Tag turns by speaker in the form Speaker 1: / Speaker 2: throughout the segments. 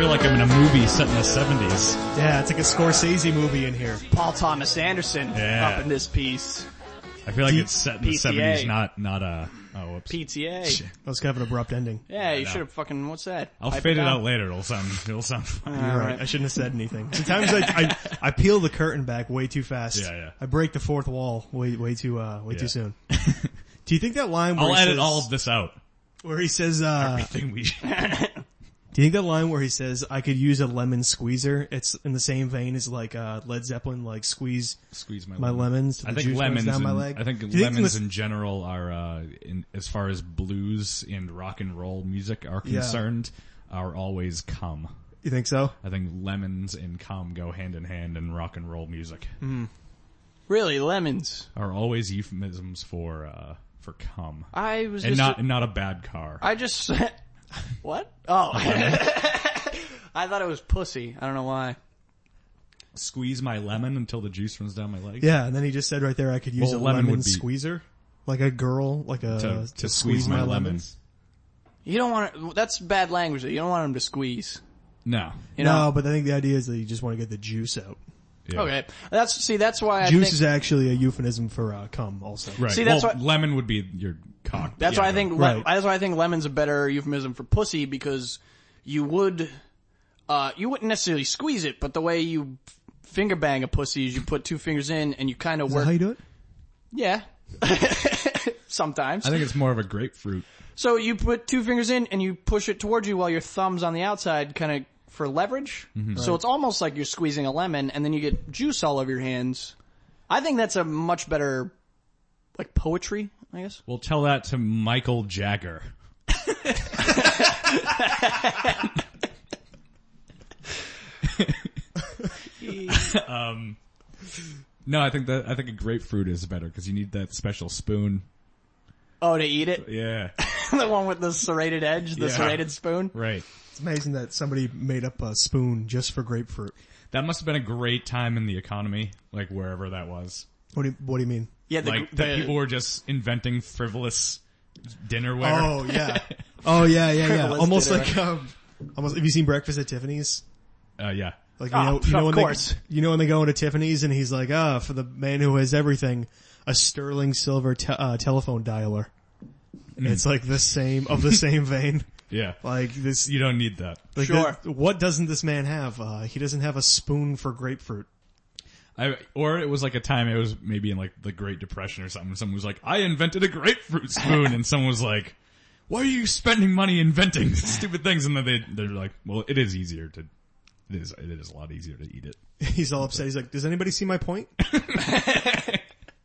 Speaker 1: Oh, like I'm in a movie set in the 70s.
Speaker 2: Yeah, it's like a Scorsese movie in here.
Speaker 3: Paul Thomas Anderson
Speaker 1: Yeah.
Speaker 3: up in this piece.
Speaker 1: I feel like it's set in the
Speaker 3: PTA.
Speaker 1: 70s, not, not, uh, oh, whoops.
Speaker 3: PTA.
Speaker 2: That was kind of an abrupt ending.
Speaker 3: Yeah, you
Speaker 1: know.
Speaker 3: should have fucking, what's that?
Speaker 1: I'll
Speaker 3: Pipe
Speaker 1: fade it
Speaker 3: down.
Speaker 1: out later. It'll sound, it'll sound fun.
Speaker 2: You're right. I shouldn't have said anything. Sometimes I, I I peel the curtain back way too fast.
Speaker 1: Yeah, yeah.
Speaker 2: I break the fourth wall way way too uh way
Speaker 1: Yeah.
Speaker 2: too soon. Do you think that line? Where
Speaker 1: I'll
Speaker 2: he
Speaker 1: edit
Speaker 2: says,
Speaker 1: all of this out.
Speaker 2: where he says uh,
Speaker 1: Everything we,
Speaker 2: Do you think that line where he says, I could use a lemon squeezer, it's in the same vein as like, uh, Led Zeppelin, like squeeze
Speaker 1: squeeze my,
Speaker 2: my
Speaker 1: lemon.
Speaker 2: lemons, till
Speaker 1: I
Speaker 2: the
Speaker 1: think
Speaker 2: juice runs
Speaker 1: lemons.
Speaker 2: down
Speaker 1: and-
Speaker 2: my leg?
Speaker 1: I think
Speaker 2: Do you
Speaker 1: lemons
Speaker 2: this-
Speaker 1: in general are, uh, in, as far as blues and rock and roll music are
Speaker 2: Yeah.
Speaker 1: concerned, are always calm.
Speaker 2: you think so?
Speaker 1: I think lemons and calm go hand in hand in rock and roll music.
Speaker 3: Really, lemons.
Speaker 1: Are always euphemisms for uh, for cum,
Speaker 3: I was
Speaker 1: and
Speaker 3: just,
Speaker 1: not and not a bad car.
Speaker 3: I just, what? Oh. I thought it was pussy. I don't know why.
Speaker 1: Squeeze my lemon until the juice runs down my leg.
Speaker 2: Yeah, and then he just said right there, I could use
Speaker 1: Well,
Speaker 2: a
Speaker 1: lemon
Speaker 2: lemon,
Speaker 1: would be-
Speaker 2: squeezer, like a girl, like a,
Speaker 1: to, to, squeeze, my, lemons.
Speaker 3: You don't want to, that's bad language. You don't want them to squeeze.
Speaker 1: No.
Speaker 3: You know?
Speaker 2: No, but I think the idea is that you just want to get the juice out.
Speaker 1: Yeah.
Speaker 3: Okay. That's, see, that's why I
Speaker 2: juice
Speaker 3: think,
Speaker 2: is actually a euphemism for, uh, cum also.
Speaker 1: Right.
Speaker 3: See, that's
Speaker 1: well,
Speaker 3: why-
Speaker 1: lemon would be your cock.
Speaker 3: That's
Speaker 1: Yeah,
Speaker 3: why I think le-
Speaker 2: Right.
Speaker 3: that's why I think lemon's a better euphemism for pussy because you would uh you wouldn't necessarily squeeze it, but the way you finger bang a pussy is you put two fingers in and you kind of
Speaker 2: Is that how
Speaker 3: work.
Speaker 2: you do it?
Speaker 3: Yeah. Sometimes.
Speaker 1: I think it's more of a grapefruit.
Speaker 3: so you put two fingers in and you push it towards you while your thumbs on the outside kind of for leverage.
Speaker 1: Mm-hmm.
Speaker 3: So it's almost like you're squeezing a lemon and then you get juice all over your hands. I think that's a much better like poetry, I guess.
Speaker 1: Well, tell that to Michael Jagger. Um, No, I think that I think a grapefruit is better because you need that special spoon.
Speaker 3: oh, to eat it?
Speaker 1: Yeah.
Speaker 3: the one with the serrated edge, the
Speaker 1: Yeah.
Speaker 3: serrated spoon.
Speaker 1: Right.
Speaker 2: It's amazing that somebody made up a spoon just for grapefruit.
Speaker 1: That must have been a great time in the economy, like wherever that was.
Speaker 2: What do you, what do you mean?
Speaker 3: Yeah, the,
Speaker 1: like
Speaker 3: the-
Speaker 1: that people were just inventing frivolous dinnerware.
Speaker 2: Oh yeah. Oh yeah, yeah, yeah.
Speaker 3: Frivolous
Speaker 2: Almost
Speaker 3: dinner.
Speaker 2: like um, almost. Have you seen Breakfast at Tiffany's?
Speaker 1: Uh, yeah.
Speaker 2: Like you
Speaker 3: Ah,
Speaker 2: know, you know
Speaker 3: of
Speaker 2: when they-
Speaker 3: course.
Speaker 2: you know when they go into Tiffany's and he's like, ah, for the man who has everything, a sterling silver te- uh, telephone dialer. And
Speaker 3: Mm.
Speaker 2: It's like the same of the same vein.
Speaker 1: Yeah.
Speaker 2: Like this.
Speaker 1: you don't need that.
Speaker 2: Like
Speaker 3: Sure.
Speaker 2: the- what doesn't this man have? Uh, he doesn't have a spoon for grapefruit.
Speaker 1: I, or it was like a time it was maybe in like the Great Depression or something. Someone was like, I invented a grapefruit spoon and someone was like, why are you spending money inventing stupid things? And then they, they're like, well, it is easier to, it is, it is a lot easier to eat it.
Speaker 2: He's all upset. He's like, does anybody see my point?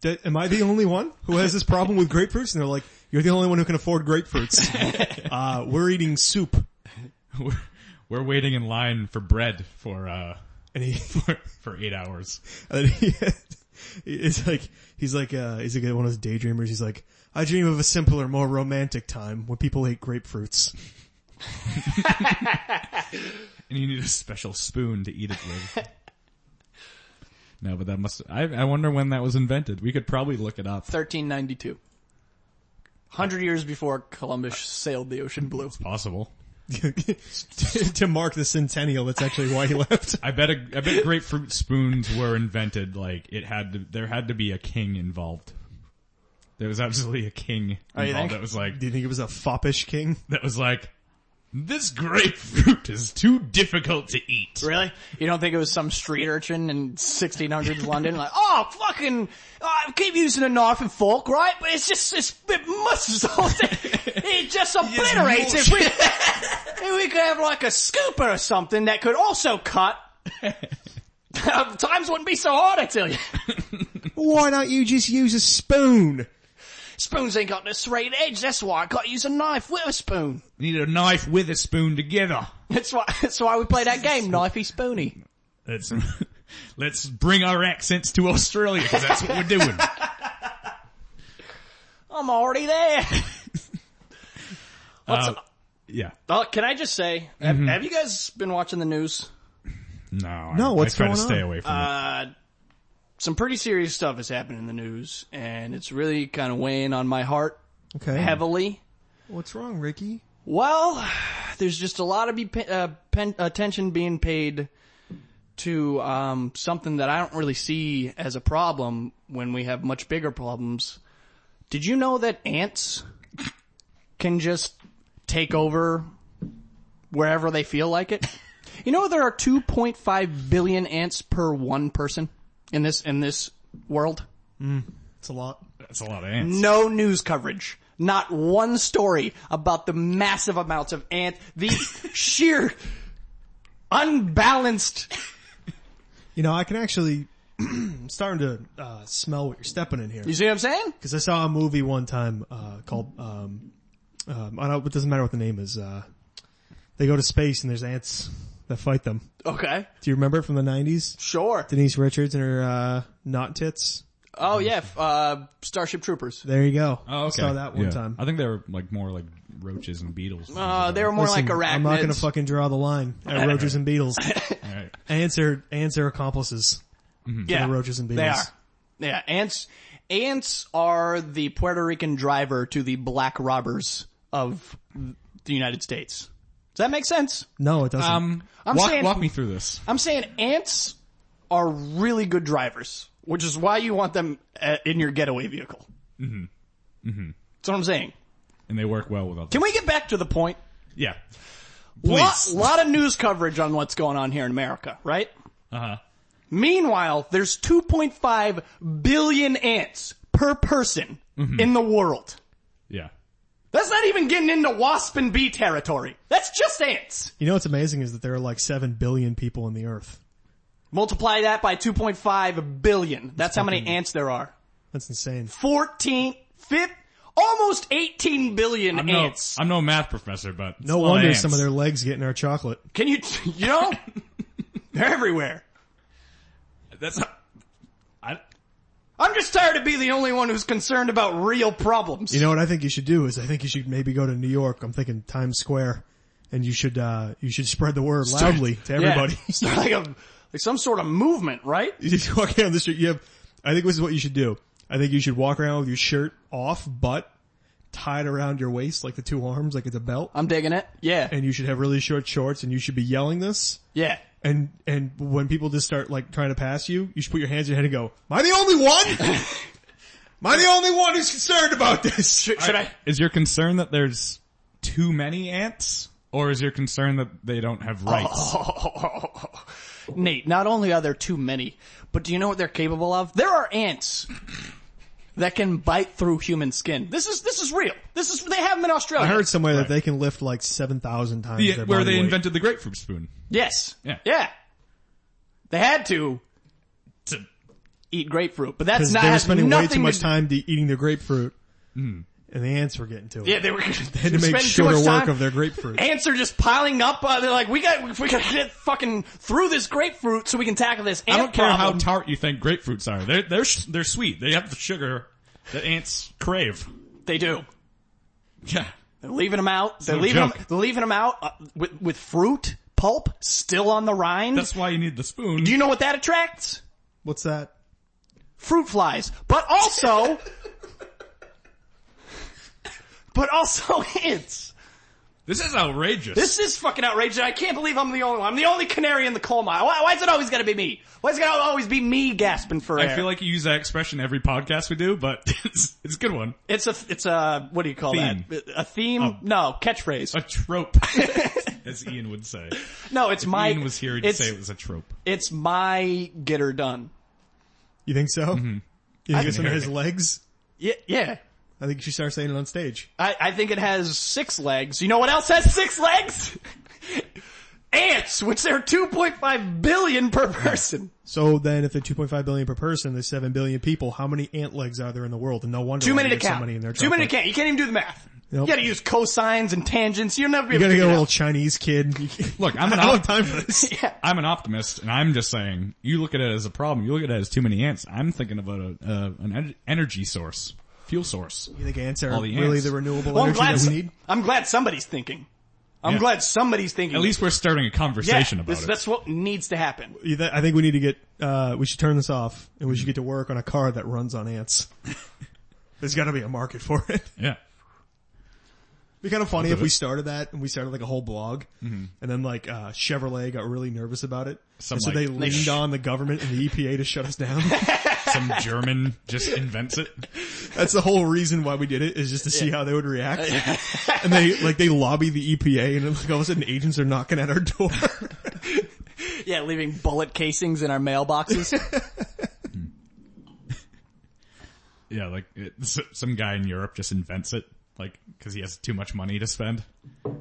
Speaker 2: D- Am I the only one who has this problem with grapefruits? And they're like, you're the only one who can afford grapefruits. Uh, we're eating soup.
Speaker 1: We're, we're waiting in line for bread for, uh,
Speaker 2: And he,
Speaker 1: for, for eight hours.
Speaker 2: and he it's like, he's like, uh, he's like one of those daydreamers. He's like, I dream of a simpler, more romantic time when people ate grapefruits.
Speaker 1: and you need a special spoon to eat it with. no, but that must. I, I wonder when that was invented. We could probably look it up.
Speaker 3: 1392. 100 years before Columbus sailed the ocean blue.
Speaker 1: Possible.
Speaker 2: to mark the centennial, that's actually why he left.
Speaker 1: I bet. A, I bet grapefruit spoons were invented. Like it had. To, there had to be a king involved. There was absolutely a king
Speaker 3: Oh, you
Speaker 1: involved
Speaker 3: think?
Speaker 1: that was like
Speaker 2: Do you think it was a foppish king?
Speaker 1: that was like this grapefruit is too difficult to eat.
Speaker 3: Really? You don't think it was some street urchin in 1600s London? Like, oh, fucking, I keep using a knife and fork, right? But it's just, it's, it musses all day. It just obliterates it. We, if we could have like a scooper or something that could also cut. Um, Times wouldn't be so hard, I tell you.
Speaker 2: Why don't you just use a spoon?
Speaker 3: Spoons ain't got no serrated edge, that's why I gotta use a knife with a spoon.
Speaker 1: Need a knife with a spoon together.
Speaker 3: That's why. That's why we play that game, knifey spoony.
Speaker 1: Let's let's bring our accents to Australia because that's what we're doing.
Speaker 3: I'm already there. What's
Speaker 1: Uh, yeah.
Speaker 3: oh, can I just say? Have, have you guys been watching the news?
Speaker 1: No,
Speaker 2: No,
Speaker 1: I,
Speaker 2: what's
Speaker 1: I try
Speaker 2: going
Speaker 1: to stay
Speaker 2: on?
Speaker 1: away from
Speaker 3: Uh, some pretty serious stuff has happened in the news, and it's really kind of weighing on my heart
Speaker 2: Okay.
Speaker 3: heavily.
Speaker 2: What's wrong, Ricky?
Speaker 3: Well, there's just a lot of be, pa- uh, pen, attention being paid to um, something that I don't really see as a problem when we have much bigger problems. Did you know that ants can just take over wherever they feel like it? You know there are 2.5 billion ants per one person in this in this world.
Speaker 2: It's a lot.
Speaker 1: That's a lot of
Speaker 2: Mm,
Speaker 1: ants.
Speaker 3: No news coverage. Not one story about the massive amounts of ant, the sheer unbalanced.
Speaker 2: You know, I can actually, I'm starting to uh, smell what you're stepping in here.
Speaker 3: You see what I'm saying?
Speaker 2: Because I saw a movie one time uh, called, um, um, I don't, it doesn't matter what the name is. Uh, they go to space and there's ants that fight them.
Speaker 3: Okay.
Speaker 2: Do you remember it from the 90s?
Speaker 3: Sure.
Speaker 2: Denise Richards and her uh, knot tits.
Speaker 3: Oh yeah, f- uh, Starship Troopers.
Speaker 2: There you go.
Speaker 1: Oh, okay.
Speaker 2: I saw that one
Speaker 1: Yeah.
Speaker 2: time.
Speaker 1: I think they were like more like roaches and beetles.
Speaker 3: Uh, they were more
Speaker 2: Listen,
Speaker 3: like arachnids.
Speaker 2: I'm not gonna fucking draw the line at roaches and beetles.
Speaker 1: All right.
Speaker 2: Ants are, ants are accomplices.
Speaker 3: yeah,
Speaker 2: the roaches and
Speaker 3: They
Speaker 2: beetles.
Speaker 3: are. Yeah, ants. Ants are the Puerto Rican driver to the black robbers of the United States. Does that make sense?
Speaker 2: No, it doesn't.
Speaker 1: Um,
Speaker 3: I'm
Speaker 1: walk,
Speaker 3: saying-
Speaker 1: walk me through this.
Speaker 3: I'm saying ants are really good drivers, which is why you want them uh, in your getaway vehicle. Mm-hmm. Mm-hmm. That's what I'm saying.
Speaker 1: And they work well without.
Speaker 3: Can we get back to the point?
Speaker 1: Yeah.
Speaker 3: Lot,
Speaker 1: Please.
Speaker 3: lot of news coverage on what's going on here in America, right?
Speaker 1: Uh huh.
Speaker 3: Meanwhile, there's 2.5 billion ants per person in the world.
Speaker 1: Yeah.
Speaker 3: That's not even getting into wasp and bee territory. That's just ants.
Speaker 2: you know what's amazing is that there are like 7 billion people on the earth.
Speaker 3: Multiply that by 2.5 billion. That's how many ants there are.
Speaker 2: That's insane.
Speaker 3: 14, fif- almost 18 billion
Speaker 1: I'm no,
Speaker 3: ants.
Speaker 1: I'm no math professor, but it's a
Speaker 2: No
Speaker 1: lot of
Speaker 2: wonder
Speaker 1: ants.
Speaker 2: some of their legs get in our chocolate.
Speaker 3: Can you, you know? They're everywhere.
Speaker 1: That's not. I,
Speaker 3: I'm just tired of being the only one who's concerned about real problems.
Speaker 2: You know what I think you should do is I think you should maybe go to New York. I'm thinking Times Square and you should, uh, you should spread the word loudly to
Speaker 3: Yeah.
Speaker 2: everybody.
Speaker 3: It's not like a, like some sort of movement, right?
Speaker 2: you just walk down the street. You have, I think this is what you should do. I think you should walk around with your shirt off, but tied around your waist, like the two arms, like it's a belt.
Speaker 3: I'm digging it. Yeah.
Speaker 2: And you should have really short shorts and you should be yelling this.
Speaker 3: Yeah.
Speaker 2: And, and when people just start like trying to pass you, you should put your hands in your head and go, am I the only one? am I the only one who's concerned about this?
Speaker 3: Should, should I?
Speaker 1: is your concern that there's too many ants, or is your concern that they don't have
Speaker 2: Oh,
Speaker 1: rights?
Speaker 3: Nate, not only are there too many, but do you know what they're capable of? There are ants that can bite through human skin. This is, this is real. This is, they have them in Australia.
Speaker 2: I heard somewhere that they can lift like 7,000 times
Speaker 1: Yeah,
Speaker 2: their
Speaker 1: where
Speaker 2: body
Speaker 1: they
Speaker 2: weight.
Speaker 1: invented the grapefruit spoon
Speaker 3: Yes.
Speaker 1: Yeah.
Speaker 3: Yeah. They had to
Speaker 1: to
Speaker 3: eat grapefruit, but that's
Speaker 2: Because
Speaker 3: not
Speaker 2: they were
Speaker 3: has
Speaker 2: spending way
Speaker 3: nothing
Speaker 2: too much
Speaker 3: to- Hmm.
Speaker 2: time to eating their grapefruit. And the ants were getting to it.
Speaker 3: Yeah, they were
Speaker 2: They had to make shorter work of their grapefruit.
Speaker 3: Ants are just piling up. Uh, they're like, we got, we got to get fucking through this grapefruit so we can tackle this ant
Speaker 1: I don't care how
Speaker 3: problem.
Speaker 1: tart you think grapefruits are. They're they're sh- they're sweet. They have the sugar that ants crave.
Speaker 3: they do.
Speaker 1: Yeah.
Speaker 3: They're leaving them out. They're
Speaker 1: no
Speaker 3: leaving them.
Speaker 1: joke.
Speaker 3: They're leaving them out uh, with with fruit pulp still on the rind.
Speaker 1: That's why you need the spoon.
Speaker 3: Do you know what that attracts?
Speaker 2: What's that?
Speaker 3: Fruit flies, but also, but also ants.
Speaker 1: this is outrageous.
Speaker 3: This is fucking outrageous. I can't believe I'm the only one. I'm the only canary in the coal mine. Why, why is it always gotta be me? Why is it gotta always be me gasping for air?
Speaker 1: I feel like you use that expression every podcast we do, but it's, it's a good one.
Speaker 3: it's a it's a what do you call
Speaker 1: Theme. Oh.
Speaker 3: that? A theme? no, catchphrase.
Speaker 1: A trope, as Ian would say.
Speaker 3: no, it's my.
Speaker 1: Ian was here to
Speaker 3: it's,
Speaker 1: say it was a trope.
Speaker 3: It's my get her done.
Speaker 2: You think so?
Speaker 3: Mm-hmm.
Speaker 2: You think it's under
Speaker 1: hear
Speaker 2: his
Speaker 1: it.
Speaker 2: legs?
Speaker 3: Yeah, yeah.
Speaker 2: I think you should start saying it on stage.
Speaker 3: I, I think it has six legs. You know what else has six legs? Ants, which there are 2.5 billion per person.
Speaker 2: So then if they're 2.5 billion per person, there's 7 billion people, how many ant legs are there in the world? And no wonder
Speaker 3: Too
Speaker 2: why
Speaker 3: many to
Speaker 2: there's so
Speaker 3: count.
Speaker 2: many in their
Speaker 3: Too many to
Speaker 2: chocolate.
Speaker 3: count. You can't even do the math.
Speaker 2: Nope.
Speaker 3: You gotta use cosines and tangents. You'll never be
Speaker 2: You
Speaker 3: able
Speaker 2: gotta
Speaker 3: to
Speaker 2: get
Speaker 3: figure
Speaker 2: a
Speaker 3: it
Speaker 2: little
Speaker 3: out.
Speaker 2: Chinese kid.
Speaker 1: Look, I'm an
Speaker 2: I don't have
Speaker 1: op-
Speaker 2: time for this.
Speaker 3: Yeah.
Speaker 1: I'm an optimist, and I'm just saying, you look at it as a problem. You look at it as too many ants. I'm thinking about a, uh, an en- energy source, fuel source.
Speaker 2: You think ants are
Speaker 1: All the
Speaker 2: really
Speaker 1: ants.
Speaker 2: the renewable
Speaker 3: Well, I'm
Speaker 2: energy
Speaker 3: glad,
Speaker 2: that we
Speaker 3: so-
Speaker 2: need?
Speaker 3: I'm glad somebody's thinking. I'm
Speaker 1: Yeah.
Speaker 3: glad somebody's thinking.
Speaker 1: At least we're starting a
Speaker 3: yeah,
Speaker 1: conversation about
Speaker 3: this-
Speaker 1: it.
Speaker 3: That's what needs to happen.
Speaker 2: You thi- I think we need to get, uh, we should turn this off and we should get to work on a car that runs on ants. There's gotta be a market for it.
Speaker 1: yeah.
Speaker 2: be kind of funny if we started that and we started like a whole blog, and then like uh, Chevrolet got really nervous about it,
Speaker 1: Some,
Speaker 2: And so
Speaker 1: like-
Speaker 2: they
Speaker 1: they
Speaker 2: leaned
Speaker 3: sh-
Speaker 2: on the government and the EPA to shut us down.
Speaker 1: Some German just invents it.
Speaker 2: That's the whole reason why we did it is just to see how they would react. and they like they lobby the EPA, and like all of a sudden agents are knocking at our door.
Speaker 3: Yeah, leaving bullet casings in our mailboxes.
Speaker 1: Yeah, like it, s- some guy in Europe just invents it, like because he has too much money to spend,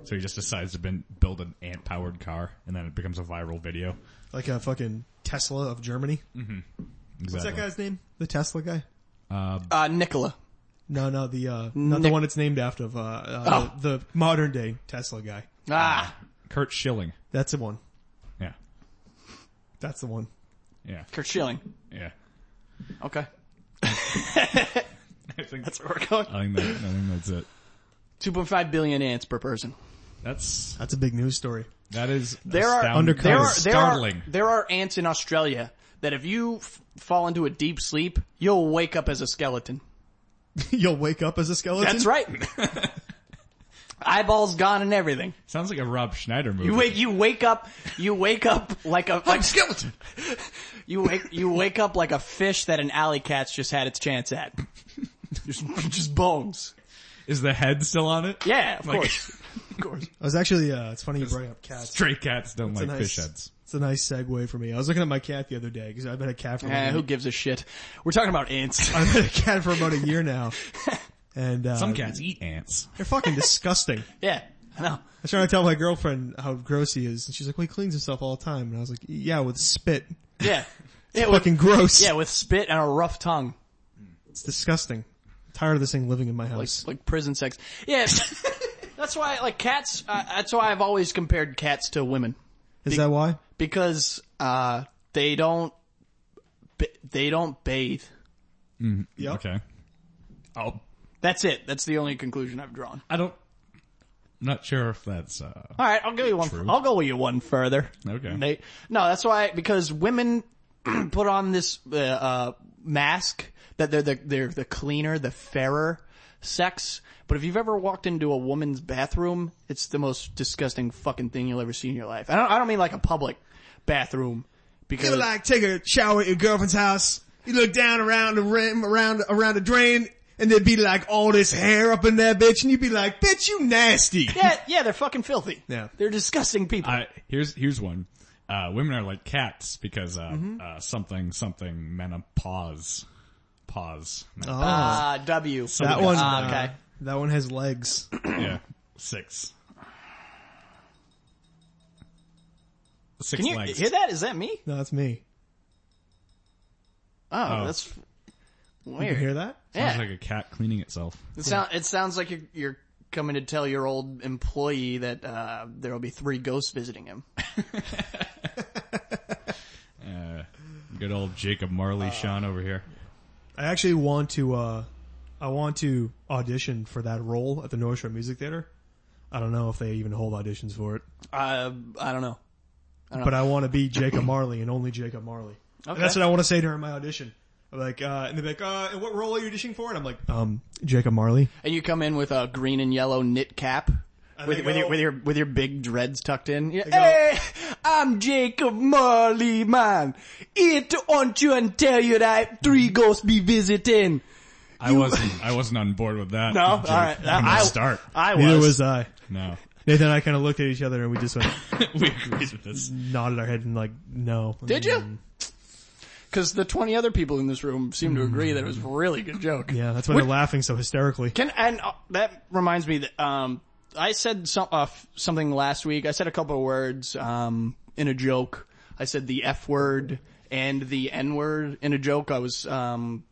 Speaker 1: so he just decides to bin- build an ant-powered car, and then it becomes a viral video.
Speaker 2: like a fucking Tesla of Germany. What's
Speaker 1: Exactly.
Speaker 2: that guy's name? The Tesla guy?
Speaker 3: uh, Nicola.
Speaker 2: No, no, the uh, not the
Speaker 3: Nick-
Speaker 2: one it's named after. Of, uh, uh,
Speaker 3: Oh.
Speaker 2: the, the modern day Tesla guy.
Speaker 3: Ah,
Speaker 1: Kurt Schilling.
Speaker 2: That's the one.
Speaker 1: Yeah,
Speaker 2: That's the one.
Speaker 1: yeah,
Speaker 3: Kurt Schilling.
Speaker 1: yeah.
Speaker 3: Okay.
Speaker 1: I think
Speaker 3: That's where we're going.
Speaker 1: I think, that, I think that's it.
Speaker 3: 2.5 billion ants per person.
Speaker 1: That's
Speaker 2: That's a big news story.
Speaker 1: that is
Speaker 3: There are,
Speaker 1: astound-
Speaker 2: Undercover.
Speaker 1: that
Speaker 3: there are,
Speaker 1: is
Speaker 3: there are,
Speaker 1: startling.
Speaker 3: there are ants in Australia that if you f- fall into a deep sleep, you'll wake up as a skeleton.
Speaker 2: You'll wake up as a skeleton.
Speaker 3: That's right. Eyeballs gone and everything.
Speaker 1: Sounds like a Rob Schneider movie.
Speaker 3: You wake, you wake up, you wake up like a, like,
Speaker 1: skeleton.
Speaker 3: you wake, you wake up like a fish that an alley cat's just had its chance at. Just, just bones.
Speaker 1: Is the head still on it?
Speaker 3: Yeah, of
Speaker 1: Like-
Speaker 3: course. Of course.
Speaker 2: I was actually. Uh, it's funny you bring up cats.
Speaker 1: Stray cats don't like
Speaker 2: nice-
Speaker 1: fish heads.
Speaker 2: It's a nice segue for me. I was looking at my cat the other day because I've had a cat for.
Speaker 3: Eh, who gives a shit? We're talking about ants.
Speaker 2: I've had a cat for about a year now. And uh,
Speaker 1: Some cats eat ants.
Speaker 2: they're fucking disgusting.
Speaker 3: yeah, I know.
Speaker 2: I was trying to tell my girlfriend how gross he is, and she's like, "Well, he cleans himself all the time." And I was like, "Yeah, with spit.
Speaker 3: Yeah. Yeah, with,
Speaker 2: Fucking gross.
Speaker 3: yeah, with spit and a rough tongue.
Speaker 2: It's disgusting. I'm tired of this thing living in my
Speaker 3: Like,
Speaker 2: house.
Speaker 3: like prison sex. Yeah. that's why, like cats, uh, that's why I've always compared cats to women.
Speaker 2: is that why?
Speaker 3: Because, uh, they don't, ba- they don't bathe.
Speaker 2: Yeah.
Speaker 1: Okay. Oh,
Speaker 3: That's it. That's the only conclusion I've drawn.
Speaker 1: I don't. I'm not sure if that's. uh
Speaker 3: All right, I'll give you one. I'll go with you one further.
Speaker 1: Okay.
Speaker 3: They, no, that's why because women put on this uh, uh, mask that they're the they're the cleaner, the fairer sex. But if you've ever walked into a woman's bathroom, it's the most disgusting fucking thing you'll ever see in your life. I don't I don't mean like a public bathroom because
Speaker 2: like take a shower at your girlfriend's house. You look down around the rim, around around the drain, and there'd be like all this hair up in that bitch, and you'd be like, "Bitch, you nasty."
Speaker 3: yeah yeah they're fucking filthy.
Speaker 2: Yeah.
Speaker 3: they're disgusting people.
Speaker 1: I here's here's one. Uh, women are like cats because uh,
Speaker 3: Mm-hmm.
Speaker 1: uh, something something menopause pause.
Speaker 2: Oh,
Speaker 3: Ah, W.
Speaker 2: that one.
Speaker 3: Ah,
Speaker 2: uh,
Speaker 3: okay.
Speaker 2: that one has legs.
Speaker 1: Yeah, six. Six
Speaker 3: Can you
Speaker 1: legs.
Speaker 3: hear that? Is that me?
Speaker 2: No, that's me.
Speaker 3: Oh,
Speaker 1: Oh.
Speaker 3: that's
Speaker 2: You
Speaker 3: weird.
Speaker 2: hear that?
Speaker 1: Sounds
Speaker 3: Yeah.
Speaker 1: like a cat cleaning itself.
Speaker 3: It, sound, it sounds like you're, you're coming to tell your old employee that uh, there will be three ghosts visiting him.
Speaker 1: Good old Jacob
Speaker 3: Uh,
Speaker 1: Marley, Sean over here.
Speaker 2: I actually want to, uh, I want to audition for that role at the North Shore Music Theater. I don't know if they even hold auditions for it,
Speaker 3: Uh, I don't know.
Speaker 2: but I want to be Jacob Marley and only Jacob Marley. And
Speaker 3: Okay.
Speaker 2: that's what I want to say during my audition. I'm like, uh, and they're like, uh, and what role are you auditioning for? And I'm like, um, Jacob Marley.
Speaker 3: And you come in with a green and yellow knit cap. With,
Speaker 2: they
Speaker 3: with,
Speaker 2: go-
Speaker 3: your, with your with your big dreads tucked in, Yeah,
Speaker 2: go-
Speaker 3: hey, I'm Jacob Marley, man. It on you and tell you that three ghosts be visiting.
Speaker 1: I wasn't. I wasn't on board with that.
Speaker 3: No,
Speaker 1: Jake,
Speaker 3: all right,
Speaker 1: From the
Speaker 3: I-
Speaker 1: start.
Speaker 3: I
Speaker 2: Neither
Speaker 3: was.
Speaker 2: was I.
Speaker 1: No,
Speaker 2: Nathan and I kind of looked at each other and we just like
Speaker 1: we agreed with this.
Speaker 2: nodded our head and like, no.
Speaker 3: Did you? Because the twenty other people in this room seem to agree that it was a really good joke.
Speaker 2: Yeah, that's why they're laughing so hysterically.
Speaker 3: Can and uh, that reminds me that um, I said some, uh, f- something last week. I said a couple of words um, in a joke. I said the f word and the n word in a joke. I was um,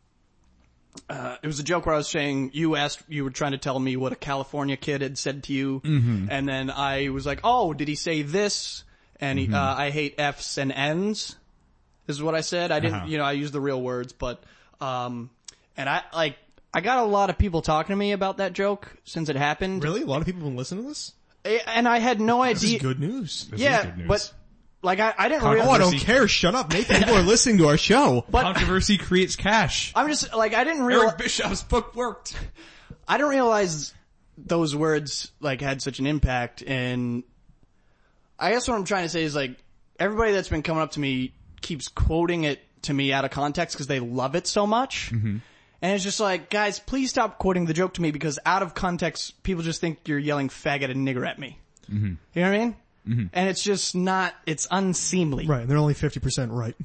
Speaker 3: uh, it was a joke where I was saying you asked you were trying to tell me what a California kid had said to you,
Speaker 1: Mm-hmm.
Speaker 3: and then I was like, oh, did he say this? And
Speaker 1: Mm-hmm.
Speaker 3: he, uh, I hate f's and n's is what I said. I didn't,
Speaker 1: Uh-huh.
Speaker 3: you know, I used the real words, but, um, and I, like, I got a lot of people talking to me about that joke since it happened.
Speaker 2: Really? A lot of people have been listening to this?
Speaker 3: A- And I had no
Speaker 2: This
Speaker 3: idea.
Speaker 2: is good news.
Speaker 1: This is
Speaker 3: yeah,
Speaker 1: good news.
Speaker 3: but, like, I, I didn't
Speaker 2: Oh, I
Speaker 3: realize,
Speaker 2: don't care. Shut up, Nathan. People are listening to our show.
Speaker 3: but
Speaker 1: controversy creates cash.
Speaker 3: I'm just, like, I didn't
Speaker 1: Eric
Speaker 3: realize,
Speaker 1: Bishop's book worked.
Speaker 3: I didn't realize those words like had such an impact and I guess what I'm trying to say is like everybody that's been coming up to me keeps quoting it to me out of context because they love it so much. And it's just like, guys, please stop quoting the joke to me because out of context, people just think you're yelling faggot and nigger at me. You know what I mean? And it's just not, it's unseemly.
Speaker 2: Right, and they're only 50% right.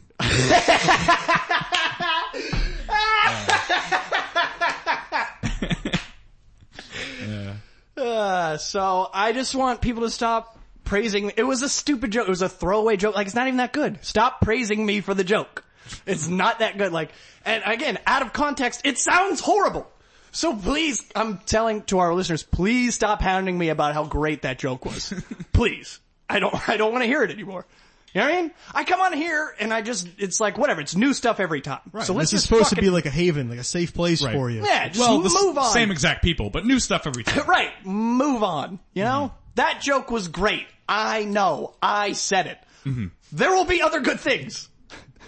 Speaker 3: Uh, so I just want people to stop praising me. It was a stupid joke. It was a throwaway joke. Like it's not even that good. Stop praising me for the joke. It's not that good. Like, and again, out of context, it sounds horrible. So please, I'm telling to our listeners, please stop hounding me about how great that joke was. please. I don't, I don't want to hear it anymore. You know what I mean? I come on here and I just, it's like whatever, it's new stuff every time. So let's
Speaker 2: this is
Speaker 3: just
Speaker 2: supposed to
Speaker 3: fucking-
Speaker 2: be like a haven, like a safe place
Speaker 1: Right.
Speaker 2: for you.
Speaker 3: yeah, just
Speaker 1: well, the s-
Speaker 3: move on.
Speaker 1: same exact people, but new stuff every time.
Speaker 3: Right, move on. You know? That joke was great. I know. I said it. There will be other good things.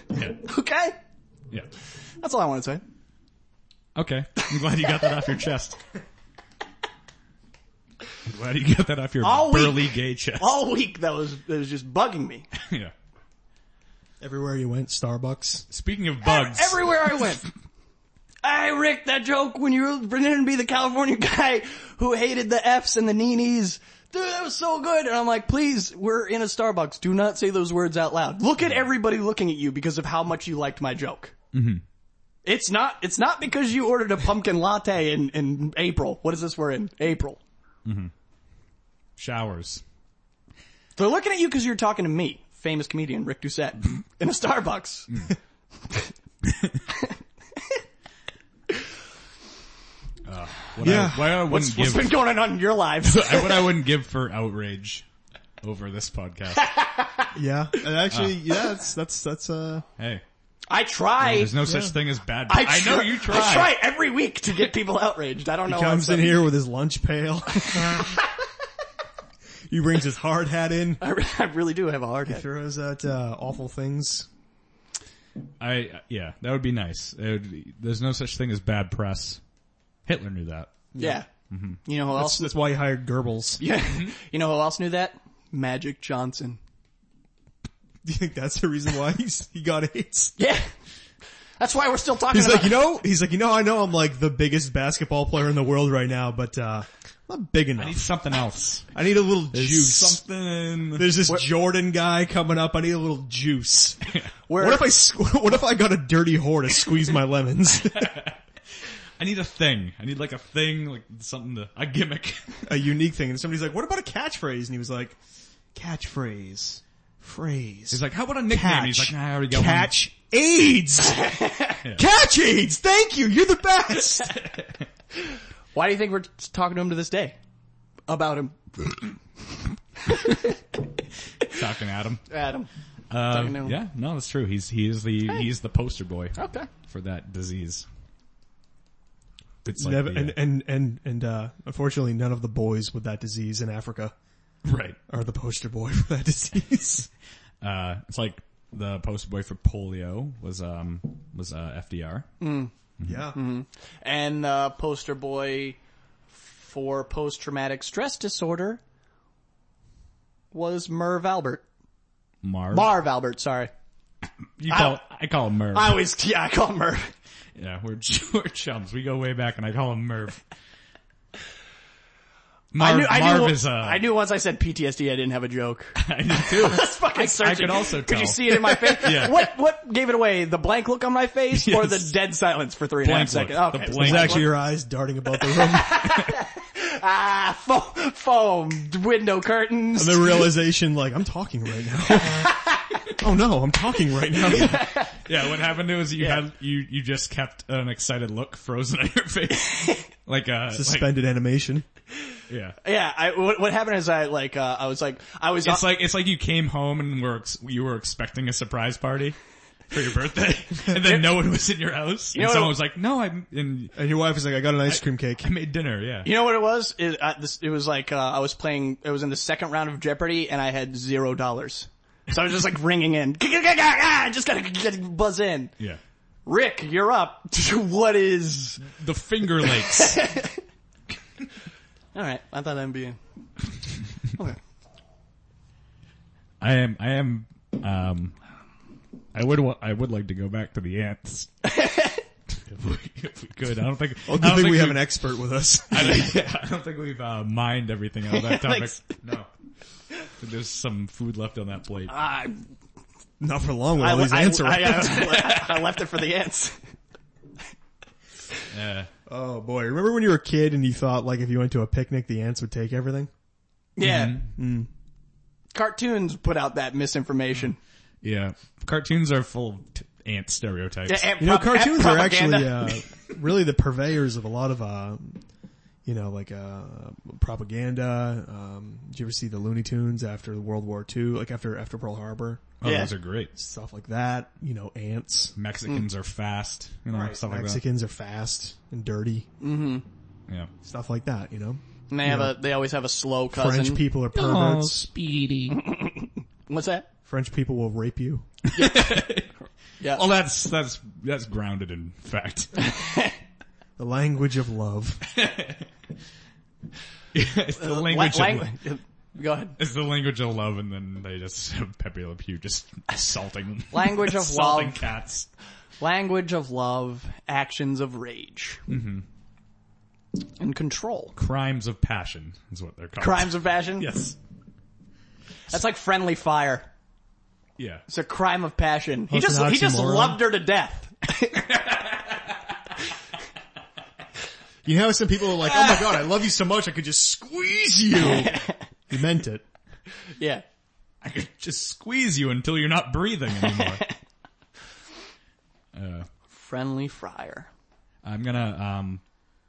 Speaker 1: Yeah.
Speaker 3: Okay?
Speaker 1: yeah.
Speaker 3: That's all I want to say.
Speaker 1: Okay. I'm glad you got that off your chest. I'm glad you got that off your
Speaker 3: All week.
Speaker 1: burly gay chest.
Speaker 3: All week that was, that was just bugging me.
Speaker 1: yeah.
Speaker 2: Everywhere you went, Starbucks.
Speaker 1: Speaking of bugs,
Speaker 3: Everywhere I went. I Rick, that joke when you were pretending to be the California guy who hated the F's and the neenies. Dude, that was so good. And I'm like, please, we're in a Starbucks. Do not say those words out loud. Look at everybody looking at you because of how much you liked my joke. Mm-hmm. It's not, it's not because you ordered a pumpkin latte in, in April. What is this we're in? April.
Speaker 1: showers.
Speaker 3: They're looking at you because you're talking to me, famous comedian Rick Doucette,
Speaker 1: Mm-hmm.
Speaker 3: in a Starbucks.
Speaker 1: What
Speaker 2: Yeah.
Speaker 1: I, what I
Speaker 3: What's,
Speaker 1: wouldn't
Speaker 3: what's
Speaker 1: give,
Speaker 3: been going on in your lives?
Speaker 1: I- what I wouldn't give for outrage over this podcast.
Speaker 2: Yeah, and actually,
Speaker 3: Ah.
Speaker 2: yeah, that's, that's, that's, uh,
Speaker 1: hey,
Speaker 3: I tried.
Speaker 1: there's no such thing as bad.
Speaker 3: I,
Speaker 1: I,
Speaker 3: tr-
Speaker 1: know you try.
Speaker 3: I try every week to get people outraged. I don't know. why
Speaker 2: comes
Speaker 3: I'm
Speaker 2: in
Speaker 3: so-
Speaker 2: here with his lunch pail. he brings his hard hat in,
Speaker 3: I, re- I really do have a hard head.
Speaker 2: throws out, uh, awful things.
Speaker 1: I yeah, that would be nice. It would be- there's no such thing as bad press. Hitler knew that.
Speaker 3: Yeah. You
Speaker 2: Mm-hmm.
Speaker 3: know who
Speaker 2: That's, Mm-hmm.
Speaker 3: else?
Speaker 2: that's why he hired Goebbels.
Speaker 3: Yeah. You know who else knew that? Magic Johnson.
Speaker 2: Do you think that's the reason why he's, he got AIDS?
Speaker 3: Yeah. That's why we're still talking
Speaker 2: He's like,
Speaker 3: about.
Speaker 2: you know, he's like, you know, I know I'm like the biggest basketball player in the world right now, but, uh, I'm not big enough.
Speaker 1: I need something else.
Speaker 2: I need a little juice.
Speaker 1: Something.
Speaker 2: There's this Jordan guy coming up. I need a little juice.
Speaker 3: where,
Speaker 2: What if I squ- what if I got a dirty whore to squeeze my lemons?
Speaker 1: I need a thing. I need like a thing, like something to a gimmick.
Speaker 2: a unique thing. And somebody's like, "What about a catchphrase?" And he was like, "Catchphrase, phrase."
Speaker 1: He's like, how about a nickname? He's like, nah, I already got
Speaker 2: catch AIDS, catch AIDS. Thank you, you're the best.
Speaker 3: why do you think we're t- talking to him to this day? About him.
Speaker 1: one. Talking Adam.
Speaker 3: Adam.
Speaker 1: Uh,
Speaker 3: to him.
Speaker 1: yeah, no, that's true. He's he is the he's the poster boy
Speaker 3: Okay.
Speaker 1: for that disease. It's like
Speaker 2: Never,
Speaker 1: the, uh,
Speaker 2: and and and and uh, unfortunately, none of the boys with that disease in Africa
Speaker 1: right.
Speaker 2: are the poster boy for that disease.
Speaker 1: Uh, it's like the poster boy for polio was um was uh, FDR.
Speaker 2: yeah,
Speaker 3: And uh, poster boy for post-traumatic stress disorder was Merv Albert.
Speaker 1: Marv.
Speaker 3: Marv Albert, sorry.
Speaker 1: You call I call him Merv.
Speaker 3: I always, yeah, I call him Merv.
Speaker 1: Yeah, we're, we're chums. We go way back, and I call him Merv. Marv,
Speaker 3: I knew, I
Speaker 1: Marv
Speaker 3: knew,
Speaker 1: is uh,
Speaker 3: I knew once I said PTSD, I didn't have a joke.
Speaker 1: I knew too.
Speaker 3: That's fucking searching.
Speaker 1: could also
Speaker 3: Could
Speaker 1: tell.
Speaker 3: you see it in my face?
Speaker 1: Yeah.
Speaker 3: What what gave it away? The blank look on my face or
Speaker 1: Yes.
Speaker 3: the dead silence for three and a half
Speaker 1: Blank
Speaker 3: seconds?
Speaker 1: look.
Speaker 3: Okay.
Speaker 1: The blank
Speaker 2: it's actually
Speaker 1: look.
Speaker 2: your eyes darting about the room.
Speaker 3: Ah, foam, foam, window curtains.
Speaker 2: the realization, like, I'm talking right now. oh no, I'm talking right now.
Speaker 1: Yeah, what happened was you had you you just kept an excited look frozen on your face, like uh, like,
Speaker 2: Suspended animation.
Speaker 1: yeah.
Speaker 3: yeah, I, what, what happened is I like, uh, I was like, I was,
Speaker 1: It's like it's like you came home and were ex- you were expecting a surprise party for your birthday, and then no one was in your house,
Speaker 3: know
Speaker 1: and
Speaker 3: what-
Speaker 1: someone was like, "No, I'm in."
Speaker 2: And your wife is like, I got an ice cream cake.
Speaker 1: I made dinner, yeah.
Speaker 3: you know what it was? It, uh, this, it was like, uh, I was playing, it was in the second round of Jeopardy and I had zero dollars. So I was just like ringing in. I just gotta get- buzz in.
Speaker 1: Yeah.
Speaker 3: Rick, you're up. what is
Speaker 1: The Finger Lakes.
Speaker 3: All right, I thought that'd be. in. Okay.
Speaker 1: I am. I am. Um, I would. wa- I would like to go back to the ants. if, we, if we could, I don't think.
Speaker 2: Well,
Speaker 1: I
Speaker 2: good
Speaker 1: don't
Speaker 2: thing we have
Speaker 1: we've-
Speaker 2: an expert with us.
Speaker 1: I don't, yeah, I don't think we've uh, mined everything out of that topic.
Speaker 3: Thanks.
Speaker 1: no. There's some food left on that plate.
Speaker 3: I,
Speaker 2: Not for long with
Speaker 3: I,
Speaker 2: all these
Speaker 3: I-
Speaker 2: ants
Speaker 3: I-
Speaker 2: around.
Speaker 3: I- I left it for the ants.
Speaker 1: Uh,
Speaker 2: oh boy, remember when you were a kid and you thought like if you went to a picnic the ants would take everything?
Speaker 3: Yeah.
Speaker 2: Mm-hmm.
Speaker 3: Mm-hmm. Cartoons put out that misinformation.
Speaker 1: yeah, cartoons are full of t- ant stereotypes.
Speaker 3: The ant
Speaker 2: You know,
Speaker 3: prop- ant
Speaker 2: cartoons are
Speaker 3: propaganda.
Speaker 2: actually uh, really the purveyors of a lot of, uh, you know, like uh, propaganda. Um, did you ever see the Looney Tunes after World War II, like after after Pearl Harbor,
Speaker 1: oh,
Speaker 3: yeah.
Speaker 1: those are great.
Speaker 2: stuff like that? You know, ants.
Speaker 1: Mexicans
Speaker 3: Hmm.
Speaker 1: are fast, you know, stuff like
Speaker 2: Mexicans are fast and dirty,
Speaker 1: that. Yeah.
Speaker 2: stuff like that. You know,
Speaker 3: And they have a, they always have a slow cousin.
Speaker 2: French people are perverts.
Speaker 3: Oh. What's that?
Speaker 2: French people will rape you.
Speaker 3: Yeah.
Speaker 1: Well, that's that's that's grounded in fact.
Speaker 2: The language of love.
Speaker 1: it's the
Speaker 3: La-
Speaker 1: language. of
Speaker 3: lang-
Speaker 1: love.
Speaker 3: Go ahead.
Speaker 1: It's the language of love, and then they just have Pepe Le Pew just assaulting
Speaker 3: Language of
Speaker 1: assaulting
Speaker 3: love.
Speaker 1: cats.
Speaker 3: Language of love, actions of rage.
Speaker 2: Mm-hmm.
Speaker 3: And control.
Speaker 1: Crimes of passion is what they're called.
Speaker 3: Crimes of passion?
Speaker 1: Yes.
Speaker 3: That's like friendly fire.
Speaker 1: Yeah.
Speaker 3: It's a crime of passion. He
Speaker 2: Oh, it's
Speaker 3: just
Speaker 2: an
Speaker 3: he just
Speaker 2: oxymoron?
Speaker 3: loved her to death.
Speaker 2: You know how some people are like, oh my god, I love you so much I could just squeeze you. you meant it.
Speaker 3: Yeah.
Speaker 1: I could just squeeze you until you're not breathing anymore.
Speaker 3: Friendly fire.
Speaker 1: I'm gonna um,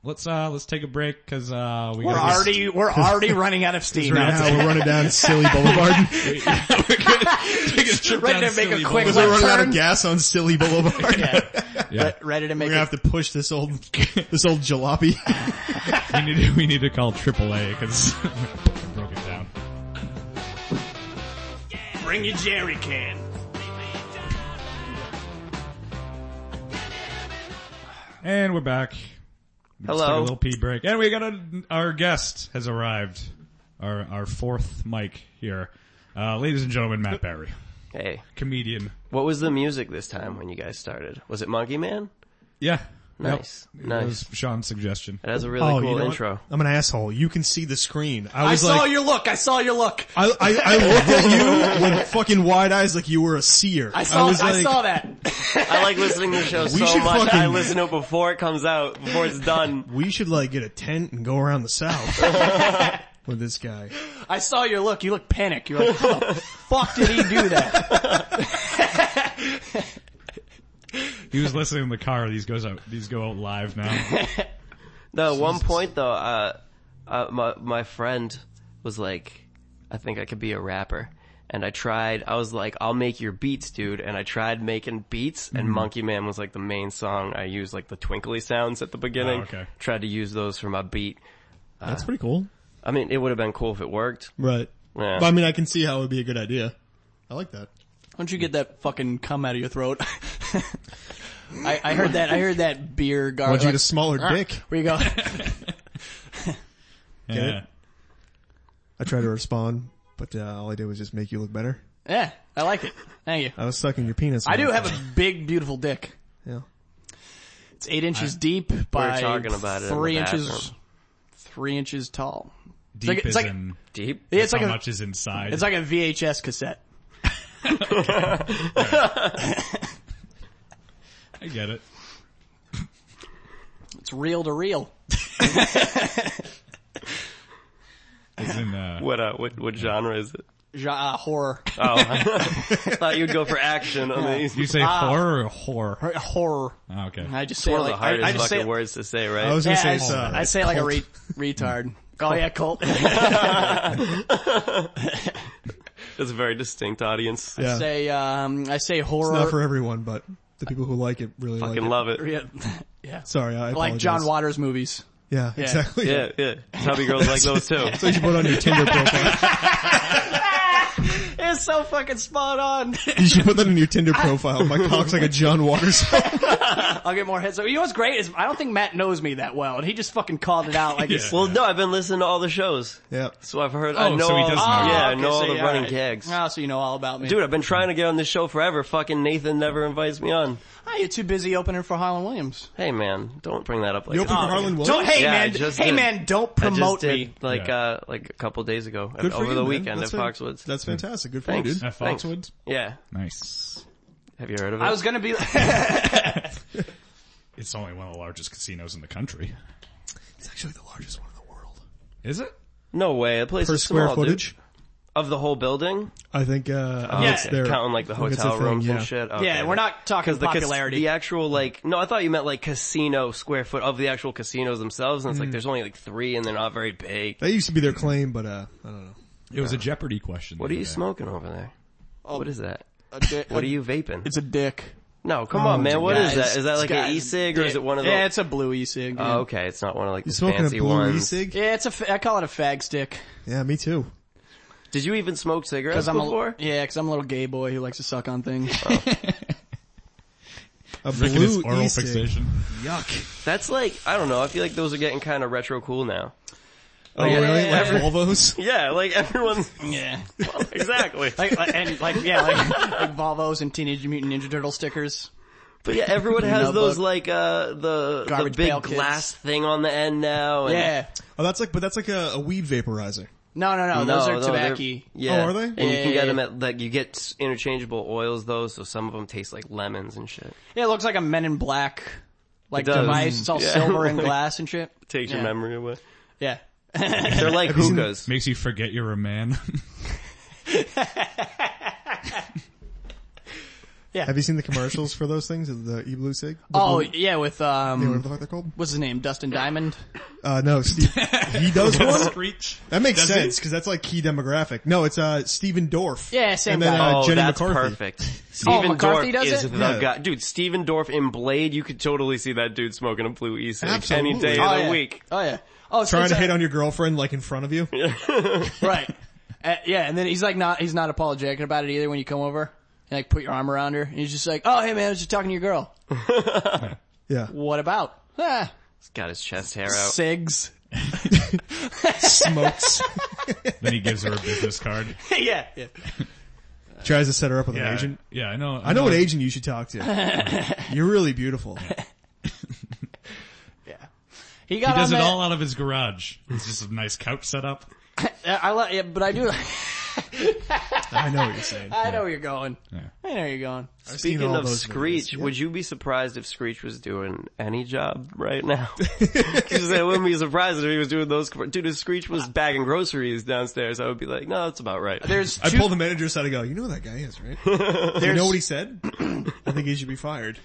Speaker 1: let's uh let's take a break because uh we
Speaker 3: We're
Speaker 1: gotta-
Speaker 3: already we're already running out of steam.
Speaker 2: Right now we're running down Silly Boulevard.
Speaker 1: take a trip
Speaker 3: Ready
Speaker 1: down
Speaker 3: to make a
Speaker 1: Silly
Speaker 3: quick
Speaker 1: Boulevard.
Speaker 2: Because we're running out
Speaker 3: Turn.
Speaker 2: of gas on Silly Boulevard.
Speaker 3: Yeah.
Speaker 1: Yeah.
Speaker 3: Ready to
Speaker 2: We're
Speaker 3: make
Speaker 2: gonna
Speaker 3: it.
Speaker 2: have to push this old this old jalopy.
Speaker 1: we need to, we need to call AAA because broken down.
Speaker 3: Bring your jerry can.
Speaker 1: And we're back. We just took a
Speaker 3: Hello.
Speaker 1: little pee break, and we got a, our guest has arrived. Our our fourth mic here, uh, ladies and gentlemen, Matt Barry,
Speaker 4: Hey,
Speaker 1: comedian.
Speaker 4: what was the music this time when you guys started? Was it Monkey Man?
Speaker 1: Yeah,
Speaker 4: Nice,
Speaker 1: Yep. It
Speaker 4: nice.
Speaker 1: was Sean's suggestion.
Speaker 4: It has a really cool
Speaker 2: Oh, what?
Speaker 4: intro.
Speaker 2: I'm an asshole. You can see the screen. I
Speaker 3: I
Speaker 2: was
Speaker 3: saw
Speaker 2: like,
Speaker 3: your look. I saw your look.
Speaker 2: I, I, I looked at you with fucking wide eyes like you were a seer.
Speaker 3: I saw I,
Speaker 2: was like,
Speaker 3: saw that.
Speaker 4: I like listening to the show so
Speaker 2: should
Speaker 4: much. I
Speaker 2: fucking-
Speaker 4: listen to it before it comes out, before it's done.
Speaker 2: we should like get a tent and go around the south with this guy.
Speaker 3: I saw your look. You look panic. You're like, how the fuck did he do that?
Speaker 1: He was listening in the car. These goes out. These go out live now.
Speaker 4: No, one point though, uh, uh, my my friend was like, I think I could be a rapper. And I tried, I was like, I'll make your beats, dude. And I tried making beats and Monkey Man was like the main song. I used like the twinkly sounds at the beginning.
Speaker 1: Oh, okay.
Speaker 4: Tried to use those for my beat.
Speaker 2: That's pretty cool.
Speaker 4: I mean, it would have been cool if it worked.
Speaker 2: Right.
Speaker 4: Yeah.
Speaker 2: But I mean, I can see how it would be a good idea. I like that.
Speaker 3: Why don't you get that fucking cum out of your throat? I, I heard that. I heard that beer
Speaker 2: Why'd
Speaker 3: garlic.
Speaker 2: you get a smaller dick?
Speaker 3: Where you go?
Speaker 1: Yeah.
Speaker 2: I tried to respond, but uh, all I did was just make you look better.
Speaker 3: yeah, I like it. Thank you.
Speaker 2: I was sucking your penis.
Speaker 3: I do have a big, beautiful dick.
Speaker 2: Yeah.
Speaker 3: It's eight inches deep by
Speaker 4: talking about it in
Speaker 3: three
Speaker 4: the
Speaker 3: inches,
Speaker 4: bathroom.
Speaker 3: three inches tall.
Speaker 1: Deep
Speaker 3: like- it's
Speaker 1: is
Speaker 3: like-
Speaker 1: in.
Speaker 4: Deep.
Speaker 3: Yeah, it's
Speaker 1: how
Speaker 3: like a,
Speaker 1: much is inside?
Speaker 3: it's like a VHS cassette.
Speaker 1: I get it.
Speaker 3: It's reel to reel.
Speaker 1: It's in. Uh,
Speaker 4: What uh, what what genre is it?
Speaker 3: Ja- uh, horror,
Speaker 4: Oh, I thought you'd go for action on these.
Speaker 1: you say horror or whore?
Speaker 3: horror.
Speaker 1: Oh, okay.
Speaker 3: I just say
Speaker 4: It's
Speaker 3: it
Speaker 4: one of the
Speaker 3: like I,
Speaker 4: hardest
Speaker 3: I just say
Speaker 4: fucking
Speaker 3: it-
Speaker 4: words to say, right?
Speaker 2: I was
Speaker 3: Yeah,
Speaker 2: gonna say
Speaker 3: I,
Speaker 2: it's,
Speaker 3: s-
Speaker 2: uh,
Speaker 3: I say it like a re- retard. Oh yeah, cult.
Speaker 4: It's a very distinct audience.
Speaker 2: yeah. It's
Speaker 3: say um, I say horror.
Speaker 2: not for everyone, but the people who like it really like
Speaker 4: Fucking
Speaker 2: it.
Speaker 4: love it.
Speaker 3: yeah, yeah.
Speaker 2: Sorry, I
Speaker 3: like John
Speaker 2: apologize.
Speaker 3: Waters movies.
Speaker 2: Yeah, exactly.
Speaker 4: Yeah, yeah. Chubby girls like those too.
Speaker 2: So you should put on your Tinder profile.
Speaker 3: Is That's so fucking spot on.
Speaker 2: You should put that in your Tinder profile. My cock's like a John Waters.
Speaker 3: I'll get more hits. So, you know what's great is I don't think Matt knows me that well, and he just fucking called it out. Like,
Speaker 1: Yeah.
Speaker 3: it's-
Speaker 4: Well, no, I've been listening to all the shows.
Speaker 2: yeah.
Speaker 4: So I've heard,
Speaker 1: Oh,
Speaker 4: I know
Speaker 1: so he
Speaker 4: all,
Speaker 1: does know.
Speaker 4: yeah,
Speaker 1: Oh,
Speaker 4: I
Speaker 3: okay,
Speaker 4: know
Speaker 3: so
Speaker 4: all the
Speaker 3: yeah,
Speaker 4: running
Speaker 3: alright.
Speaker 4: gags.
Speaker 3: Oh, so you know all about me.
Speaker 4: Dude, I've been trying to get on this show forever. Fucking Nathan never invites me on.
Speaker 3: Ah, you're too busy opening for Harlan Williams.
Speaker 4: Hey man, don't bring that up like
Speaker 2: You open
Speaker 4: that.
Speaker 2: for Harlan Williams?
Speaker 3: Don't, hey
Speaker 4: Yeah, I
Speaker 3: man,
Speaker 4: just
Speaker 3: hey
Speaker 4: did.
Speaker 3: man, don't
Speaker 4: I just
Speaker 3: promote
Speaker 4: did
Speaker 3: me.
Speaker 4: like
Speaker 1: Yeah.
Speaker 4: uh like a couple days ago
Speaker 2: Good for
Speaker 4: over
Speaker 2: you,
Speaker 4: the
Speaker 2: man.
Speaker 4: weekend
Speaker 2: That's
Speaker 4: at
Speaker 2: fan-
Speaker 4: Foxwoods.
Speaker 2: That's fantastic. Good for you,
Speaker 4: Thanks.
Speaker 2: dude.
Speaker 1: At
Speaker 4: Thanks.
Speaker 1: Foxwood?
Speaker 4: yeah,
Speaker 1: Nice.
Speaker 4: have you heard of it?
Speaker 3: I was gonna be.
Speaker 1: It's only one of the largest casinos in the country.
Speaker 2: It's actually the largest one in the world.
Speaker 1: Is it?
Speaker 4: no way. The place
Speaker 2: Per
Speaker 4: is
Speaker 2: square
Speaker 4: small, dude.
Speaker 2: footage?
Speaker 4: of the whole building.
Speaker 2: I think, uh, I think it's
Speaker 3: yeah,
Speaker 2: there.
Speaker 4: counting like the
Speaker 2: I think it's a
Speaker 4: hotel
Speaker 2: thing,
Speaker 4: rooms and
Speaker 2: yeah.
Speaker 4: shit. Okay.
Speaker 3: yeah, we're not talking
Speaker 4: the cas-
Speaker 3: popularity.
Speaker 4: the actual like no, I thought you meant like casino square foot of the actual casinos themselves, and it's
Speaker 2: Mm.
Speaker 4: like there's only like three, and they're not very big.
Speaker 2: That used to be their claim, but, uh, I don't know.
Speaker 1: It was a Jeopardy question.
Speaker 4: What are
Speaker 1: the
Speaker 4: you
Speaker 1: other day.
Speaker 4: smoking over there? what is that?
Speaker 3: a dick.
Speaker 4: What are you vaping?
Speaker 3: Oh. Uh, It's a dick.
Speaker 4: no, come
Speaker 2: Oh,
Speaker 4: on, man. What is that? Is that like an e-cig or is it one of those?
Speaker 3: Yeah, it's a blue e-cig.
Speaker 4: oh, okay, it's not one of like the
Speaker 2: Smoking a
Speaker 4: fancy
Speaker 2: blue
Speaker 4: ones.
Speaker 2: e-cig?
Speaker 3: Yeah, it's a. Fa- I call it a fag stick
Speaker 2: Yeah, me too.
Speaker 4: Did you even smoke cigarettes
Speaker 3: because I'm a.
Speaker 4: before?
Speaker 3: Yeah, because I'm a little gay boy who likes to suck on things.
Speaker 2: A
Speaker 1: Rick and his
Speaker 2: blue
Speaker 1: oral
Speaker 2: e-cig.
Speaker 1: fixation.
Speaker 2: Yuck.
Speaker 4: That's like I don't know. I feel like those are getting kind of retro cool now.
Speaker 2: Oh, really?
Speaker 3: yeah.
Speaker 2: Like Volvos?
Speaker 4: Yeah, like everyone's
Speaker 3: yeah,
Speaker 4: exactly.
Speaker 3: like, like and like yeah, like, like Volvos and Teenage Mutant Ninja Turtle stickers.
Speaker 4: But yeah, everyone has
Speaker 3: Notebook.
Speaker 4: those like uh the
Speaker 3: Garbage
Speaker 4: the
Speaker 3: Pail
Speaker 4: big
Speaker 3: Kids.
Speaker 4: glass thing on the end now. And
Speaker 3: Yeah.
Speaker 2: Oh, that's like, but that's like a, a weed vaporizer.
Speaker 3: No, no, no.
Speaker 4: No,
Speaker 3: those are
Speaker 4: no, they're-
Speaker 3: tobacco.
Speaker 4: Yeah.
Speaker 2: Oh, are they?
Speaker 4: And
Speaker 3: Yeah,
Speaker 4: you can
Speaker 3: yeah,
Speaker 4: get them at like you get s- interchangeable oils though, so some of them taste like lemons and shit.
Speaker 3: Yeah, it looks like a Men in Black like
Speaker 4: does.
Speaker 3: device. It's all
Speaker 4: Yeah.
Speaker 3: silver and
Speaker 4: Like-
Speaker 3: glass and shit.
Speaker 4: Takes
Speaker 3: Yeah.
Speaker 4: your memory away.
Speaker 3: Yeah.
Speaker 4: They're like hookahs.
Speaker 1: Makes you forget you're a man.
Speaker 2: Have you seen the commercials for those things? The e-blue sig? The
Speaker 3: Oh
Speaker 2: blue-
Speaker 3: yeah, with
Speaker 2: whatever
Speaker 3: um,
Speaker 2: the fuck they're called?
Speaker 3: what's his name? Dustin Diamond.
Speaker 2: Uh, no, Steve, he does one.
Speaker 1: Screech.
Speaker 2: That makes
Speaker 1: Does it?
Speaker 2: sense because that's like key demographic. No, it's uh Stephen Dorff.
Speaker 3: Yeah, same
Speaker 2: and then,
Speaker 3: guy.
Speaker 2: Uh,
Speaker 4: oh,
Speaker 2: Jenny
Speaker 4: that's
Speaker 2: McCarthy.
Speaker 4: perfect. Steven
Speaker 3: Oh, McCarthy
Speaker 4: Dorff
Speaker 3: does
Speaker 4: is
Speaker 3: it?
Speaker 4: the
Speaker 2: Yeah.
Speaker 4: guy, dude. Steven Dorff in Blade, you could totally see that dude smoking a blue e cig any
Speaker 2: Absolutely.
Speaker 4: day
Speaker 2: Oh,
Speaker 4: of the
Speaker 3: yeah.
Speaker 4: week.
Speaker 3: Oh yeah. Oh, so
Speaker 2: Trying
Speaker 3: it's
Speaker 2: to
Speaker 3: a-
Speaker 2: hit on your girlfriend like in front of you.
Speaker 3: right. Uh, yeah, and then he's like not he's not apologetic about it either when you come over and like put your arm around her and he's just like, oh hey man, I was just talking to your girl.
Speaker 2: Yeah.
Speaker 3: What about? Ah,
Speaker 4: He's got his chest hair out.
Speaker 3: cigs.
Speaker 2: Smokes.
Speaker 1: Then he gives her a business card.
Speaker 3: yeah, yeah.
Speaker 2: Tries to set her up with
Speaker 1: Yeah.
Speaker 2: an agent.
Speaker 1: Yeah, I know.
Speaker 2: I know what agent you should talk to. You're really beautiful.
Speaker 3: He got
Speaker 1: He does
Speaker 3: on
Speaker 1: it
Speaker 3: that-
Speaker 1: all out of his garage. It's just a nice couch setup.
Speaker 3: I, I li- yeah, but I do.
Speaker 2: I know what you're saying.
Speaker 3: I know where you're going.
Speaker 1: Yeah.
Speaker 3: I know where you're going.
Speaker 2: seen
Speaker 4: Speaking
Speaker 2: all
Speaker 4: of
Speaker 2: those
Speaker 4: Screech,
Speaker 2: videos, yeah.
Speaker 4: would you be surprised if Screech was doing any job right now? 'Cause I wouldn't be surprised if he was doing those. Dude, if Screech was bagging groceries downstairs, I would be like, no, that's about right.
Speaker 3: There's
Speaker 2: I
Speaker 3: two.
Speaker 2: pull the manager aside and go, you know who that guy is, right? you know what he said? I think he should be fired.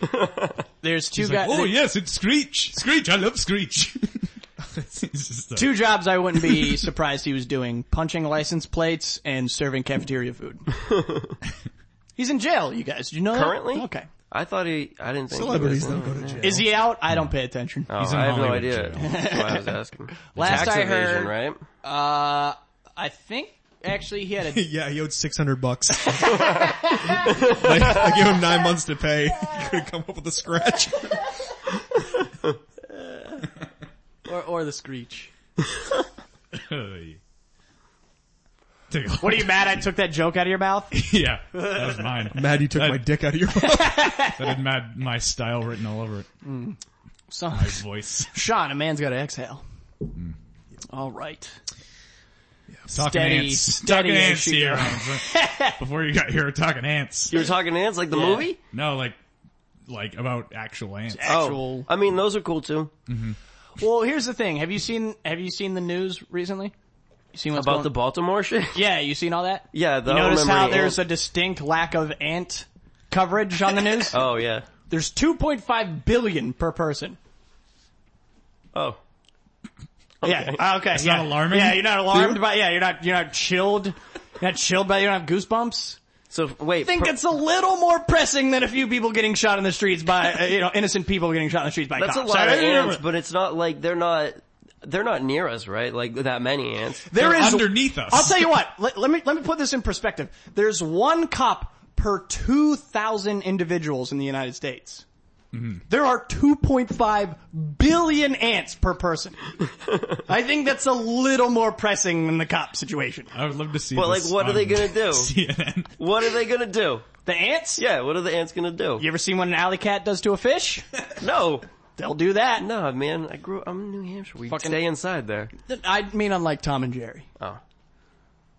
Speaker 3: there's two
Speaker 1: Like,
Speaker 3: guys.
Speaker 1: oh yes, it's Screech. Screech, I love Screech. It's just a-
Speaker 3: two jobs I wouldn't be surprised he was doing: punching license plates and serving cafeteria food. He's in jail, you guys. Did you know that?
Speaker 4: Currently?
Speaker 3: Okay.
Speaker 4: I thought he. I didn't think he
Speaker 2: Celebrities
Speaker 4: was in
Speaker 2: don't go to
Speaker 4: it.
Speaker 2: jail.
Speaker 3: Is he out? I don't pay attention.
Speaker 4: Oh,
Speaker 1: He's in
Speaker 4: I have no
Speaker 1: Hollywood
Speaker 4: idea.
Speaker 1: jail.
Speaker 4: That's why I was asking.
Speaker 3: Last
Speaker 4: Tax
Speaker 3: I
Speaker 4: evasion,
Speaker 3: heard-
Speaker 4: right?
Speaker 3: Uh, I think actually he had a.
Speaker 2: yeah, he owed 600 bucks. they, they gave him nine months to pay. He could have come up with a scratch.
Speaker 3: or, or the screech.
Speaker 1: Hey. Take a-
Speaker 3: What are you mad? I took that joke out of your mouth.
Speaker 1: yeah, that was mine.
Speaker 2: Mad, you took my dick out of your mouth.
Speaker 1: That had mad, my style written all over it.
Speaker 3: So,
Speaker 1: My voice.
Speaker 3: Sean, a man's got to exhale. All right.
Speaker 1: Talking
Speaker 3: Steady-
Speaker 1: ants.
Speaker 3: steady
Speaker 1: talking
Speaker 3: as
Speaker 1: ants
Speaker 3: she
Speaker 1: here. Before you got here, we're talking ants.
Speaker 4: You were talking to Ants like the movie?
Speaker 1: No, like, like about actual ants.
Speaker 4: Oh,
Speaker 3: Actual.
Speaker 4: I mean, those are cool too.
Speaker 3: Well, here's the thing. Have you seen Have you seen the news recently? You seen what's
Speaker 4: About the
Speaker 3: going-
Speaker 4: Baltimore shit.
Speaker 3: Yeah, you seen all that?
Speaker 4: Yeah, the
Speaker 3: You
Speaker 4: whole
Speaker 3: notice
Speaker 4: memory
Speaker 3: how
Speaker 4: ant-
Speaker 3: there's a distinct lack of ant coverage on the news?
Speaker 4: Oh yeah.
Speaker 3: There's 2.5 billion per person.
Speaker 4: Oh.
Speaker 3: Yeah. uh, Okay. It's yeah.
Speaker 1: not alarming?
Speaker 3: Yeah, you're not alarmed by. Yeah, you're not. You're not chilled. You're not chilled by. You don't have goosebumps.
Speaker 4: So wait.
Speaker 3: I think
Speaker 4: per-
Speaker 3: it's a little more pressing than a few people getting shot in the streets by uh, you know innocent people getting shot in the streets by
Speaker 4: That's a
Speaker 3: cops.
Speaker 4: lot
Speaker 3: I-
Speaker 4: of ants, but it's not like they're not. they're not near us, right? Like that many ants.
Speaker 1: They're
Speaker 3: There is
Speaker 1: underneath us.
Speaker 3: I'll tell you what. Let, let me let me put this in perspective. There's one cop per two thousand individuals in the United States.
Speaker 1: Mm-hmm.
Speaker 3: There are 2.5 billion ants per person. I think that's a little more pressing than the cop situation.
Speaker 1: I would love to see.
Speaker 4: But, like,
Speaker 1: this
Speaker 4: what are
Speaker 1: on
Speaker 4: they gonna do?
Speaker 1: CNN.
Speaker 4: What are they gonna do?
Speaker 3: The ants?
Speaker 4: Yeah, what are the ants gonna do?
Speaker 3: You ever seen what an alley cat does to a fish?
Speaker 4: No,
Speaker 3: They'll do that.
Speaker 4: no, man. I grew. I'm in New Hampshire. We
Speaker 3: Fucking-
Speaker 4: stay inside there.
Speaker 3: I mean, unlike Tom and Jerry,
Speaker 4: Oh,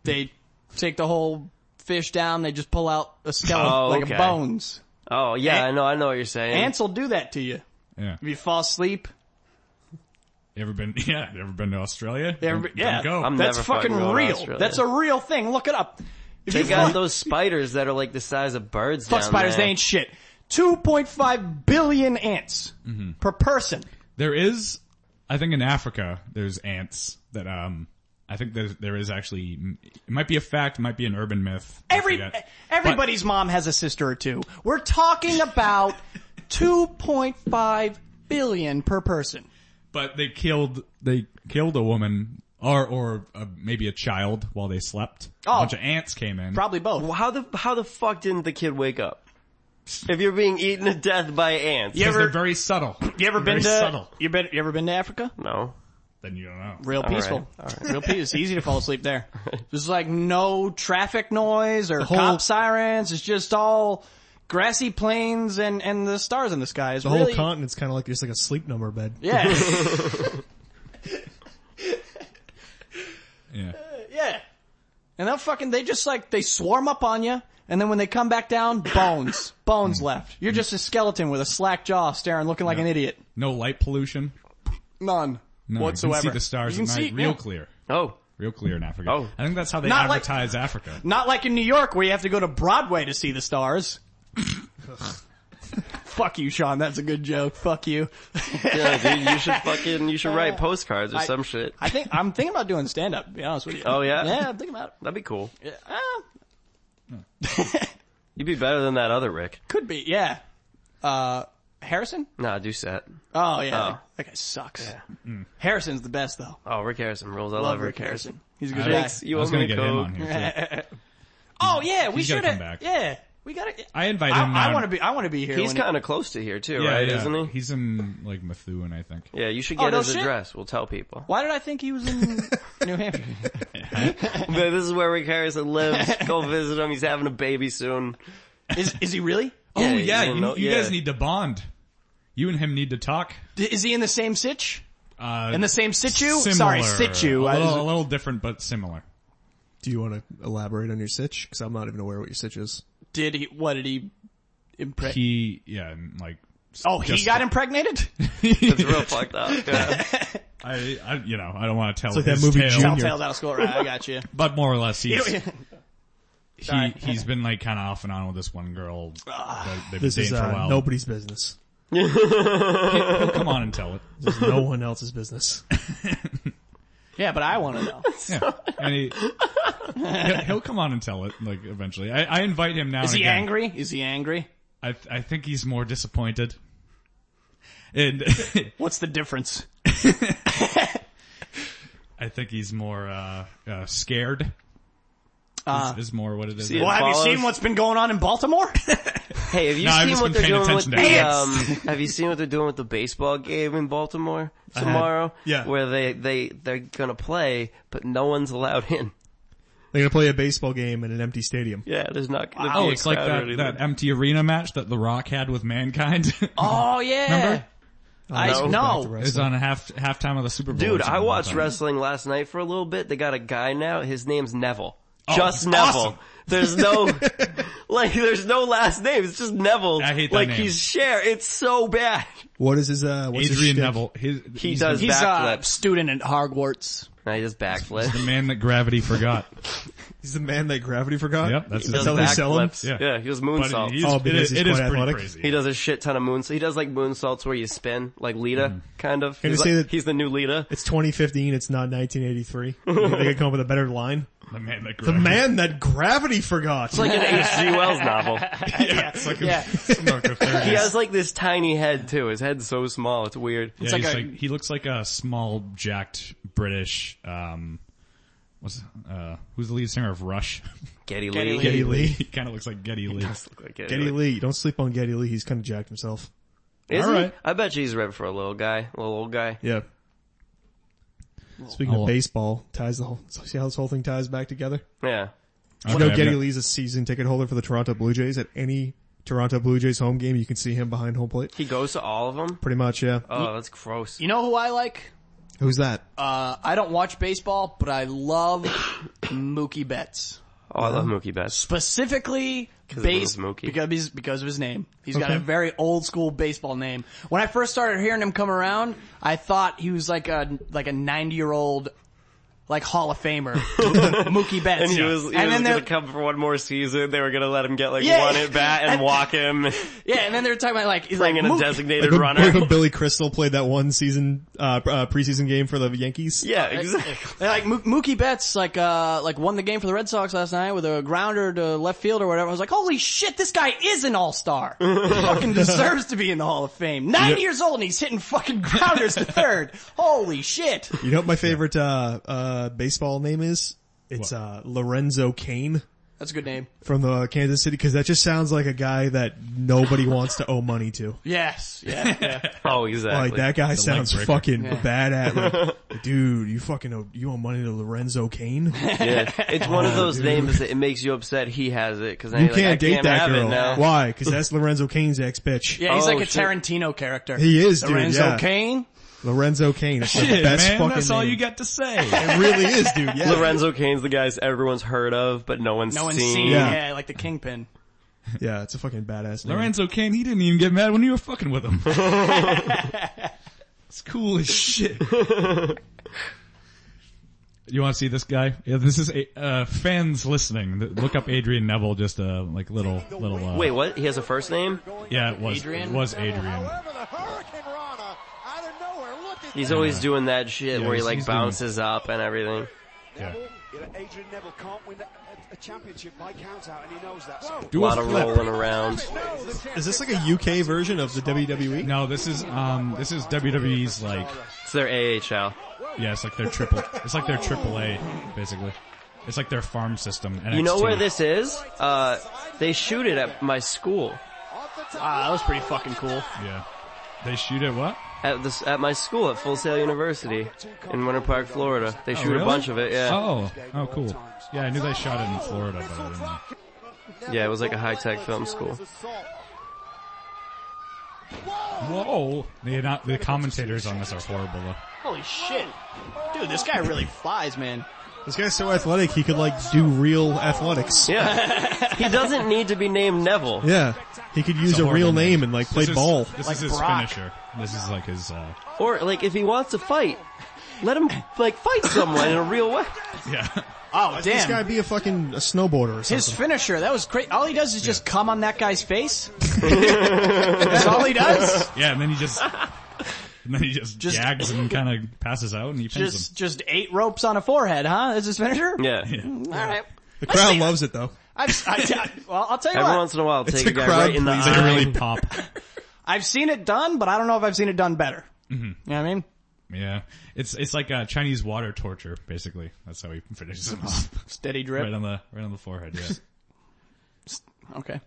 Speaker 3: they take the whole fish down. They just pull out a skeleton,
Speaker 4: Oh,
Speaker 3: like
Speaker 4: okay.
Speaker 3: a bones.
Speaker 4: oh yeah.
Speaker 3: Ant-
Speaker 4: I know. I know what you're saying.
Speaker 3: Ants will do that to you.
Speaker 1: Yeah.
Speaker 3: If you fall asleep,
Speaker 1: You ever been? Yeah. you Ever been to Australia?
Speaker 3: ever-
Speaker 1: Don't-
Speaker 3: yeah,
Speaker 1: don't go.
Speaker 4: I'm
Speaker 3: that's
Speaker 4: never
Speaker 3: fucking
Speaker 4: fucking going to
Speaker 3: real.
Speaker 4: Australia.
Speaker 3: That's a real thing. Look it up. If
Speaker 4: They
Speaker 3: you
Speaker 4: got
Speaker 3: fuck-
Speaker 4: those spiders that are like the size of birds.
Speaker 3: fuck
Speaker 4: down
Speaker 3: spiders,
Speaker 4: there.
Speaker 3: they ain't shit. 2.5 billion ants
Speaker 1: Mm-hmm.
Speaker 3: per person.
Speaker 1: There is, I think in Africa, there's ants that, um, I think there's, there is actually, it might be a fact, it might be an urban myth. I
Speaker 3: Every
Speaker 1: forget.
Speaker 3: everybody's mom has a sister or two. We're talking about 2.5 billion per person.
Speaker 1: But they killed, they killed a woman or, or uh maybe a child while they slept.
Speaker 3: Oh.
Speaker 1: A bunch of ants came in.
Speaker 3: Probably both.
Speaker 4: Well, How the how the fuck didn't the kid wake up? If you're being eaten to death by ants.
Speaker 3: You
Speaker 1: Because they're
Speaker 3: ever,
Speaker 1: very subtle.
Speaker 3: you ever
Speaker 1: very
Speaker 3: been to
Speaker 1: subtle.
Speaker 3: you been you ever been to Africa?
Speaker 4: No.
Speaker 1: Then you don't know.
Speaker 3: Real
Speaker 4: right,
Speaker 3: peaceful.
Speaker 4: all right.
Speaker 3: Real peace. It's easy to fall asleep there. There's like no traffic noise or
Speaker 2: whole-
Speaker 3: cop sirens. It's just all grassy plains and and the stars in the sky. It's
Speaker 2: The
Speaker 3: really,
Speaker 2: whole continent's kind of like just like a sleep number bed.
Speaker 3: Yeah.
Speaker 1: Yeah.
Speaker 3: yeah. And they'll fucking they just like they swarm up on you and then when they come back down, bones. bones left. You're just a skeleton with a slack jaw staring looking like an idiot.
Speaker 1: No light pollution.
Speaker 3: None.
Speaker 1: No,
Speaker 3: whatsoever.
Speaker 1: You can see the stars
Speaker 3: You
Speaker 1: at
Speaker 3: can
Speaker 1: night
Speaker 3: see-
Speaker 1: real
Speaker 3: yeah.
Speaker 1: clear.
Speaker 4: Oh.
Speaker 1: Real clear in Africa.
Speaker 4: Oh.
Speaker 1: I think that's how they
Speaker 3: Not like-
Speaker 1: advertise Africa.
Speaker 3: Not like in New York where you have to go to Broadway to see the stars. Fuck you, Sean. That's a good joke. Fuck you.
Speaker 4: Yeah, dude, you should fucking you should write postcards or some shit.
Speaker 3: Uh, I think I'm thinking about doing stand up. To be honest with you.
Speaker 4: Oh, yeah?
Speaker 3: Yeah, I'm thinking about
Speaker 4: That'd be cool.
Speaker 3: it. Yeah, ah,
Speaker 4: You'd be better than that other Rick.
Speaker 3: could be. Yeah. Uh, Harrison.
Speaker 4: Nah, do set.
Speaker 3: Oh yeah,
Speaker 4: Oh.
Speaker 3: That, that guy sucks.
Speaker 1: Mm.
Speaker 3: Harrison's the best though.
Speaker 4: Oh, Rick Harrison rules. I
Speaker 3: Love,
Speaker 4: love
Speaker 3: Rick Harrison. He's a good guy.
Speaker 4: Thanks. You
Speaker 1: I
Speaker 4: owe
Speaker 1: was gonna
Speaker 4: me a
Speaker 1: get him
Speaker 4: coke.
Speaker 1: on here too.
Speaker 3: Oh yeah, we
Speaker 1: He's gotta come
Speaker 3: should have.
Speaker 1: back.
Speaker 3: Yeah, we gotta.
Speaker 1: I invite him
Speaker 3: I, I
Speaker 1: on-
Speaker 3: want to be. I want to be here.
Speaker 4: He's
Speaker 3: when-
Speaker 4: kind of close to here too,
Speaker 1: Yeah,
Speaker 4: right?
Speaker 1: yeah.
Speaker 4: Isn't he?
Speaker 1: He's in like Methuen, I think.
Speaker 4: Yeah, you should
Speaker 3: Oh,
Speaker 4: get
Speaker 3: no
Speaker 4: his
Speaker 3: shit.
Speaker 4: address. We'll tell people.
Speaker 3: Why did I think he was in New Hampshire?
Speaker 4: But this is where Rick Harrison lives. Go visit him. He's having a baby soon.
Speaker 3: Is is he really?
Speaker 1: Oh
Speaker 4: Yeah,
Speaker 1: yeah,
Speaker 4: you
Speaker 1: you,
Speaker 4: know,
Speaker 1: you
Speaker 4: yeah.
Speaker 1: guys need to bond. You and him need to talk.
Speaker 3: D- Is he in the same sitch?
Speaker 1: Uh,
Speaker 3: In the same situ?
Speaker 1: similar,
Speaker 3: Sorry, situ.
Speaker 1: A
Speaker 3: I
Speaker 1: little,
Speaker 3: was-
Speaker 1: a little different, but similar.
Speaker 2: Do you want to elaborate on your sitch? Because I'm not even aware what your sitch is.
Speaker 3: Did he? What did he? Impreg-
Speaker 1: He, yeah, and, like.
Speaker 3: oh, he
Speaker 1: just-
Speaker 3: got impregnated.
Speaker 4: It's real fucked up. Yeah.
Speaker 1: I, I, you know, I don't want to tell
Speaker 2: like that
Speaker 1: his
Speaker 2: movie
Speaker 1: tale,
Speaker 2: Junior.
Speaker 3: Telltale's out of school. Right, I got you.
Speaker 1: but more or less, he's
Speaker 3: You know-
Speaker 1: he
Speaker 3: Sorry. Ah.
Speaker 1: he's been like kind of off and on with this one girl. that they've been
Speaker 2: This
Speaker 1: dating
Speaker 2: is
Speaker 1: for a
Speaker 2: uh,
Speaker 1: while.
Speaker 2: nobody's business.
Speaker 1: He'll come on and tell it.
Speaker 2: This is no one else's business.
Speaker 3: yeah, but I want to know.
Speaker 1: Yeah, and he he'll- he'll come on and tell it. Like eventually, I, I invite him now.
Speaker 3: Is
Speaker 1: and
Speaker 3: he
Speaker 1: again.
Speaker 3: angry? Is he angry?
Speaker 1: I th- I think he's more disappointed. And
Speaker 3: What's the difference?
Speaker 1: I think he's more uh, uh scared.
Speaker 3: Uh,
Speaker 1: Is, is more what it is.
Speaker 4: Ah. See,
Speaker 3: well, have
Speaker 4: follows-
Speaker 3: you seen what's been going on in Baltimore?
Speaker 4: Hey, have you
Speaker 1: No, I've
Speaker 4: seen
Speaker 1: just
Speaker 4: what
Speaker 1: been
Speaker 4: they're
Speaker 1: paying
Speaker 4: doing with
Speaker 1: attention to
Speaker 4: the, um,
Speaker 1: ants.
Speaker 4: Have you seen what they're doing with the baseball game in Baltimore
Speaker 1: had-
Speaker 4: tomorrow?
Speaker 2: yeah.
Speaker 4: where they they they're gonna play, but no one's allowed in.
Speaker 2: They're gonna play a baseball game in an empty stadium.
Speaker 4: Yeah, there's not gonna be
Speaker 1: Oh,
Speaker 4: a
Speaker 1: it's like
Speaker 4: crowd or
Speaker 1: that,
Speaker 4: anything.
Speaker 1: that empty arena match that The Rock had with Mankind.
Speaker 3: oh yeah.
Speaker 1: Remember?
Speaker 3: I
Speaker 4: No.
Speaker 2: Back to
Speaker 3: know.
Speaker 1: it was
Speaker 2: wrestling.
Speaker 1: on half halftime of the Super Bowl. or
Speaker 4: Dude,
Speaker 1: something
Speaker 4: I
Speaker 1: like
Speaker 4: watched
Speaker 1: that.
Speaker 4: wrestling last night for a little bit. They got a guy now. His name's Neville. just Neville.
Speaker 1: awesome.
Speaker 4: There's no, like, there's no last name. It's just Neville.
Speaker 1: I hate that
Speaker 4: Like,
Speaker 1: name.
Speaker 4: he's Cher. It's so bad.
Speaker 2: What is his uh? What's his
Speaker 1: Adrian
Speaker 2: shtick?
Speaker 1: Neville. His,
Speaker 4: He
Speaker 1: he's
Speaker 4: does
Speaker 1: The,
Speaker 3: He's a
Speaker 4: backflips.
Speaker 3: student at Hogwarts.
Speaker 4: No, he just backflips.
Speaker 1: the man that gravity forgot.
Speaker 2: He's the man that gravity forgot.
Speaker 1: Yep, that's his
Speaker 4: He does
Speaker 2: how
Speaker 1: name.
Speaker 2: they sell him?
Speaker 4: backflips.
Speaker 1: Yeah.
Speaker 4: Yeah, he does
Speaker 1: But it
Speaker 4: moonsaults.
Speaker 1: is,
Speaker 2: Oh,
Speaker 1: it
Speaker 2: because
Speaker 1: is,
Speaker 2: he's
Speaker 1: it is
Speaker 2: quite
Speaker 1: pretty
Speaker 2: athletic.
Speaker 1: crazy.
Speaker 4: He does a shit ton of moonsaults. He does like moonsaults where you spin, like Lita, kind of.
Speaker 2: Can you
Speaker 4: he's,
Speaker 2: say
Speaker 4: like-
Speaker 2: that-
Speaker 4: he's the new Lita.
Speaker 2: It's 2015. It's not 1983. they could come up with a better line.
Speaker 1: The man that
Speaker 2: The man that gravity forgot.
Speaker 4: It's like an H.G. Wells novel.
Speaker 1: Yeah, it's like
Speaker 3: yeah.
Speaker 1: a, some dark of
Speaker 4: He
Speaker 1: 30s.
Speaker 4: has like this tiny head too. His head's so small, it's weird.
Speaker 1: Yeah,
Speaker 3: like
Speaker 1: he's
Speaker 3: a-
Speaker 1: like, he looks like a small, jacked British. Um, what's uh, who's the lead singer of Rush?
Speaker 4: Getty,
Speaker 3: Geddy
Speaker 4: Lee.
Speaker 3: Lee.
Speaker 2: Geddy Lee.
Speaker 1: he kind of looks like Getty Lee.
Speaker 4: Does look like Geddy
Speaker 2: Geddy
Speaker 4: Lee.
Speaker 2: Lee. Don't sleep on Geddy Lee. He's kind of jacked himself.
Speaker 4: Is he?
Speaker 1: Alright.
Speaker 4: I bet you he's read for a little guy, a little old guy.
Speaker 2: Yeah. Speaking
Speaker 1: Oh.
Speaker 2: of baseball, ties the whole, see how this whole thing ties back together?
Speaker 4: Yeah.
Speaker 2: You
Speaker 1: Okay,
Speaker 2: know
Speaker 1: I've
Speaker 2: Geddy
Speaker 1: got-
Speaker 2: Lee's a season ticket holder for the Toronto Blue Jays. At any Toronto Blue Jays home game, you can see him behind home plate.
Speaker 4: He goes to all of them.
Speaker 2: Pretty much, yeah.
Speaker 4: Oh, that's gross.
Speaker 3: You know who I like?
Speaker 2: Who's that?
Speaker 3: Uh, I don't watch baseball, but I love Mookie Betts.
Speaker 4: Oh, I love Mookie Betts.
Speaker 3: Specifically,
Speaker 4: of his
Speaker 3: baseball
Speaker 4: Mookie.
Speaker 3: because he's, because of his name. He's got
Speaker 2: Okay.
Speaker 3: a very old school baseball name. When I first started hearing him come around, I thought he was like a like a ninety year old, like Hall of Famer, Mookie Betts.
Speaker 4: And he was, he
Speaker 3: And
Speaker 4: was
Speaker 3: then
Speaker 4: gonna
Speaker 3: there-
Speaker 4: come for one more season. They were gonna let him get like
Speaker 3: Yeah.
Speaker 4: one at bat and walk him,
Speaker 3: yeah, and then they were talking about like he's like
Speaker 4: bring in a
Speaker 3: Mookie-
Speaker 4: designated
Speaker 2: When-
Speaker 4: runner.
Speaker 2: when Billy Crystal played that one season, uh, uh, preseason game for the Yankees.
Speaker 4: yeah, exactly.
Speaker 3: Like Mo- Mookie Betts, like uh, like won the game for the Red Sox last night with a grounder to left field or whatever. I was like, holy shit, this guy is an All Star. fucking deserves to be in the Hall of Fame. Nine years old and he's hitting fucking grounders to third. Holy shit.
Speaker 2: You know what my favorite, uh, uh, baseball name is? It's,
Speaker 1: What?
Speaker 2: uh, Lorenzo Kane
Speaker 3: That's a good name.
Speaker 2: from the Kansas City, cause that just sounds like a guy that nobody wants to owe money to.
Speaker 3: Yes. Yeah. yeah.
Speaker 4: Oh, exactly.
Speaker 2: Like that guy sounds
Speaker 1: breaker.
Speaker 2: fucking
Speaker 3: Yeah.
Speaker 2: bad at like, dude, you fucking owe, you owe money to Lorenzo Kane?
Speaker 4: Yeah. It's one of those names that it makes you upset he has it because
Speaker 2: You can't
Speaker 4: like, I
Speaker 2: date
Speaker 4: can't
Speaker 2: that
Speaker 4: have
Speaker 2: girl.
Speaker 4: It now.
Speaker 2: Why? Cause that's Lorenzo Kane's ex-bitch.
Speaker 3: Yeah, he's
Speaker 4: Oh,
Speaker 3: like a
Speaker 4: shit.
Speaker 3: Tarantino character.
Speaker 2: He is, dude,
Speaker 3: Lorenzo
Speaker 2: yeah.
Speaker 3: Kane.
Speaker 2: Lorenzo Kane. It's the
Speaker 1: Shit,
Speaker 2: best
Speaker 1: man,
Speaker 2: fucking
Speaker 1: that's all
Speaker 2: name.
Speaker 1: you got to say.
Speaker 2: It really is, dude. Yeah.
Speaker 4: Lorenzo Kane's the guy everyone's heard of, but no one's
Speaker 3: No one's
Speaker 4: seen.
Speaker 3: seen.
Speaker 2: Yeah.
Speaker 3: Yeah. like the kingpin.
Speaker 2: yeah, it's a fucking badass name.
Speaker 1: Lorenzo Kane, he didn't even get mad when you were fucking with him. it's cool as shit. You want to see this guy? Yeah, this is a, uh, fans listening. th- Look up Adrian Neville, just a like little little. Uh,
Speaker 4: Wait, what? He has a first name?
Speaker 1: yeah, it was
Speaker 3: Adrian?
Speaker 1: it was Adrian.
Speaker 5: However, the Hurricane Rana out of nowhere. Look at
Speaker 4: He's always doing that shit
Speaker 1: Yeah,
Speaker 4: where he
Speaker 1: he's-
Speaker 4: like
Speaker 1: he's doing it.
Speaker 4: bounces up and everything.
Speaker 1: Yeah.
Speaker 5: You know, Adrian Neville can't win a, a championship by count out, and he knows that. So
Speaker 1: Do
Speaker 4: A lot
Speaker 1: a
Speaker 4: of
Speaker 1: flip.
Speaker 4: rolling around.
Speaker 2: Is this like a UK version of the E? WWE?
Speaker 1: No, this is um, this is WWE's like
Speaker 4: It's their AHL.
Speaker 1: yeah, it's like their triple. It's like their triple A basically. It's like their farm system. NXT.
Speaker 4: You know where this is? Uh, they shoot it at my school.
Speaker 3: Wow, Ah, that was pretty fucking cool.
Speaker 1: Yeah, they shoot at what?
Speaker 4: At this, at my school at Full Sail University in Winter Park, Florida. They shoot
Speaker 1: really?
Speaker 4: a bunch of it, yeah.
Speaker 1: Oh, oh, cool. Yeah, I knew they shot it in Florida, but I didn't know.
Speaker 4: Yeah, it was like a high-tech film school.
Speaker 1: Whoa! The, not, the commentators on this are horrible. Though.
Speaker 3: Holy shit. Dude, this guy really flies, man.
Speaker 2: This guy's so athletic, he could like do real athletics.
Speaker 4: Yeah. he doesn't need to be named Neville.
Speaker 2: Yeah. He could use
Speaker 1: a
Speaker 2: a,
Speaker 1: horrible
Speaker 2: real
Speaker 1: name.
Speaker 2: name and like play
Speaker 1: This is-
Speaker 2: ball.
Speaker 1: This
Speaker 3: Like
Speaker 1: is his
Speaker 3: Brock.
Speaker 1: finisher. This is like his. Uh,
Speaker 4: Or like if he wants to fight, let him like fight someone in a real way.
Speaker 1: yeah,
Speaker 3: Oh,
Speaker 2: This
Speaker 3: damn.
Speaker 2: guy be a fucking a snowboarder or something.
Speaker 3: His finisher, that was great. All he does is just come on that guy's face. That's all he does.
Speaker 1: yeah, and then he just, and then he just,
Speaker 3: Just-
Speaker 1: gags and kind of passes out and he pins
Speaker 3: Just, just eight ropes on a forehead, huh? Is his finisher?
Speaker 4: Yeah.
Speaker 1: him. Yeah.
Speaker 3: All right.
Speaker 2: the crowd
Speaker 3: see.
Speaker 2: loves it though.
Speaker 3: I've, I, I, well, I'll tell you
Speaker 4: Every
Speaker 3: what.
Speaker 4: once in a while,
Speaker 2: It's
Speaker 4: take
Speaker 2: a
Speaker 4: a guy
Speaker 2: crowd
Speaker 4: right in the
Speaker 2: pleaser.
Speaker 1: They
Speaker 4: eye.
Speaker 1: really pop.
Speaker 3: I've seen it done, but I don't know if I've seen it done better.
Speaker 1: Mm-hmm.
Speaker 3: You know what I mean?
Speaker 1: Yeah, it's it's like uh, Chinese water torture, basically. That's how he finishes him off,
Speaker 3: Steady drip.
Speaker 1: right on the right on the forehead. Yeah,
Speaker 3: Okay.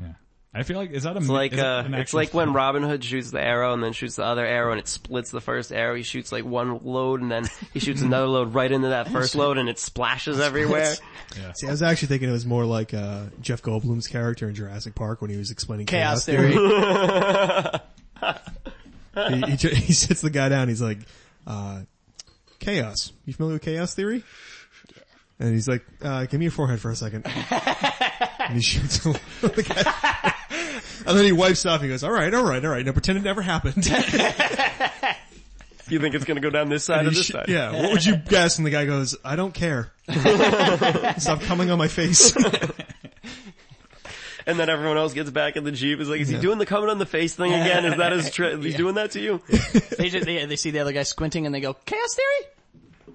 Speaker 1: yeah. I feel like is that a
Speaker 4: It's like
Speaker 1: is that
Speaker 4: uh,
Speaker 1: an
Speaker 4: it's
Speaker 1: actual
Speaker 4: like
Speaker 1: film?
Speaker 4: when Robin Hood shoots the arrow and then shoots the other arrow and it splits the first arrow. He shoots like one load and then he shoots another load right into that first load and it splashes everywhere.
Speaker 2: See, I was actually thinking it was more like uh, Jeff Goldblum's character in Jurassic Park when he was explaining
Speaker 3: Chaos
Speaker 2: chaos,
Speaker 3: theory.
Speaker 2: he, he, ju- he sits the guy down. He's like, uh, chaos. You familiar with chaos theory? And he's like, uh, give me your forehead for a second. and he shoots the guy. And then he wipes off. He goes, all right, all right, all right. Now pretend it never happened.
Speaker 4: You think it's gonna go down this side
Speaker 2: And
Speaker 4: or
Speaker 2: he
Speaker 4: this
Speaker 2: sh-
Speaker 4: side?
Speaker 2: yeah. What would you guess? And the guy goes, I don't care. Stop coming on my face.
Speaker 4: And then everyone else gets back in the jeep. Is like, is he doing the coming on the face thing again? Is that his trick? He's doing that to you?
Speaker 3: they, just, they, they see the other guy squinting and they go, chaos theory?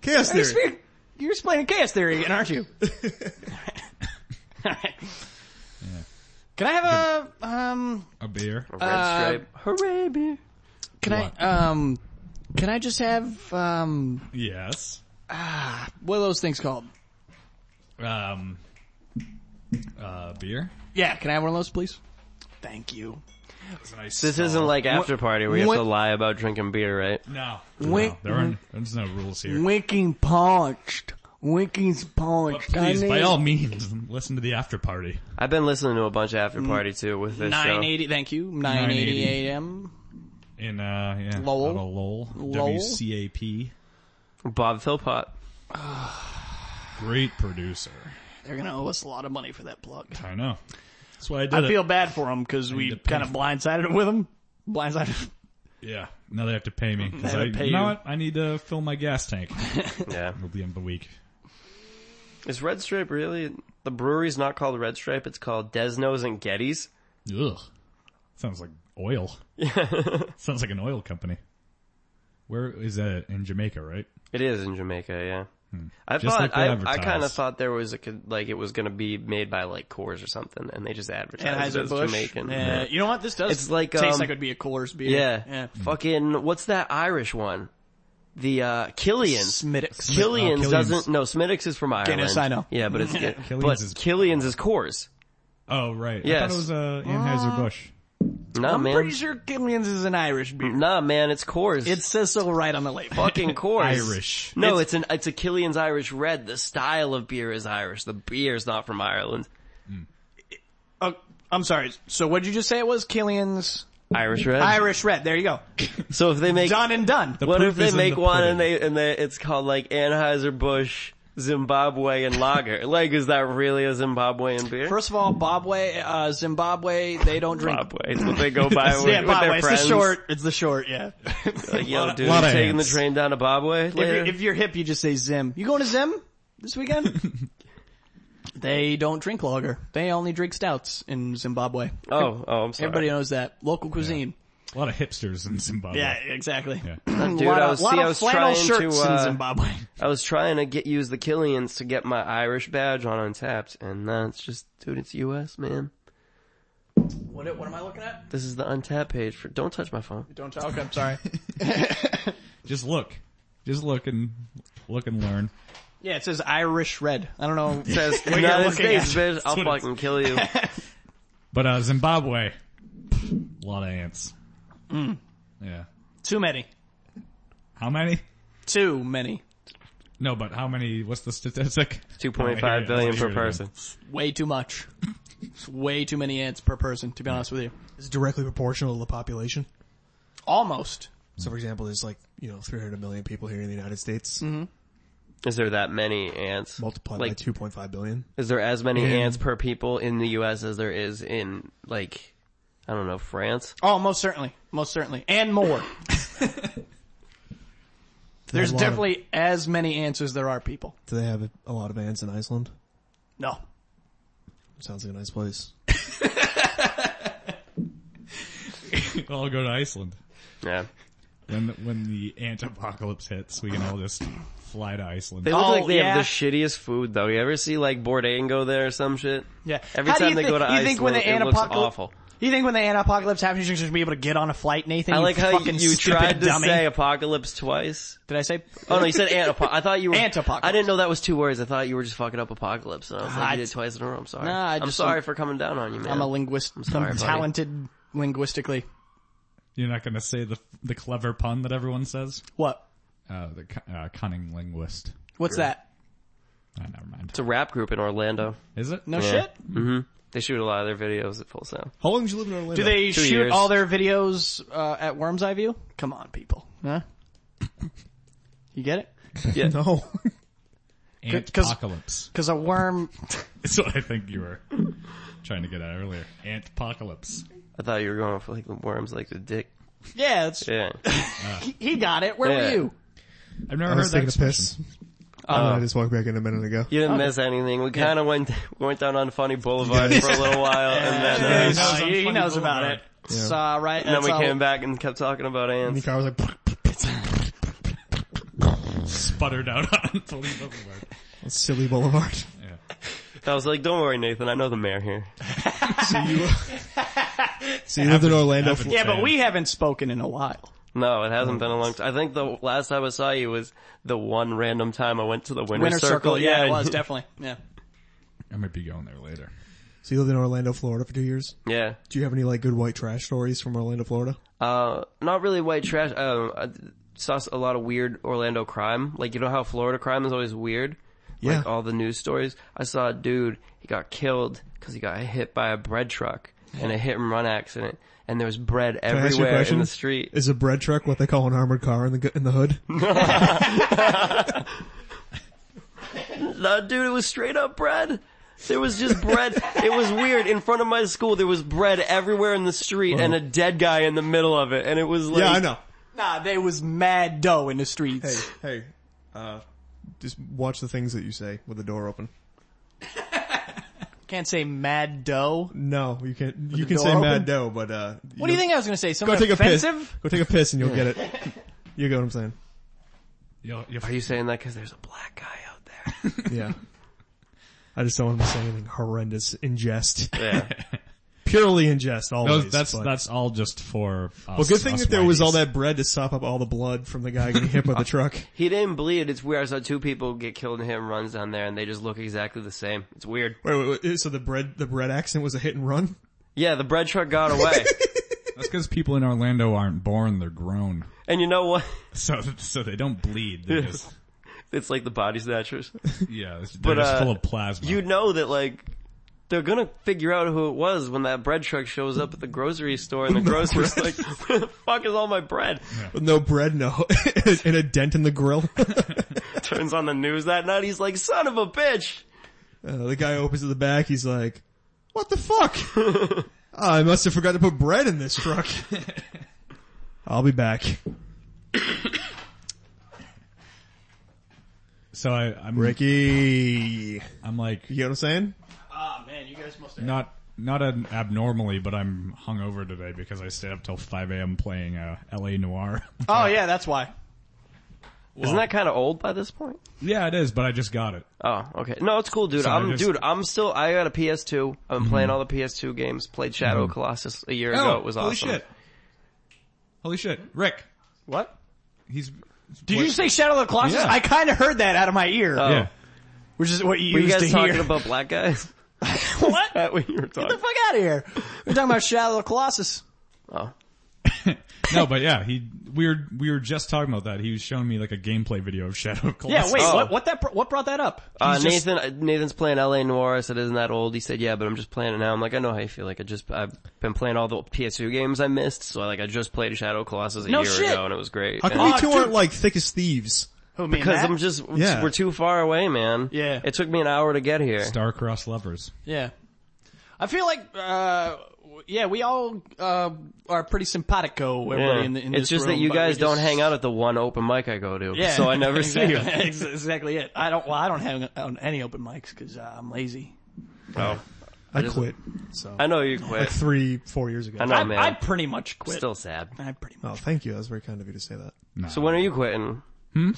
Speaker 2: chaos theory.
Speaker 3: Speak- You're explaining chaos theory, again, aren't you? Alright. Can I have a um?
Speaker 1: A beer.
Speaker 4: Red stripe. Hooray, beer.
Speaker 3: Can
Speaker 1: What?
Speaker 3: I um? Can I just have um?
Speaker 1: yes.
Speaker 3: What are those things called?
Speaker 1: Um. Uh, beer.
Speaker 3: Yeah, can I have one of those, please? Thank you.
Speaker 1: That's a nice.
Speaker 4: This isn't like after party where you have
Speaker 3: what-
Speaker 4: to lie about drinking beer, right?
Speaker 1: No.
Speaker 3: Wink-
Speaker 1: no there aren't, there's no rules here.
Speaker 3: Winking punched. Winking's
Speaker 1: But
Speaker 3: punched.
Speaker 1: please, by all means, listen to the after party.
Speaker 4: I've been listening to a bunch of after party too with this
Speaker 3: Nine
Speaker 4: show.
Speaker 3: eighty. Thank you. Nine eighty a.m.
Speaker 1: In uh, yeah,
Speaker 3: Lowell?
Speaker 1: out of Lowell,
Speaker 3: Lowell?
Speaker 1: WCAP,
Speaker 4: Bob Philpott.
Speaker 1: great producer.
Speaker 3: They're gonna owe us a lot of money for that plug.
Speaker 1: I know. That's why I did
Speaker 3: I
Speaker 1: it.
Speaker 3: feel bad for them because we
Speaker 1: to pay
Speaker 3: kind of blindsided them with them. Blindsided.
Speaker 1: yeah. Now they have to pay me because
Speaker 3: They
Speaker 1: I
Speaker 3: have to pay
Speaker 1: you know
Speaker 3: you.
Speaker 1: what? I need to fill my gas tank.
Speaker 4: Yeah.
Speaker 1: It'll be in the week.
Speaker 4: Is Red Stripe really the brewery's not called Red Stripe, it's called Desnos and Getty's.
Speaker 1: Ugh. Sounds like oil. Sounds like an oil company. Where is that in Jamaica, right?
Speaker 4: It is in Jamaica, yeah. I
Speaker 1: Hmm. Just
Speaker 4: thought
Speaker 1: like they
Speaker 4: I, I
Speaker 1: advertise.
Speaker 4: kind of thought there was a con- like it was going to be made by like Coors or something, and they just advertised it as
Speaker 3: Anheuser-Busch.
Speaker 4: Jamaican.
Speaker 3: Yeah. You know what? This does.
Speaker 4: It's like,
Speaker 3: taste
Speaker 4: um,
Speaker 3: like it'd be a Coors beer.
Speaker 4: Yeah.
Speaker 3: yeah.
Speaker 1: Hmm.
Speaker 4: Fucking what's that Irish one? The uh Killians.
Speaker 3: Smittix.
Speaker 4: Killians
Speaker 1: oh, Killians.
Speaker 4: doesn't no Smittix is from Ireland.
Speaker 3: Guinness, I know.
Speaker 4: Yeah, but it's but
Speaker 1: is-
Speaker 4: Killians is Coors.
Speaker 1: Oh, right. I
Speaker 4: Yes.
Speaker 1: thought it was uh,
Speaker 3: Ah.
Speaker 1: Anheuser-Busch.
Speaker 4: Nah,
Speaker 3: I'm
Speaker 4: man.
Speaker 3: pretty sure Gillian's is an Irish beer.
Speaker 4: Nah, man, it's Coors.
Speaker 3: It says so right on the label.
Speaker 4: fucking Coors.
Speaker 1: Irish.
Speaker 4: No, it's, an it's a Killian's Irish Red. The style of beer is Irish. The beer's not from Ireland.
Speaker 3: Oh, I'm sorry. So what did you just say it was? Killian's
Speaker 4: Irish Red.
Speaker 3: Irish Red. There you go.
Speaker 4: so if they make
Speaker 3: Done and done.
Speaker 1: The
Speaker 4: what
Speaker 1: proof
Speaker 4: if they
Speaker 1: is in
Speaker 4: make
Speaker 1: the
Speaker 4: one
Speaker 1: pudding.
Speaker 4: and they and they it's called like Anheuser Busch Zimbabwe and Lager? like, is that really a Zimbabwean beer?
Speaker 3: First of all, Bobway, uh, Zimbabwe, they don't drink.
Speaker 4: Zimbabwe. It's what they go by with,
Speaker 3: yeah,
Speaker 4: with
Speaker 3: Bobway.
Speaker 4: their
Speaker 3: It's the
Speaker 4: friends.
Speaker 3: short. It's the short. Yeah.
Speaker 4: Like, yo, dude,
Speaker 1: lot
Speaker 4: you
Speaker 1: of
Speaker 4: taking
Speaker 1: ants.
Speaker 4: the train down to Bobway
Speaker 3: If
Speaker 4: later?
Speaker 3: you're, if you're hip, you just say Zim. You going to Zim this weekend? they don't drink lager. They only drink stouts in Zimbabwe.
Speaker 4: oh, oh, I'm sorry.
Speaker 3: Everybody knows that. Local cuisine.
Speaker 1: A lot of hipsters in Zimbabwe.
Speaker 3: Yeah, exactly.
Speaker 1: Yeah.
Speaker 4: Dude,
Speaker 3: A lot
Speaker 4: I
Speaker 3: of,
Speaker 4: was,
Speaker 3: lot
Speaker 4: see,
Speaker 3: of
Speaker 4: I was
Speaker 3: flannel
Speaker 4: trying to,
Speaker 3: shirts in
Speaker 4: uh,
Speaker 3: Zimbabwe.
Speaker 4: I was trying to get use the Killians to get my Irish badge on Untapped, and that's just, dude, it's U.S. man.
Speaker 3: What, what am I looking at?
Speaker 4: This is the Untapped page for. Don't touch my phone.
Speaker 3: Don't talk. I'm sorry.
Speaker 1: Just look. Just look and look and learn.
Speaker 3: yeah, it says Irish Red. I don't know.
Speaker 4: It says
Speaker 3: you're
Speaker 4: United
Speaker 3: looking
Speaker 4: States,
Speaker 3: at.
Speaker 4: bitch. I'll
Speaker 1: what it's-
Speaker 4: fucking kill you.
Speaker 1: But uh Zimbabwe, a lot of ants.
Speaker 3: Mm.
Speaker 1: Yeah.
Speaker 3: Too many.
Speaker 1: How many?
Speaker 3: Too many.
Speaker 1: No, but how many? What's the statistic? Oh,
Speaker 4: Two
Speaker 1: I
Speaker 4: point
Speaker 1: hear
Speaker 4: five
Speaker 1: it.
Speaker 4: billion
Speaker 1: I
Speaker 4: per
Speaker 1: hear it again.
Speaker 4: person.
Speaker 3: Way too much. It's way too many ants per person, to be honest with you.
Speaker 2: It's directly proportional to the population.
Speaker 3: Almost.
Speaker 2: So for example, there's like, you know, 300 million people here in the United States.
Speaker 3: Mm-hmm.
Speaker 4: Is there that many ants?
Speaker 2: Multiplied
Speaker 4: like,
Speaker 2: by 2.5 billion.
Speaker 4: Is there as many ants per people in the U.S. as there is in like, I don't know, France?
Speaker 3: Oh, most certainly. Most certainly. And more.
Speaker 2: Do they
Speaker 3: There's
Speaker 2: have a lot of-
Speaker 3: definitely as many ants as there are people.
Speaker 2: do they have a, a lot of ants in Iceland?
Speaker 3: No.
Speaker 2: Sounds like a nice place.
Speaker 1: I'll go to Iceland
Speaker 4: Yeah.
Speaker 1: when when the ant apocalypse hits. We can all just fly to Iceland.
Speaker 4: They look
Speaker 3: Oh,
Speaker 4: like they
Speaker 3: yeah.
Speaker 4: have the shittiest food though. You ever see like Bourdain go there or some shit?
Speaker 3: Yeah.
Speaker 4: Every
Speaker 3: How do
Speaker 4: time
Speaker 3: you
Speaker 4: they
Speaker 3: thi-
Speaker 4: go to
Speaker 3: you
Speaker 4: Iceland,
Speaker 3: think when the
Speaker 4: it looks
Speaker 3: anapocalypse-
Speaker 4: awful.
Speaker 3: You think when the anti-apocalypse happens, you're just gonna be able to get on a flight, Nathan?
Speaker 4: I like
Speaker 3: you
Speaker 4: how
Speaker 3: fucking
Speaker 4: you tried
Speaker 3: stupid
Speaker 4: to
Speaker 3: dummy.
Speaker 4: say apocalypse twice.
Speaker 3: Did I say?
Speaker 4: Oh no, you said antipo- I thought you were
Speaker 3: Antipocalypse.
Speaker 4: I didn't know that was two words. I thought you were just fucking up apocalypse. And I was like,
Speaker 3: Ah,
Speaker 4: you did
Speaker 3: it's-
Speaker 4: it twice in a row. I'm sorry.
Speaker 3: Nah, I
Speaker 4: I'm
Speaker 3: just-
Speaker 4: sorry for coming down on you, man.
Speaker 3: I'm a linguist. I'm,
Speaker 4: sorry, buddy.
Speaker 3: talented linguistically.
Speaker 1: You're not going to say the the clever pun that everyone says.
Speaker 3: What?
Speaker 1: Uh, the cu- uh, cunning linguist.
Speaker 3: What's that?
Speaker 1: Ah, never mind.
Speaker 4: it's a rap group in Orlando.
Speaker 1: Is it?
Speaker 3: No
Speaker 1: Yeah.
Speaker 3: shit.
Speaker 4: They shoot a lot of their videos at full sound.
Speaker 2: How long did you live in Orlando?
Speaker 3: Do they shoot
Speaker 4: years.
Speaker 3: all their videos uh, at Worm's Eye View? Come on, people. Huh? You get it?
Speaker 4: Yeah.
Speaker 2: No.
Speaker 1: Ant
Speaker 3: 'cause-
Speaker 1: apocalypse.
Speaker 3: Because a worm.
Speaker 1: That's what I think you were trying to get at earlier. Ant apocalypse.
Speaker 4: I thought you were going for like the worms like the dick.
Speaker 3: Yeah, that's,
Speaker 4: Yeah.
Speaker 3: he, he got it. Where were
Speaker 4: Yeah.
Speaker 3: you?
Speaker 1: I've never
Speaker 2: I
Speaker 1: heard
Speaker 2: was
Speaker 1: that
Speaker 2: taking a
Speaker 1: expression.
Speaker 2: piss.
Speaker 3: Uh,
Speaker 2: And I just walked back in a minute ago.
Speaker 3: Oh.
Speaker 4: You didn't miss anything. We kind of went went down on Funny Boulevard for a little while, and then uh,
Speaker 1: Yeah,
Speaker 3: Uh,
Speaker 1: he knows
Speaker 3: he,
Speaker 1: on
Speaker 3: he
Speaker 1: Funny
Speaker 3: knows about
Speaker 1: Boulevard.
Speaker 3: it. It's, uh, right.
Speaker 4: and then
Speaker 3: it's
Speaker 4: we
Speaker 3: all-
Speaker 4: came back and kept talking about
Speaker 2: And the
Speaker 4: ants.
Speaker 2: car was like,
Speaker 1: sputtered out on Tony Boulevard.
Speaker 2: on Silly Boulevard.
Speaker 4: I was like, don't worry, Nathan. I know the mayor here.
Speaker 2: So you, so you lived in Orlando.
Speaker 1: Happens.
Speaker 2: Fl-
Speaker 3: Yeah, but we haven't spoken in a while.
Speaker 4: No, it hasn't been a long time. I think the last time I saw you was the one random time I went to the Winter,
Speaker 3: Winter Circle, yeah, it was definitely. Yeah.
Speaker 1: I might be going there later.
Speaker 2: So you lived in Orlando, Florida for two years.
Speaker 4: yeah.
Speaker 2: Do you have any like good white trash stories from Orlando, Florida?
Speaker 4: Uh, not really white trash. Um, I saw a lot of weird Orlando crime. Like, you know how Florida crime is always weird?
Speaker 2: Yeah.
Speaker 4: Like all the news stories. I saw a dude, he got killed because he got hit by a bread truck in a hit and run accident. And there was bread
Speaker 2: Can I ask you a
Speaker 4: everywhere
Speaker 2: question?
Speaker 4: in the street.
Speaker 2: Is a bread truck what they call an armored car in the gu- in the hood?
Speaker 4: No, dude, it was straight up bread. There was just bread. it was weird. In front of my school, there was bread everywhere in the street and a dead guy in the middle of it. And it was like,
Speaker 2: yeah, I know.
Speaker 3: Nah, they was mad dough in the
Speaker 2: Hey,
Speaker 3: streets.
Speaker 2: hey, uh, just watch the things that you say with the door open.
Speaker 3: Can't say mad dough.
Speaker 2: No, you can't. you
Speaker 3: the
Speaker 2: can
Speaker 3: door
Speaker 2: say
Speaker 3: open?
Speaker 2: mad dough, but uh,
Speaker 3: What do you think I was gonna say?
Speaker 2: Go
Speaker 3: Something
Speaker 2: take
Speaker 3: offensive?
Speaker 2: a piss. Go take a piss, and you'll get it. You get what I'm saying?
Speaker 1: You'll, you'll
Speaker 4: are you saying that because there's a black guy out there?
Speaker 2: Yeah. I just don't want them to say anything horrendous in jest.
Speaker 4: Yeah.
Speaker 2: Purely in jest, always.
Speaker 1: Those, that's
Speaker 2: but-
Speaker 1: that's all just for. Us,
Speaker 2: Well, good thing
Speaker 1: us
Speaker 2: that there was
Speaker 1: whiteys.
Speaker 2: all that bread to sop up all the blood from the guy getting hit by the truck.
Speaker 4: He didn't bleed. It's weird. I saw two people get killed in hit and runs down there, and they just look exactly the same. It's weird.
Speaker 2: Wait, wait, wait, so the bread, the bread accident was a hit and run?
Speaker 4: Yeah, the bread truck got away,
Speaker 1: That's because people in Orlando aren't born; they're grown,
Speaker 4: and you know what?
Speaker 1: so so they don't bleed. They just
Speaker 4: It's like the body snatchers.
Speaker 1: yeah, they're
Speaker 4: But,
Speaker 1: just
Speaker 4: uh,
Speaker 1: full of plasma.
Speaker 4: You know that like they're gonna figure out who it was when that bread truck shows up at the grocery store, and the grocer's like, "Where the fuck is all my bread?"
Speaker 2: With no bread, no, and a dent in the grill. Uh,
Speaker 4: Turns on the news that night. He's like, "Son of a bitch!"
Speaker 2: Uh, the guy opens at the back. He's like, "What the fuck? "Ah, I must have forgot to put bread in this truck." I'll be back.
Speaker 1: so I, I'm
Speaker 2: Ricky,
Speaker 1: I'm like
Speaker 2: you get what I'm saying?
Speaker 3: Ah man, you guys must have
Speaker 1: not not an abnormally, but I'm hungover today because I stayed up till 5 a.m. playing uh, L.A. Noir.
Speaker 3: Oh yeah, that's why.
Speaker 4: Isn't that kind of old by this point?
Speaker 1: yeah, it is, but I just got it.
Speaker 4: Oh, okay. No, it's cool, dude.
Speaker 1: So
Speaker 4: I'm,
Speaker 1: I just- Mm-hmm.
Speaker 4: dude, I'm still, I got a PS2. I've been playing all the PS2 games. Played Shadow of Colossus a year ago. It was
Speaker 1: holy
Speaker 4: awesome.
Speaker 1: shit! Holy shit, Rick.
Speaker 3: What?
Speaker 1: He's
Speaker 3: Did you say Shadow of the Colossus?
Speaker 1: Yeah.
Speaker 3: I kind of heard that out of my ear,
Speaker 4: Oh.
Speaker 1: yeah.
Speaker 3: which is what you
Speaker 4: Were you
Speaker 3: used
Speaker 4: guys
Speaker 3: to
Speaker 4: talking
Speaker 3: hear.
Speaker 4: about black guys?
Speaker 3: what? Get
Speaker 4: That when you were
Speaker 3: the
Speaker 4: talking.
Speaker 3: fuck out of here! We're talking about Shadow of the Colossus.
Speaker 4: Oh.
Speaker 1: No, but yeah, he we were we were just talking about that. He was showing me like a gameplay video of Shadow of
Speaker 3: Yeah,
Speaker 1: Colossus.
Speaker 3: wait,
Speaker 4: Oh.
Speaker 3: what? What that? br- What brought that up?
Speaker 4: Uh,
Speaker 3: He's just-
Speaker 4: Nathan, Nathan's playing LA Noir. I said, isn't that old? He said, yeah, but I'm just playing it now. I'm like, I know how you feel. Like I just, I've been playing all the PS2 games I missed. So like I just played Shadow of Colossus a
Speaker 3: No
Speaker 4: year
Speaker 3: shit.
Speaker 4: ago and it was great.
Speaker 2: How come
Speaker 4: And-
Speaker 2: you two
Speaker 3: dude.
Speaker 2: aren't like thick as thieves?
Speaker 3: Who, me and
Speaker 4: Cause
Speaker 3: Matt?
Speaker 4: I'm just, we're-
Speaker 2: Yeah.
Speaker 4: we're too far away, man.
Speaker 3: Yeah.
Speaker 4: It took me an hour to get here.
Speaker 1: Star-crossed lovers.
Speaker 3: Yeah. I feel like, uh, w- yeah, we all, uh, are pretty simpatico, everybody
Speaker 4: Yeah.
Speaker 3: in, the, in
Speaker 4: it's
Speaker 3: this
Speaker 4: just
Speaker 3: room,
Speaker 4: that you
Speaker 3: but we
Speaker 4: guys don't
Speaker 3: just-
Speaker 4: hang out at the one open mic I go to,
Speaker 3: Yeah.
Speaker 4: so I never see you.
Speaker 3: Exactly. Ex- exactly it. I don't, well, I don't hang out on any open mics cause uh, I'm lazy.
Speaker 2: I,
Speaker 4: just-
Speaker 2: quit. So
Speaker 4: I know you quit.
Speaker 2: three, four years ago.
Speaker 4: I know,
Speaker 3: I,
Speaker 4: Oh, man.
Speaker 3: I pretty much quit.
Speaker 4: Still sad.
Speaker 3: I pretty much.
Speaker 2: Oh, thank you. That was very kind of you to say that.
Speaker 1: No.
Speaker 4: So when are you quitting? Oh.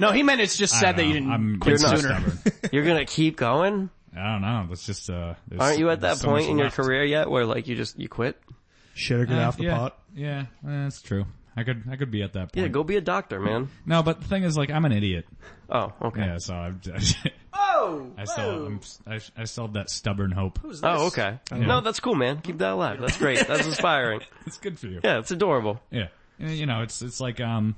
Speaker 3: No, he meant it's just
Speaker 1: I
Speaker 3: sad that
Speaker 1: don't know.
Speaker 3: you didn't
Speaker 1: Uh, I'm
Speaker 3: quit
Speaker 1: so
Speaker 3: sooner.
Speaker 1: stubborn.
Speaker 4: You're gonna keep going?
Speaker 1: I don't know. That's just uh. there's-
Speaker 4: Aren't you at that
Speaker 1: there's so
Speaker 4: point
Speaker 1: much
Speaker 4: in your
Speaker 1: left.
Speaker 4: career yet where like you just, you quit?
Speaker 2: Should I get
Speaker 1: Uh,
Speaker 2: off the
Speaker 1: yeah,
Speaker 2: pot?
Speaker 1: Yeah, eh, that's true. I could I could be at that point.
Speaker 4: Yeah, go be a doctor, man.
Speaker 1: No, but the thing is, like, I'm an idiot.
Speaker 4: Oh, okay.
Speaker 1: Yeah, so I'm, I
Speaker 3: Oh!
Speaker 1: still I'm, I, I still have that stubborn hope.
Speaker 4: Oh, okay. No, that's cool, man. Keep that alive. That's great. That's inspiring.
Speaker 1: It's good for you.
Speaker 4: Yeah, it's adorable.
Speaker 1: Yeah. And, You know, it's it's like um,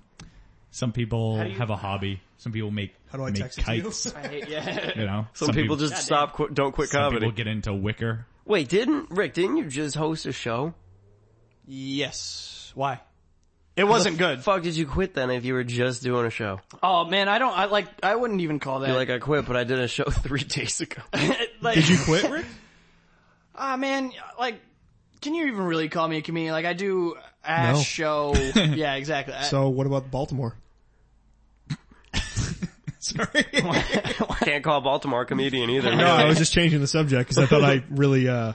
Speaker 1: some people have a hobby. Some people make
Speaker 2: How do I
Speaker 1: make
Speaker 2: text it to you?
Speaker 1: kites. you? know,
Speaker 4: Some, people, just stop, qu- don't quit
Speaker 1: some
Speaker 4: comedy.
Speaker 1: people get into wicker.
Speaker 4: Wait, didn't, Rick, didn't you just host a show?
Speaker 3: Yes. Why? It wasn't good.
Speaker 4: Fuck, did you quit then if you were just doing a show?
Speaker 3: Oh man, I don't, I like, I wouldn't even call that.
Speaker 4: You're like, I quit, but I did a show three days ago.
Speaker 3: Like-
Speaker 2: Did you quit, Rick?
Speaker 3: Ah man, like, can you even really call me a comedian? Like, I do a
Speaker 2: No.
Speaker 3: show. yeah, exactly. I-
Speaker 2: so what about Baltimore? Sorry.
Speaker 4: Can't call Baltimore a comedian either.
Speaker 2: No, I was just changing the subject because I thought I really uh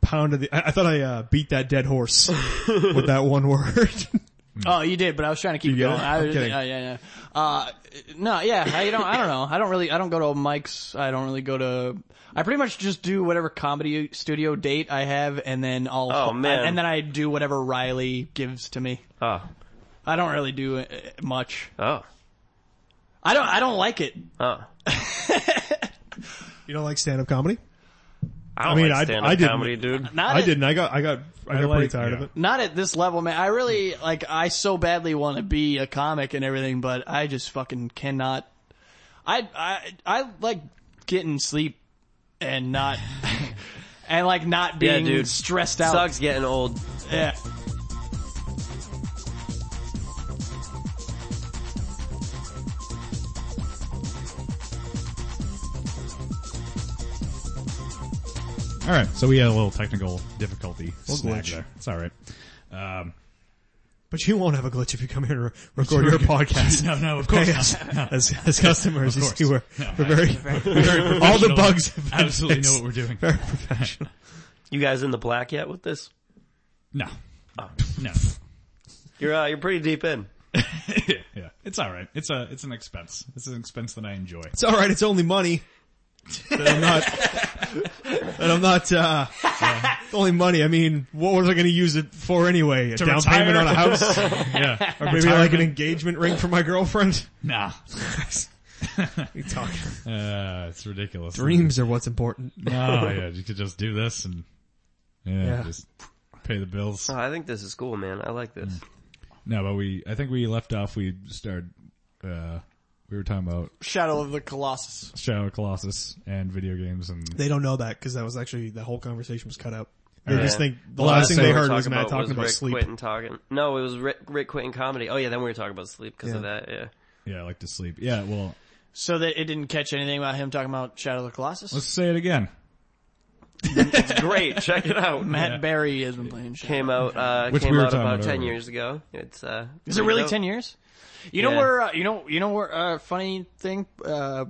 Speaker 2: pounded the. I, I thought I uh, beat that dead horse with that one word.
Speaker 3: Oh, you did, but I was trying to keep
Speaker 2: You get
Speaker 3: going.
Speaker 2: it?
Speaker 3: I
Speaker 2: I'm
Speaker 3: was-
Speaker 2: kidding.
Speaker 3: yeah, yeah, yeah. Uh, no, yeah, I don't, I don't know. I don't really, I don't go to mics. I don't really go to, I pretty much just do whatever comedy studio date I have and then I'll,
Speaker 4: Oh, man.
Speaker 3: and then I do whatever Riley gives to me.
Speaker 4: Oh,
Speaker 3: I don't really do uh, much.
Speaker 4: oh,
Speaker 3: I don't, I don't like it.
Speaker 4: oh.
Speaker 2: You don't like stand up comedy?
Speaker 4: I don't
Speaker 2: mean, I-
Speaker 4: like stand-up
Speaker 2: I didn't-
Speaker 4: comedy, dude.
Speaker 3: Not
Speaker 2: I
Speaker 3: at-
Speaker 2: didn't. I got I got I got pretty
Speaker 1: like-
Speaker 2: tired of
Speaker 1: yeah.
Speaker 2: it.
Speaker 3: Not at this level, man. I really, like, I so badly want to be a comic and everything, but I just fucking cannot. I, I, I like getting sleep and not, and like not
Speaker 4: Yeah,
Speaker 3: being
Speaker 4: dude.
Speaker 3: stressed out.
Speaker 4: Sucks getting old.
Speaker 3: Yeah.
Speaker 1: All right, so we had a little technical difficulty snag
Speaker 2: glitch.
Speaker 1: there. It's all right. Um,
Speaker 2: But you won't have a glitch if you come here and re- record your podcast.
Speaker 1: No, no, of
Speaker 2: Pay
Speaker 1: course
Speaker 2: us
Speaker 1: not. No.
Speaker 2: as, as customers.
Speaker 1: Of
Speaker 2: you
Speaker 1: course.
Speaker 2: see, we're,
Speaker 1: No,
Speaker 2: we're
Speaker 1: I-
Speaker 2: very,
Speaker 1: We're very
Speaker 2: all the
Speaker 1: professional.
Speaker 2: bugs have been
Speaker 1: Absolutely know
Speaker 2: fixed.
Speaker 1: what we're doing.
Speaker 2: Very professional.
Speaker 4: You guys in the black yet with this?
Speaker 1: No,
Speaker 4: Oh.
Speaker 1: no.
Speaker 4: You're uh, you're pretty deep in.
Speaker 1: yeah, it's all right. It's a it's an expense. It's an expense that I enjoy.
Speaker 2: It's all right. It's only money. That I'm not. that I'm not. Uh, Only money. I mean, what was I going to use it for anyway? A
Speaker 1: To
Speaker 2: down
Speaker 1: retire?
Speaker 2: payment on a house,
Speaker 1: Yeah,
Speaker 2: or maybe like an engagement ring for my girlfriend.
Speaker 1: nah.
Speaker 2: We talk.
Speaker 1: Uh, it's ridiculous.
Speaker 2: Dreams are what's important.
Speaker 1: No, yeah, you could just do this and yeah,
Speaker 2: Yeah.
Speaker 1: just pay the bills.
Speaker 4: Oh, I think this is cool, man. I like this.
Speaker 1: No, but we I think we left off. We started. Uh, we were talking about
Speaker 3: Shadow of the Colossus.
Speaker 1: Shadow of Colossus and video games and
Speaker 2: They don't know that because that was actually the whole conversation was cut out. They just
Speaker 4: Yeah.
Speaker 2: think the
Speaker 1: Well,
Speaker 2: last
Speaker 1: that's
Speaker 2: thing they
Speaker 4: we were
Speaker 2: heard was Matt
Speaker 4: about
Speaker 2: talking about
Speaker 4: Rick
Speaker 2: sleep.
Speaker 4: Quitting talking. No, it was Rick, Rick quitting comedy. Oh yeah, then we were talking about sleep because of
Speaker 2: Yeah.
Speaker 4: that. Yeah.
Speaker 1: yeah, I like to sleep. Yeah, well,
Speaker 3: So that it didn't catch anything about him talking about Shadow of the Colossus.
Speaker 1: let's say it again.
Speaker 4: It's great. Check it out.
Speaker 3: Matt Berry has been playing Shadow.
Speaker 4: Came out, uh,
Speaker 1: Which
Speaker 4: came
Speaker 1: we were
Speaker 4: out
Speaker 1: talking
Speaker 4: about
Speaker 1: about
Speaker 4: 10
Speaker 1: earlier.
Speaker 4: years ago. It's, uh.
Speaker 3: Is it
Speaker 4: pretty
Speaker 3: really
Speaker 4: dope.
Speaker 3: ten years? You know
Speaker 4: Yeah.
Speaker 3: where uh, you know you know where uh, funny thing uh,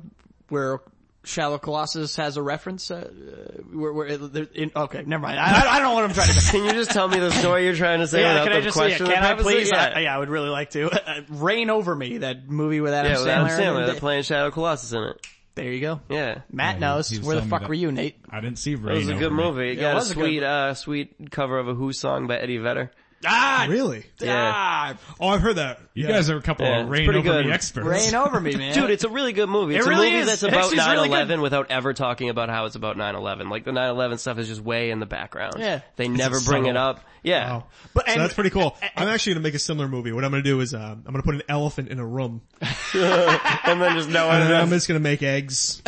Speaker 3: where Shallow Colossus has a reference uh, uh, where, where it, there- in, okay never mind I, I- I don't know what I'm trying to say.
Speaker 4: Can you just tell me the story you're trying to say
Speaker 3: yeah,
Speaker 4: without
Speaker 3: can
Speaker 4: the
Speaker 3: I just yeah,
Speaker 4: question?
Speaker 3: can I
Speaker 4: preface it?
Speaker 3: please
Speaker 4: Yeah.
Speaker 3: I, yeah I would really like to uh, rain over me that movie with Adam
Speaker 4: Yeah, with Adam
Speaker 3: Sandler,
Speaker 4: Sandler. They're
Speaker 3: Th-
Speaker 4: playing Shadow Colossus in it.
Speaker 3: there you go
Speaker 4: Yeah.
Speaker 1: Yeah,
Speaker 3: Matt
Speaker 1: he-
Speaker 3: knows
Speaker 1: he was
Speaker 3: where the
Speaker 1: telling me
Speaker 3: fuck
Speaker 1: that-
Speaker 3: were you Nate
Speaker 1: I didn't see
Speaker 4: It
Speaker 1: Rain.
Speaker 4: was a good
Speaker 1: over me.
Speaker 4: movie. It
Speaker 3: Yeah, it
Speaker 4: got a
Speaker 3: was a good
Speaker 4: sweet,
Speaker 3: mo-
Speaker 4: uh, sweet cover of a Who song by Eddie Vedder.
Speaker 3: ah
Speaker 2: Really?
Speaker 3: ah,
Speaker 2: Oh, I've heard that.
Speaker 1: You
Speaker 2: Yeah.
Speaker 1: guys are a couple
Speaker 4: Yeah,
Speaker 1: of
Speaker 4: it's
Speaker 1: Rain
Speaker 4: pretty
Speaker 1: over
Speaker 4: good.
Speaker 1: me experts.
Speaker 3: rain over me man
Speaker 4: Dude, it's a really good movie. It's
Speaker 3: really
Speaker 4: a movie
Speaker 3: is.
Speaker 4: that's
Speaker 3: It
Speaker 4: about
Speaker 3: actually is
Speaker 4: 9
Speaker 3: really
Speaker 4: 11 without ever talking about how it's about 9 11. Like, the 9 11 stuff is just way in the background.
Speaker 3: Yeah.
Speaker 4: They never bring it
Speaker 2: subtle.
Speaker 4: up. Yeah.
Speaker 2: Wow.
Speaker 3: But-
Speaker 2: So
Speaker 3: and-
Speaker 2: that's pretty cool. I'm actually going to make a similar movie. What I'm going to do is uh, I'm going to put an elephant in a room,
Speaker 4: And then just no
Speaker 2: and
Speaker 4: one.
Speaker 2: then I'm just going to make eggs,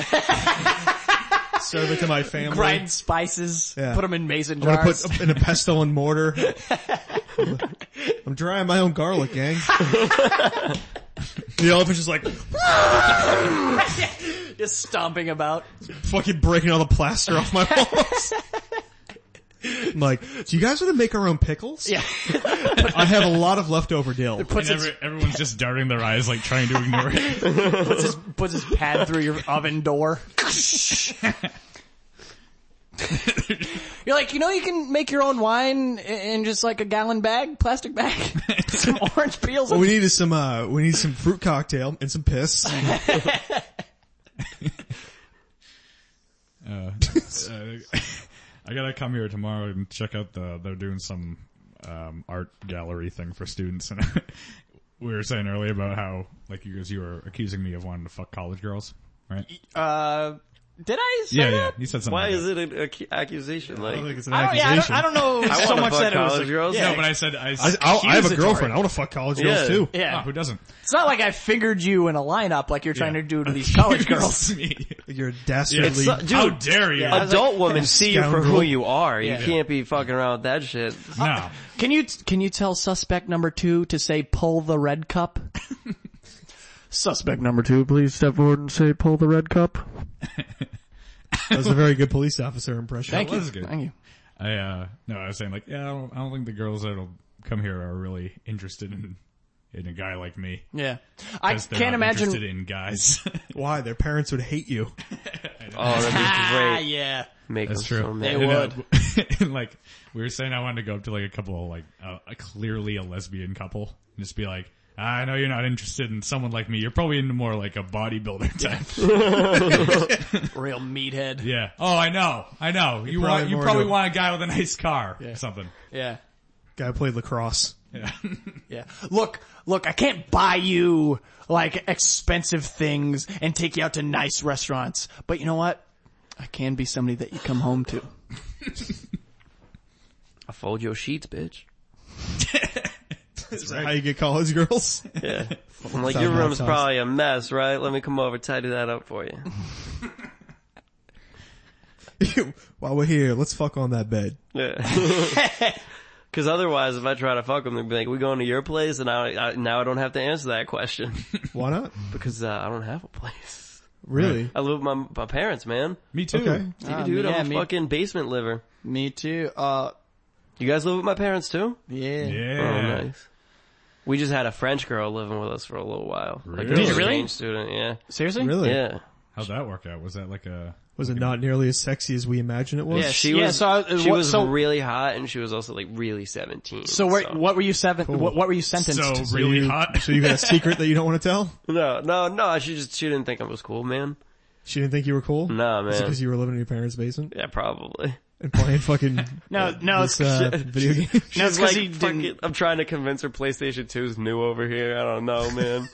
Speaker 2: serve it to my family.
Speaker 3: grind spices
Speaker 2: Yeah.
Speaker 3: put them in mason
Speaker 2: I'm going
Speaker 3: jars
Speaker 2: to put in a pestle and mortar. I'm drying my own garlic, gang. the elephant's just like
Speaker 3: just stomping about
Speaker 2: fucking breaking all the plaster off my walls. I'm like, do you guys want to make our own pickles?
Speaker 3: yeah
Speaker 2: I have a lot of leftover dill.
Speaker 3: puts
Speaker 1: And
Speaker 3: its
Speaker 1: every, everyone's just darting their eyes, like trying to ignore it.
Speaker 3: puts his puts his pad through your oven door. You're like, you know, you can make your own wine i- in just like a gallon bag, plastic bag, some orange peels.
Speaker 2: What we need is some, uh, we need some fruit cocktail and some piss.
Speaker 1: Uh, I gotta come here tomorrow and check out the. They're doing some um, art gallery thing for students, and we were saying earlier about how, like, you guys, you were accusing me of wanting to fuck college girls, right?
Speaker 3: Uh, did I say
Speaker 1: Yeah, yeah.
Speaker 3: that?
Speaker 1: You said something.
Speaker 4: Why
Speaker 1: like
Speaker 4: is
Speaker 1: that.
Speaker 4: it an ac- accusation?
Speaker 2: I don't
Speaker 4: Like,
Speaker 2: think it's an
Speaker 3: I don't, yeah, I don't,
Speaker 2: accusation.
Speaker 3: I don't know
Speaker 4: I
Speaker 3: so
Speaker 4: want
Speaker 3: much
Speaker 4: to fuck
Speaker 3: that it was.
Speaker 4: college
Speaker 3: a-
Speaker 4: girls.
Speaker 3: yeah.
Speaker 1: No, but I said I.
Speaker 2: I, I'll- I have a
Speaker 3: accusatory.
Speaker 2: girlfriend. I want to fuck college
Speaker 4: Yeah.
Speaker 2: girls too.
Speaker 3: Yeah.
Speaker 1: Ah, who doesn't?
Speaker 3: It's not like I figured you in a lineup like you're trying
Speaker 1: Yeah.
Speaker 3: to do to these college girls.
Speaker 1: me.
Speaker 2: You're a dastardly.
Speaker 4: It's, uh, dude,
Speaker 1: How dare you?
Speaker 3: Yeah. I was
Speaker 4: adult women see you for
Speaker 2: scoundrel.
Speaker 4: who you are. You
Speaker 3: Yeah.
Speaker 4: can't be fucking around with that shit.
Speaker 1: No.
Speaker 3: Can you can you tell suspect number two to say pull the red cup? suspect number two, please step forward and say pull the red cup.
Speaker 2: that was a very good police officer impression.
Speaker 3: Thank
Speaker 1: That
Speaker 3: you.
Speaker 1: was good.
Speaker 3: Thank you.
Speaker 1: I uh no, I was saying like, yeah, I don't, I don't think the girls that'll come here are really interested in in a guy like me.
Speaker 3: Yeah. I
Speaker 1: 'Cause they're
Speaker 3: can't
Speaker 1: not
Speaker 3: imagine.
Speaker 1: interested in guys.
Speaker 2: Why? Their parents would hate you.
Speaker 4: Oh,
Speaker 3: ah,
Speaker 4: that'd be great.
Speaker 3: yeah.
Speaker 4: Make
Speaker 1: That's
Speaker 4: them
Speaker 1: true.
Speaker 4: so mad.
Speaker 3: They
Speaker 1: And, uh, and, like we were saying, I wanted to go up to like a couple of like uh, a clearly a lesbian couple and just be like, I know you're not interested in someone like me. You're probably into more like a bodybuilder type.
Speaker 3: Real meathead.
Speaker 1: Yeah. Oh, I know. I know. You
Speaker 2: probably
Speaker 1: want you
Speaker 2: more
Speaker 1: probably
Speaker 2: into-
Speaker 1: want a guy with a nice car or something.
Speaker 3: Yeah.
Speaker 2: Guy played lacrosse.
Speaker 1: Yeah.
Speaker 3: Yeah. Look, look, I can't buy you like expensive things and take you out to nice restaurants, but you know what? I can be somebody that you come home to.
Speaker 4: I fold your sheets, bitch.
Speaker 2: Is that how you get college girls?
Speaker 4: I'm like,
Speaker 2: Sounds
Speaker 4: your
Speaker 2: like
Speaker 4: room's
Speaker 2: sauce.
Speaker 4: probably a mess, right? Let me come over, tidy that up for you.
Speaker 2: While we're here, let's fuck on that bed.
Speaker 4: Yeah. Cause otherwise, if I try to fuck them, they'd be like, we going to your place? And I, I now I don't have to answer that question
Speaker 2: Why not?
Speaker 4: because uh, I don't have a place.
Speaker 2: Really?
Speaker 4: I live with my, my parents, man.
Speaker 1: me too.
Speaker 2: Okay.
Speaker 4: Dude,
Speaker 3: Ah,
Speaker 4: dude
Speaker 3: yeah,
Speaker 4: I'm a
Speaker 3: me-
Speaker 4: fucking basement liver.
Speaker 3: Me too. Uh,
Speaker 4: You guys live with my parents too?
Speaker 3: yeah.
Speaker 4: Oh,
Speaker 1: Yeah.
Speaker 4: nice. We just had a French girl living with us for a little while. Like,
Speaker 1: Really?
Speaker 4: an
Speaker 1: Did you
Speaker 3: really?
Speaker 4: exchange Student, yeah.
Speaker 3: Seriously?
Speaker 2: Really?
Speaker 4: Yeah.
Speaker 1: How'd that work out? Was that like a
Speaker 2: Was it not nearly as sexy as we imagined it was?
Speaker 3: Yeah,
Speaker 4: She
Speaker 3: yeah,
Speaker 4: was,
Speaker 3: so I- uh,
Speaker 4: she
Speaker 3: what-
Speaker 4: was
Speaker 3: so-
Speaker 4: really hot and she was also like really 17.
Speaker 3: So, where, what were you seven, what, what were you sentenced
Speaker 1: so
Speaker 3: to?
Speaker 1: really
Speaker 2: you,
Speaker 1: hot?
Speaker 2: So you got a secret that you don't want to tell?
Speaker 4: No, no, no, she just, she didn't think I was cool, man.
Speaker 2: She didn't think you were cool?
Speaker 4: Nah,
Speaker 2: Is it
Speaker 4: man.
Speaker 2: because you were living in your parents' basement
Speaker 4: Yeah, probably.
Speaker 2: and playing fucking
Speaker 3: No, no, it's,
Speaker 2: this, uh, video game?
Speaker 3: no, it's
Speaker 4: She's
Speaker 3: cause
Speaker 4: like,
Speaker 3: he
Speaker 4: "Fuck
Speaker 3: didn't,
Speaker 4: it, I'm trying to convince her PlayStation 2's new over here. I don't know, man.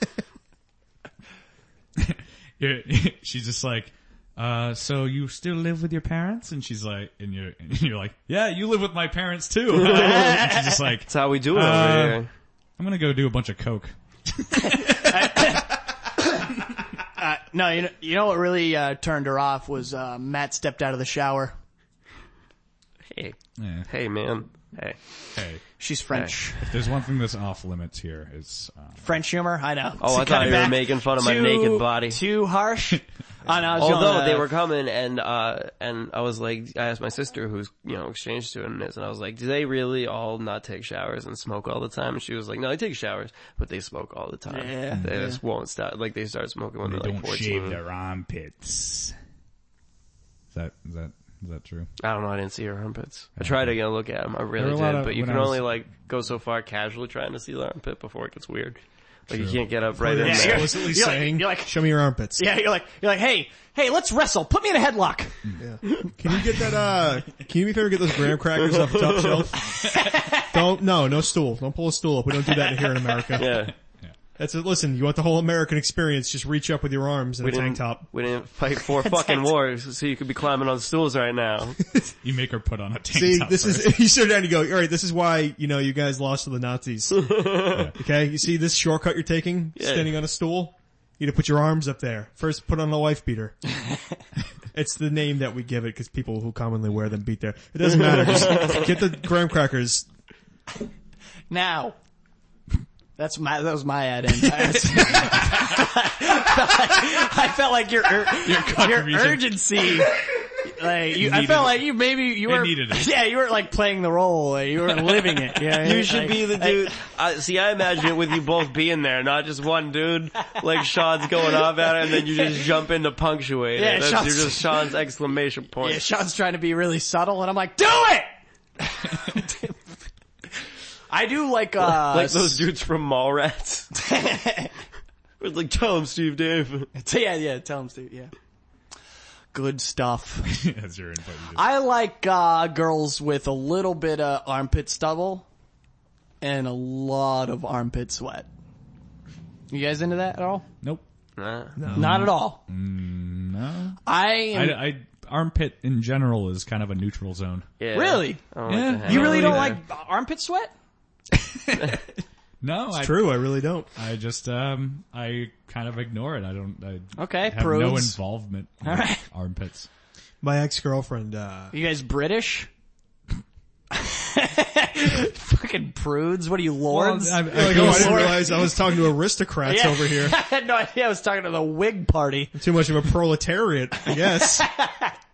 Speaker 1: Yeah, she's just like, uh, so you still live with your parents? And she's like, and you're, and you're like, yeah, you live with my parents too. and she's just like,
Speaker 4: That's how we do it
Speaker 1: Uh,
Speaker 4: over here.
Speaker 1: I'm gonna go do a bunch of coke.
Speaker 3: no, you know, you know what really, uh, turned her off was, uh, Matt stepped out of the shower.
Speaker 4: Hey,
Speaker 1: Yeah.
Speaker 4: hey, man. Hey.
Speaker 1: Hey,
Speaker 3: She's French.
Speaker 1: if there's one thing that's off limits here, it's uh,
Speaker 3: French humor, I know.
Speaker 4: Oh, I
Speaker 3: Cut
Speaker 4: thought
Speaker 3: it
Speaker 4: you were
Speaker 3: back.
Speaker 4: making fun of my
Speaker 3: Too-
Speaker 4: naked body.
Speaker 3: Too harsh. I know, I was
Speaker 4: Although
Speaker 3: going, uh,
Speaker 4: they were coming and, uh, and I was like, I asked my sister who's, you know, exchange student is and I was like, do they really all not take showers and smoke all the time? And she was like, no, they take showers, but they smoke all the time.
Speaker 3: Yeah.
Speaker 4: They just won't stop. Like they start smoking when
Speaker 1: they
Speaker 4: are like
Speaker 1: don't
Speaker 4: 14.
Speaker 1: shave their armpits. Is that is that is that true?
Speaker 4: I don't know. I didn't see her armpits. I tried to go look at them. I really
Speaker 1: There were a lot
Speaker 4: did,
Speaker 1: of-
Speaker 4: but you
Speaker 1: when
Speaker 4: can
Speaker 1: I was-
Speaker 4: only like go so far casually trying to see the armpit before it gets weird. Like you
Speaker 1: True.
Speaker 4: can't get up right in
Speaker 2: They're
Speaker 3: Yeah,
Speaker 4: there.
Speaker 3: you're-
Speaker 2: explicitly
Speaker 3: you're like-
Speaker 2: saying,
Speaker 3: you're like-
Speaker 2: show me your armpits.
Speaker 3: Yeah, you're like, you're like, hey, hey, let's wrestle. Put me in a headlock.
Speaker 2: Can you get that, uh, can you be fair get those graham crackers off the top shelf? don't, no, no stool. Don't pull a stool up. We don't do that here in America.
Speaker 4: Yeah.
Speaker 2: That's it. Listen, you want the whole American experience, just reach up with your arms in a
Speaker 4: We
Speaker 2: tank
Speaker 4: didn't,
Speaker 2: top.
Speaker 4: we didn't fight four fucking wars, so you could be climbing on stools right now.
Speaker 1: You make her put on a tank
Speaker 2: See,
Speaker 1: top.
Speaker 2: this
Speaker 1: first.
Speaker 2: is, you sit down and you go, alright, this is why, you know, you guys lost to the Nazis. Okay, you see this shortcut you're taking, standing on a stool? You need to put your arms up there. First, put on a wife beater. it's the name that we give it because people who commonly wear them beat their, it doesn't matter, just get the graham crackers.
Speaker 3: Now. That's my, that was my ad in. I, was- I felt like your, ur- your,
Speaker 1: contribution.
Speaker 3: urgency, like you, I
Speaker 1: Needed
Speaker 3: felt
Speaker 1: it.
Speaker 3: like you maybe you were,
Speaker 1: needed it.
Speaker 3: yeah, you weren't like playing the role, like, you weren't living it. You, know what I mean?
Speaker 4: You should
Speaker 3: Like-
Speaker 4: be the
Speaker 3: like,
Speaker 4: dude. I, see, I imagine it with you both being there, not just one dude. Like Sean's going off at it, and then you just jump in to punctuate
Speaker 3: Yeah,
Speaker 4: it. That's,
Speaker 3: Sean's-
Speaker 4: you're just Sean's exclamation point.
Speaker 3: yeah, Sean's trying to be really subtle and I'm like, do it! I do like, uh,
Speaker 4: like those dudes from Mallrats. It's like, tell him, Steve Dave.
Speaker 3: yeah, yeah, tell him Steve, yeah. Good stuff.
Speaker 1: That's your input. You just-
Speaker 3: I like uh, girls with a little bit of armpit stubble and a lot of armpit sweat. You guys into that at all?
Speaker 1: nope.
Speaker 4: Nah.
Speaker 3: Not at all.
Speaker 1: No.
Speaker 3: I am.
Speaker 1: I, I armpit in general is kind of a neutral zone.
Speaker 4: Yeah.
Speaker 3: Really?
Speaker 4: I don't
Speaker 1: Yeah.
Speaker 4: like to hang
Speaker 3: you
Speaker 4: out
Speaker 3: really
Speaker 4: with
Speaker 3: don't
Speaker 4: that.
Speaker 3: like armpit sweat?
Speaker 1: No, I,
Speaker 2: True, I really don't.
Speaker 1: I just um I kind of ignore it. I don't. I
Speaker 3: Okay,
Speaker 1: have no
Speaker 3: prudes.
Speaker 1: involvement. in
Speaker 3: Alright.
Speaker 1: Armpits.
Speaker 2: My ex-girlfriend, uh,
Speaker 3: You guys British? Fucking prudes. What are you, lords?
Speaker 1: Well, I- I
Speaker 2: like,
Speaker 1: feel
Speaker 2: oh, I didn't
Speaker 1: sorry-
Speaker 2: realize I was talking to aristocrats
Speaker 3: Yeah.
Speaker 2: over here.
Speaker 3: I had no idea I was talking to the Whig party.
Speaker 2: Too much of a proletariat, I guess.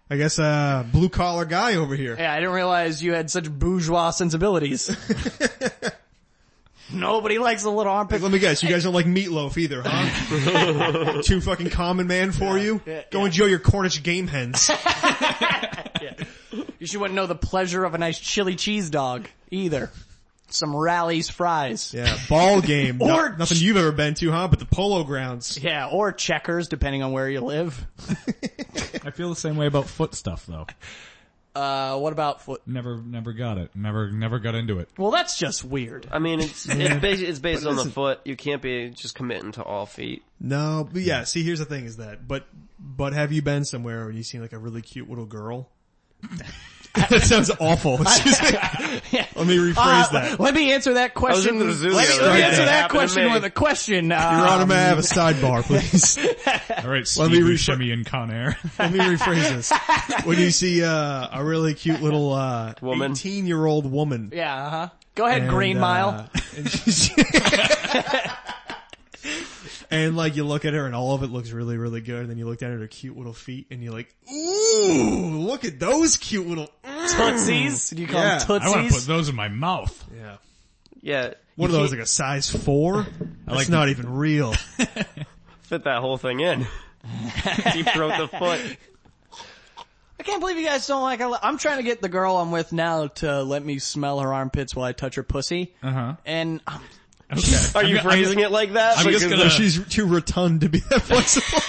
Speaker 2: I guess, uh, blue collar guy over here.
Speaker 3: Yeah, I didn't realize you had such bourgeois sensibilities. Nobody likes a little armpit.
Speaker 2: Let me guess, you guys don't like meatloaf either, huh? Too fucking common man for you?
Speaker 3: yeah,
Speaker 2: Go
Speaker 3: yeah.
Speaker 2: enjoy your Cornish game hens.
Speaker 3: You should wouldn't know the pleasure of a nice chili cheese dog either. Some Rally's fries.
Speaker 2: Yeah, ball game. No-
Speaker 3: Or-
Speaker 2: nothing you've ever been to, huh? But the polo grounds.
Speaker 3: Yeah, or checkers, depending on where you live.
Speaker 1: I feel the same way about foot stuff though.
Speaker 3: Uh, what about foot?
Speaker 1: Never, never got it. Never, never got into it.
Speaker 3: Well, that's just weird.
Speaker 4: I mean, it's it's based, it's based on the foot. You can't be just committing to all feet.
Speaker 2: No, but yeah, see here's the thing is that, but, but have you been somewhere where you seen like a really cute little girl? that sounds awful. It's just like- let me rephrase
Speaker 3: Uh,
Speaker 2: that.
Speaker 3: Let me answer that question.
Speaker 4: in the zoo the
Speaker 3: let me,
Speaker 4: other
Speaker 3: let me
Speaker 4: day.
Speaker 3: answer
Speaker 4: It
Speaker 3: that
Speaker 4: happened to
Speaker 3: question
Speaker 4: me.
Speaker 3: with a question.
Speaker 2: Your
Speaker 3: Uh,
Speaker 2: Honor, may I have a sidebar, please?
Speaker 1: All right, Steve
Speaker 2: Let me rephr-
Speaker 1: Buscemi and Con Air.
Speaker 2: Let me rephrase this. When you see uh, a really cute little uh,
Speaker 4: Woman.
Speaker 2: 18-year-old woman.
Speaker 3: yeah, uh-huh. Go ahead,
Speaker 2: and,
Speaker 3: Green
Speaker 2: uh,
Speaker 3: Mile.
Speaker 2: and, she's- and, like you look at her and all of it looks really, really good. And then you look down at her cute little feet and you're like, ooh, look at those cute little...
Speaker 3: Tootsies? Do you call
Speaker 2: Yeah.
Speaker 3: them
Speaker 1: I want to put
Speaker 3: Tootsies?
Speaker 1: those in my mouth.
Speaker 2: Yeah.
Speaker 4: Yeah,
Speaker 2: What
Speaker 4: you
Speaker 2: are those,
Speaker 4: can't
Speaker 2: like a size four? That's
Speaker 1: like-
Speaker 2: not even real.
Speaker 4: Fit that whole thing in. Deep throat the foot.
Speaker 3: I can't believe you guys don't like. I'm trying to get the girl I'm with now to let me smell her armpits while I touch her pussy,
Speaker 1: Uh huh.
Speaker 3: and um,
Speaker 1: Okay.
Speaker 4: Are you phrasing it like that?
Speaker 1: I'm just
Speaker 4: Because
Speaker 1: gonna-
Speaker 2: She's too rotund to be that flexible.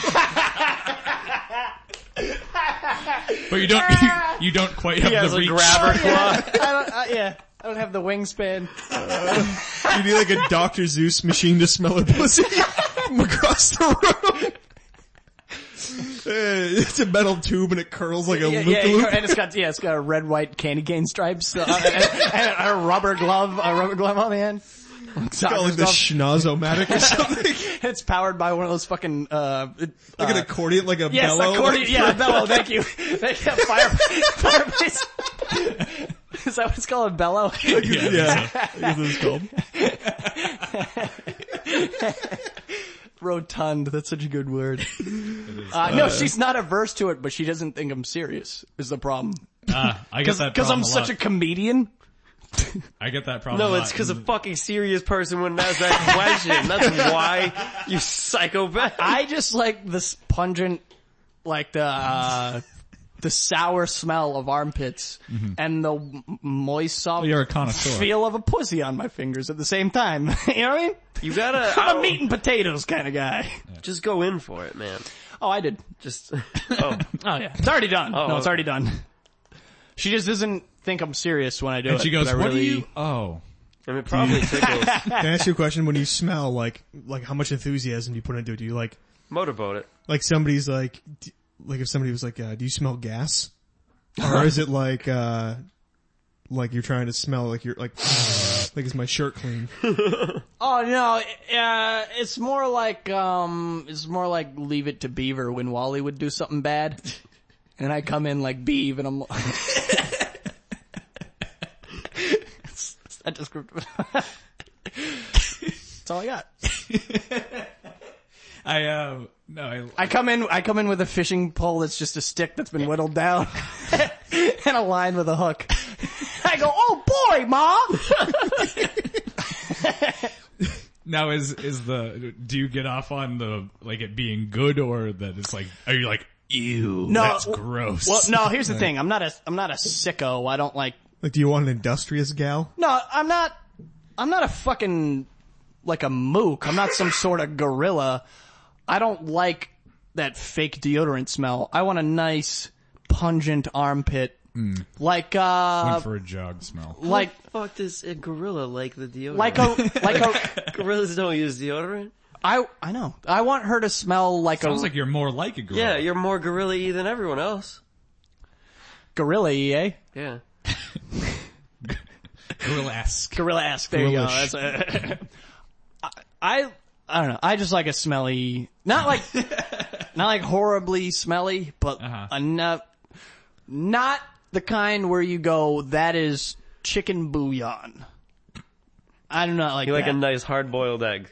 Speaker 1: But you don't. You, you don't quite have
Speaker 4: He has
Speaker 1: the
Speaker 4: a
Speaker 1: reach.
Speaker 4: grabber claw.
Speaker 3: I don't, I, yeah, I don't have the wingspan.
Speaker 2: you need like a Dr. Zeus machine to smell her pussy from across the room. Eh, It's a metal tube and it curls like a
Speaker 3: Yeah,
Speaker 2: loop
Speaker 3: yeah,
Speaker 2: loop.
Speaker 3: and it's got yeah, it's got a red, white candy cane stripes uh, and, and a rubber glove, a rubber glove on the end.
Speaker 2: Got like the schnozomatic or something.
Speaker 3: it's powered by one of those fucking uh, it-
Speaker 2: Like an
Speaker 3: uh,
Speaker 2: accordion, like a
Speaker 3: yes,
Speaker 2: bellow.
Speaker 3: accordion, yeah, bellow. Thank you, thank you. Fire, fireplace. Is that what it's called, a bellow?
Speaker 1: Yeah.
Speaker 2: Yeah, I guess it's called.
Speaker 3: Rotund. That's such a good word. Uh, no, she's not averse to it, but she doesn't think I'm serious. Is the problem?
Speaker 1: Uh, I get that
Speaker 3: Because
Speaker 1: problem
Speaker 3: I'm such a
Speaker 1: lot.
Speaker 3: comedian.
Speaker 1: I get that problem.
Speaker 4: No,
Speaker 1: a
Speaker 4: it's
Speaker 1: lot.
Speaker 4: because a fucking serious person wouldn't ask that question. That's why you psychopath.
Speaker 3: I just like this pungent, like the uh, the sour smell of armpits and the m- moist, soft
Speaker 1: Mm-hmm. You're a connoisseur.
Speaker 3: feel of a pussy on my fingers at the same time. you know what I mean?
Speaker 1: Oh.
Speaker 4: You gotta
Speaker 3: I'm a meat and potatoes kind of guy.
Speaker 4: Just go in for it, man.
Speaker 3: Oh, I did.
Speaker 4: Just oh,
Speaker 3: Oh yeah, it's already done.
Speaker 4: Oh.
Speaker 3: no, it's already done. She just doesn't think I'm serious when I do
Speaker 1: and
Speaker 3: it.
Speaker 1: she goes,
Speaker 3: but I
Speaker 1: "What
Speaker 3: really...
Speaker 1: do you?" Oh,
Speaker 4: I mean, it probably tickles.
Speaker 2: Can I ask you a question? When you smell, like, like how much enthusiasm do you put into it? Do you like,
Speaker 4: Motorboat it.
Speaker 2: like somebody's like, d- like if somebody was like, uh, do you smell gas? Or is it like, uh, like you're trying to smell like you're like, like is my shirt clean?
Speaker 3: Oh no, uh, it's more like um, it's more like Leave It to Beaver when Wally would do something bad, and I come in like Beav, and I'm. it's, it's that descriptive. That's all I got.
Speaker 1: I uh, no, I,
Speaker 3: I come in. I come in with a fishing pole that's just a stick that's been whittled down, and a line with a hook. I go, oh boy, ma.
Speaker 1: Now is is the do you get off on the like it being good or that it's like are you like ew
Speaker 4: Uh,
Speaker 3: No,
Speaker 1: that's
Speaker 3: w-
Speaker 1: gross?
Speaker 3: Well, no. Here's the thing. I'm not a. I'm not a sicko. I don't like
Speaker 2: Like, do you want an industrious gal?
Speaker 3: No, I'm not. I'm not a fucking like a mook. I'm not some sort of gorilla. I don't like that fake deodorant smell. I want a nice pungent armpit, like
Speaker 1: Went
Speaker 3: uh,
Speaker 1: Hmm. for a jog smell.
Speaker 3: like
Speaker 4: Fuck this a gorilla like the deodorant.
Speaker 3: like a like a.
Speaker 4: gorillas don't use deodorant.
Speaker 3: I I know. I want her to smell like a
Speaker 1: Sounds like you're more like a gorilla.
Speaker 4: Yeah, you're more gorilla than everyone else.
Speaker 3: gorilla. Eh?
Speaker 4: Yeah.
Speaker 1: gorilla-esque.
Speaker 3: Gorilla esque. There you go.
Speaker 2: Gorillish.
Speaker 3: That's a, I, I I don't know. I just like a smelly, not like not like horribly smelly, but
Speaker 1: Uh-huh.
Speaker 3: enough. Not the kind where you go, that is chicken bouillon. I do not like
Speaker 4: You like
Speaker 3: that.
Speaker 4: a nice hard boiled egg.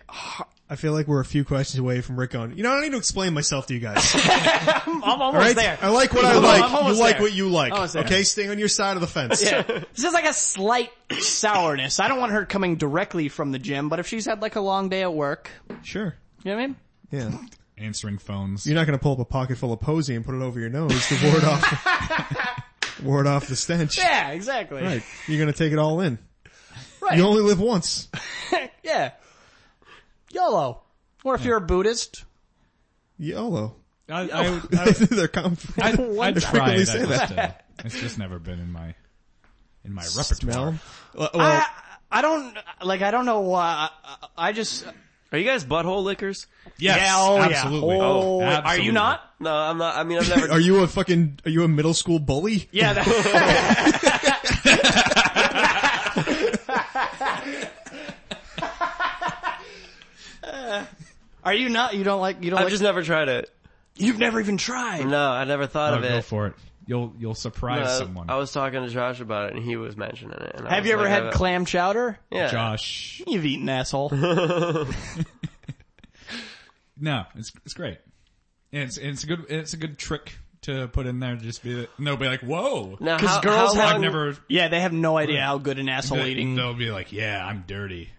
Speaker 2: I feel like we're a few questions away from Rick going, you know, I don't need to explain myself to you guys.
Speaker 3: I'm, I'm almost
Speaker 2: All right?
Speaker 3: there.
Speaker 2: I like what I
Speaker 3: I'm
Speaker 2: like.
Speaker 3: almost
Speaker 2: you like
Speaker 3: there.
Speaker 2: what you like.
Speaker 3: Almost there.
Speaker 2: Okay, stay on your side of the fence.
Speaker 3: Yeah. This is like a slight sourness. I don't want her coming directly from the gym, but if she's had like a long day at work,
Speaker 2: Sure.
Speaker 3: you know what I mean?
Speaker 2: Yeah.
Speaker 1: Answering phones.
Speaker 2: You're not going to pull up a pocket full of posy and put it over your nose to ward off, ward off the stench.
Speaker 3: Yeah, exactly.
Speaker 2: Right. You're going to take it all in.
Speaker 3: Right.
Speaker 2: You only live once.
Speaker 3: yeah. YOLO. Or if you're a Buddhist,
Speaker 2: YOLO.
Speaker 1: I, I, would- I, would-
Speaker 2: They're comfort.
Speaker 1: I,
Speaker 3: One
Speaker 1: I'd
Speaker 3: time.
Speaker 1: try
Speaker 2: frequently
Speaker 1: it.
Speaker 2: say
Speaker 1: I just, uh, it's just never been in my in my repertoire.
Speaker 2: Smell. Well,
Speaker 3: I, I don't, like I don't know why, I, I just,
Speaker 4: Are you guys butthole lickers?
Speaker 1: Yes,
Speaker 3: yeah, oh
Speaker 1: absolutely.
Speaker 3: yeah. Oh, are
Speaker 1: absolutely.
Speaker 3: you not?
Speaker 4: No, I'm not. I mean, I've never.
Speaker 2: are you a fucking, are you a middle school bully?
Speaker 3: Yeah. That- Are you not? You don't like? You don't
Speaker 4: I've
Speaker 3: like?
Speaker 4: just never tried it.
Speaker 3: you've never even tried.
Speaker 4: No, I never thought
Speaker 1: Oh,
Speaker 4: of
Speaker 1: go
Speaker 4: it.
Speaker 1: for it. You'll you'll surprise
Speaker 4: Uh,
Speaker 1: someone.
Speaker 4: I was talking to Josh about it, and he was mentioning it. and I
Speaker 3: Have
Speaker 4: was
Speaker 3: you ever
Speaker 4: like,
Speaker 3: had
Speaker 4: I've-
Speaker 3: clam chowder?
Speaker 4: Yeah.
Speaker 1: Josh.
Speaker 3: You've eaten asshole.
Speaker 1: No, it's it's great. And It's it's a good it's a good trick to put in there. To just be that- and they'll be like, whoa,
Speaker 4: Now,
Speaker 3: Because
Speaker 4: how,
Speaker 3: girls
Speaker 4: how
Speaker 3: have-
Speaker 1: I've
Speaker 4: long-
Speaker 1: never.
Speaker 3: yeah, they have no idea how good an asshole eating.
Speaker 1: They'll be like, yeah, I'm dirty.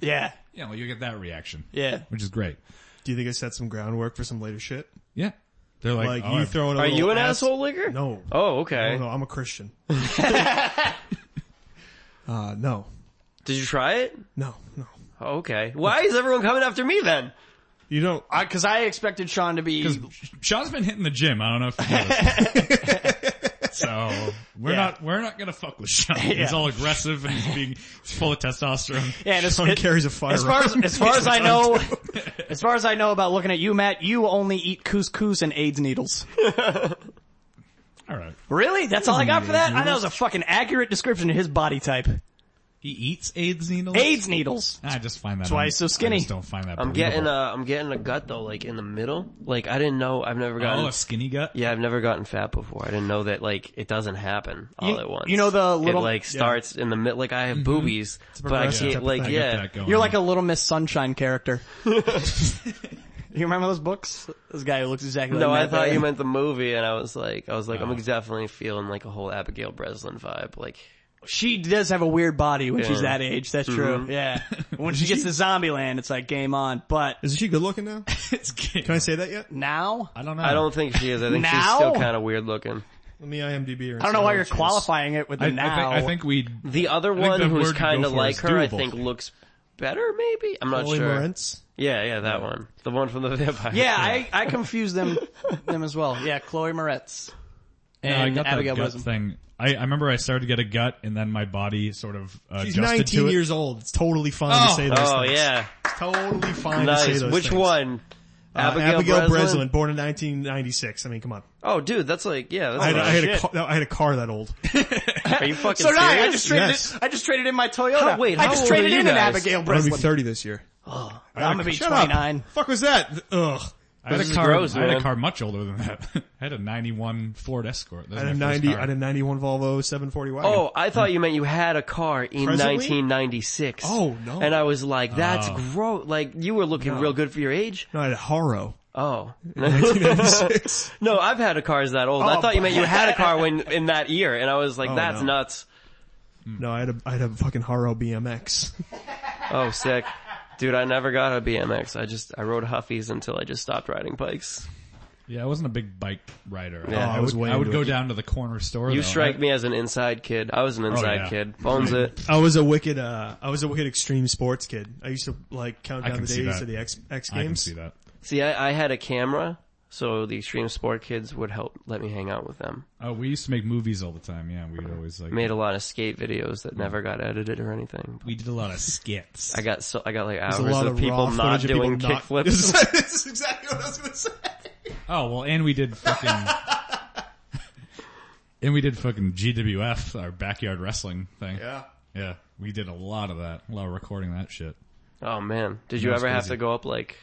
Speaker 3: Yeah,
Speaker 1: Yeah, well, you get that reaction,
Speaker 3: yeah.
Speaker 1: which is great.
Speaker 2: Do you think I set some groundwork for some later shit?
Speaker 1: Yeah, they're like,
Speaker 2: Like
Speaker 1: oh,
Speaker 2: you
Speaker 1: I've-
Speaker 2: throwing a
Speaker 4: Are
Speaker 2: little
Speaker 4: you an
Speaker 2: ass-
Speaker 4: asshole licker?
Speaker 2: No.
Speaker 4: Oh, okay.
Speaker 2: No, no, I'm a Christian. uh, no.
Speaker 4: Did you try it?
Speaker 2: No, no.
Speaker 4: Oh, okay. Why is everyone coming after me then?
Speaker 2: You don't,
Speaker 3: Because I expected Sean to be.
Speaker 1: Sean's been hitting the gym. I don't know if you noticed. so we're
Speaker 3: Yeah.
Speaker 1: not we're not gonna fuck with Sean. He's all aggressive and he's being he's full of testosterone.
Speaker 3: Yeah, and as,
Speaker 2: Someone carries a
Speaker 3: as far
Speaker 2: firearm.
Speaker 3: as as far as I know, as far as I know about looking at you, Matt, you only eat couscous and AIDS needles.
Speaker 1: All right,
Speaker 3: Really? That's all I got for that? I know it was a fucking accurate description of his body type.
Speaker 1: he eats AIDS needles.
Speaker 3: AIDS needles.
Speaker 1: I just find that
Speaker 3: why he's so skinny.
Speaker 1: I just don't find that.
Speaker 4: I'm getting uh,
Speaker 1: believable.
Speaker 4: a I'm getting a gut though, like in the middle. Like I didn't know. I've never gotten.
Speaker 1: oh a skinny gut.
Speaker 4: Yeah, I've never gotten fat before. I didn't know that like it doesn't happen all
Speaker 3: You-
Speaker 4: at once.
Speaker 3: you know the little-
Speaker 4: it like starts in the mid. Like I have boobies, but I
Speaker 2: progressive type
Speaker 4: can't.
Speaker 2: of
Speaker 4: Like
Speaker 2: thing.
Speaker 1: I get
Speaker 4: yeah,
Speaker 1: that going
Speaker 3: You're
Speaker 1: on.
Speaker 3: like a little Miss Sunshine character. you remember those books? This guy who looks exactly
Speaker 4: No,
Speaker 3: like
Speaker 4: I
Speaker 3: Matt
Speaker 4: thought
Speaker 3: Damon.
Speaker 4: you meant the movie, and I was like, I was like, I'm definitely feeling like a whole Abigail Breslin vibe. Like,
Speaker 3: She does have a weird body when she's
Speaker 4: Yeah.
Speaker 3: that
Speaker 4: Mm-hmm.
Speaker 3: age, that's true. Yeah. When she gets to zombie land, it's like game on. But
Speaker 2: Is she good looking now? Can
Speaker 1: it's skinny.
Speaker 2: I say that yet?
Speaker 3: now?
Speaker 1: I don't know.
Speaker 4: I don't think she is. I think
Speaker 3: Now?
Speaker 4: she's still kind of weird looking.
Speaker 2: Let me IMDb her.
Speaker 3: I don't know why you're qualifying it with the
Speaker 1: I, I
Speaker 3: now.
Speaker 1: think, I think we.
Speaker 4: The other
Speaker 1: think
Speaker 4: one
Speaker 1: the
Speaker 4: who's
Speaker 1: word you
Speaker 4: kind
Speaker 1: go
Speaker 4: of
Speaker 1: for
Speaker 4: like
Speaker 1: is
Speaker 4: her, I
Speaker 1: doable.
Speaker 4: think looks better. Maybe I'm not
Speaker 2: Molly
Speaker 4: sure.
Speaker 2: Morantz.
Speaker 4: Yeah, yeah, that one, the one from the vampire.
Speaker 3: yeah, I, I confuse them them as well. Yeah, Chloe Moretz.
Speaker 1: No, I
Speaker 3: And
Speaker 1: got
Speaker 3: Abigail
Speaker 1: that gut
Speaker 3: Breslin.
Speaker 1: thing. I, I remember I started to get a gut, and then my body sort of uh,
Speaker 2: She's
Speaker 1: adjusted to
Speaker 2: 19
Speaker 1: it.
Speaker 2: years old. It's totally fine to
Speaker 1: Oh.
Speaker 2: say those
Speaker 4: Oh
Speaker 2: things.
Speaker 4: yeah,
Speaker 2: It's totally fine to say
Speaker 4: nice.
Speaker 2: those
Speaker 4: Which
Speaker 2: things.
Speaker 4: one?
Speaker 2: Uh, Abigail, Breslin. born in 1996. I mean, come on.
Speaker 4: Oh, dude, that's like yeah. That's
Speaker 2: I had,
Speaker 4: like,
Speaker 2: I, had a
Speaker 4: shit.
Speaker 2: car, no, I had a car that old.
Speaker 4: Are you fucking
Speaker 3: So now I
Speaker 4: serious?
Speaker 3: just traded
Speaker 2: Yes.
Speaker 3: it, I just traded in my Toyota.
Speaker 4: How- wait,
Speaker 3: I
Speaker 4: how
Speaker 3: just
Speaker 4: old
Speaker 3: traded
Speaker 4: are you
Speaker 3: in an
Speaker 4: guys?
Speaker 3: Abigail
Speaker 2: I'm gonna
Speaker 3: Breslin.
Speaker 2: be 30 this year.
Speaker 3: I'm gonna be
Speaker 2: Shut
Speaker 3: 29.
Speaker 2: Up. Fuck was that? Ugh.
Speaker 1: I had, a
Speaker 4: This is
Speaker 1: car,
Speaker 4: gross,
Speaker 1: I had a
Speaker 4: man.
Speaker 1: car much older than that. I had a 91 Ford Escort. That was
Speaker 2: I had a
Speaker 1: my first
Speaker 2: 90, I
Speaker 1: car.
Speaker 2: had a 91 Volvo 740 wagon.
Speaker 4: Oh, I thought you meant you had a car in
Speaker 2: Presently?
Speaker 4: 1996.
Speaker 2: Oh, no.
Speaker 4: And I was like, that's
Speaker 1: Oh.
Speaker 4: gross. Like you were looking real good for your age.
Speaker 2: No, I had a Haro.
Speaker 4: Oh.
Speaker 2: 1996.
Speaker 4: No, I've had a car as that old. I thought you meant you had a car when in that year, and I was like,
Speaker 2: Oh,
Speaker 4: "That's
Speaker 2: no.
Speaker 4: nuts."
Speaker 1: Mm.
Speaker 2: no, I had a, I had a fucking Haro BMX.
Speaker 4: Oh, sick, dude! I never got a BMX. I just I rode Huffies until I just stopped riding bikes.
Speaker 1: yeah, I wasn't a big bike rider.
Speaker 4: Yeah. Oh,
Speaker 1: I,
Speaker 4: I
Speaker 2: was
Speaker 1: would,
Speaker 2: way
Speaker 1: I would
Speaker 2: into
Speaker 1: go
Speaker 2: it.
Speaker 1: down to the corner store.
Speaker 4: You
Speaker 1: though.
Speaker 4: strike
Speaker 1: I-
Speaker 4: me as an inside kid. I
Speaker 2: Oh,
Speaker 4: was an inside
Speaker 1: yeah.
Speaker 4: kid. Bones it.
Speaker 2: I was a wicked, uh, I was a wicked extreme sports kid. I used to like count
Speaker 1: I
Speaker 2: down
Speaker 1: can
Speaker 2: the
Speaker 1: see that.
Speaker 2: days to the X, X
Speaker 1: I
Speaker 2: Games.
Speaker 1: can see that.
Speaker 4: See, I, I had a camera, so the extreme sport kids would help let me hang out with them.
Speaker 1: Oh, we used to make movies all the time. Yeah, we'd always like
Speaker 4: Made a lot of skate videos that never got edited or anything.
Speaker 1: we did a lot of skits.
Speaker 4: I got so I got like
Speaker 2: There's
Speaker 4: hours of people not
Speaker 2: footage of
Speaker 4: doing
Speaker 2: people not-
Speaker 4: kickflips.
Speaker 2: This is exactly what I was gonna say.
Speaker 1: oh well, and we did fucking. And we did fucking GWF, our backyard wrestling thing. Yeah. We did a lot of that. A lot of recording that shit.
Speaker 4: Oh man, did you
Speaker 1: That's
Speaker 4: ever have
Speaker 1: crazy.
Speaker 4: to go up like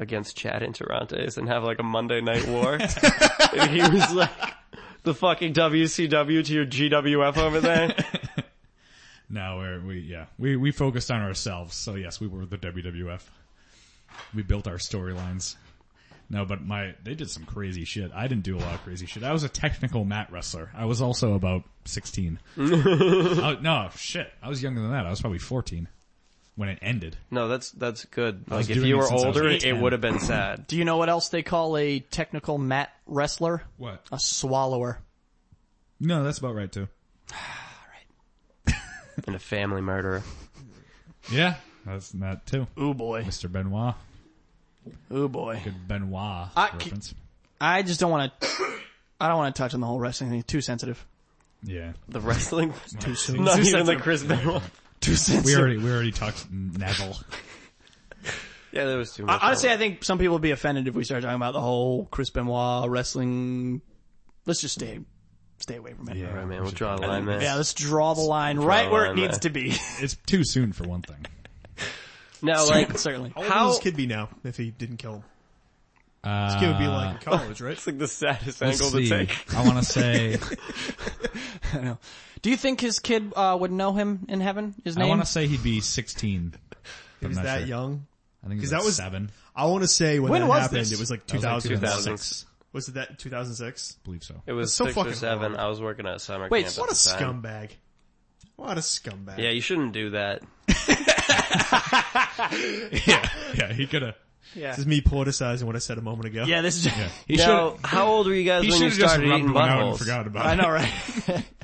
Speaker 4: against Chad and Tarantes and have like a Monday Night War? and he was like the fucking WCW to your GWF over there.
Speaker 1: No, we're, we yeah we we focused on ourselves. So yes, we were the WWF. we built our storylines. No, but my they did some crazy shit. I didn't do a lot of crazy shit. I was a technical mat wrestler. I was also about sixteen. oh, no shit, I was younger than that. I was probably fourteen when it ended.
Speaker 4: No, that's that's good.
Speaker 1: was
Speaker 4: Like if
Speaker 1: doing
Speaker 4: you
Speaker 1: it
Speaker 4: were
Speaker 1: since I was
Speaker 4: older,
Speaker 1: like
Speaker 4: it
Speaker 1: 10.
Speaker 4: would have been sad.
Speaker 3: Do you know what else they call a technical mat wrestler?
Speaker 1: What?
Speaker 3: A swallower.
Speaker 1: No, that's about right too.
Speaker 4: And a family murderer.
Speaker 1: Yeah, that's that too.
Speaker 3: Ooh boy.
Speaker 1: Mr. Benoit,
Speaker 3: Ooh boy.
Speaker 1: good Benoit
Speaker 3: I-
Speaker 1: reference.
Speaker 3: I just don't want to. I don't want to touch on the whole wrestling thing. Too sensitive.
Speaker 1: yeah,
Speaker 4: The wrestling,
Speaker 1: too soon.
Speaker 4: not
Speaker 3: Too
Speaker 4: even the
Speaker 3: sensitive.
Speaker 4: Chris Benoit.
Speaker 3: Too
Speaker 1: We
Speaker 3: sensitive.
Speaker 1: already we already talked Neville.
Speaker 4: Yeah, there was too much.
Speaker 3: I, honestly, I think some people would be offended if we started talking about the whole Chris Benoit wrestling. Let's just stay, stay away from it.
Speaker 4: All right, man, we'll draw a line, man.
Speaker 3: Yeah, let's draw the line right
Speaker 4: the
Speaker 3: where it
Speaker 4: line
Speaker 3: needs to
Speaker 4: there.
Speaker 3: be.
Speaker 1: It's too soon for one thing.
Speaker 4: Now, like,
Speaker 3: Certainly.
Speaker 2: How old would this kid be now if he didn't kill him? This kid would be like in
Speaker 1: Uh,
Speaker 2: college, right?
Speaker 4: it's like the saddest
Speaker 1: Let's
Speaker 4: angle to
Speaker 1: see.
Speaker 4: take.
Speaker 1: I want to say
Speaker 3: I know. Do you think his kid uh, would know him in heaven? His
Speaker 1: I
Speaker 3: name?
Speaker 1: want to say he'd be 16. but I'm
Speaker 2: He's
Speaker 1: not
Speaker 2: that
Speaker 1: sure.
Speaker 2: young.
Speaker 1: I think
Speaker 2: 'Cause
Speaker 1: he's
Speaker 2: that
Speaker 1: like
Speaker 2: was-
Speaker 1: seven.
Speaker 2: I want to say when,
Speaker 3: When
Speaker 2: that
Speaker 3: was
Speaker 2: happened,
Speaker 3: this?
Speaker 2: it was like
Speaker 1: That was like
Speaker 2: 2000.
Speaker 1: 2000.
Speaker 2: Was it that 2006?
Speaker 1: I believe so.
Speaker 4: It was
Speaker 2: so
Speaker 4: six
Speaker 2: fucking
Speaker 4: or seven.
Speaker 2: wrong.
Speaker 4: I was working at a summer
Speaker 3: Wait,
Speaker 4: camp.
Speaker 3: what
Speaker 4: at
Speaker 2: What a
Speaker 4: the time.
Speaker 2: scumbag! What a scumbag!
Speaker 4: Yeah, you shouldn't do that.
Speaker 1: yeah, yeah, he could have.
Speaker 3: yeah.
Speaker 2: This is me politicizing what I said a moment ago.
Speaker 3: Yeah, this is.
Speaker 1: Yeah, he
Speaker 4: Now,
Speaker 1: should.
Speaker 4: how old were you guys
Speaker 1: He
Speaker 4: when you
Speaker 1: should have just
Speaker 4: started
Speaker 1: rubbed
Speaker 4: eating
Speaker 1: one out and
Speaker 4: buttholes?
Speaker 1: forgot about
Speaker 3: I
Speaker 1: it.
Speaker 3: know, right?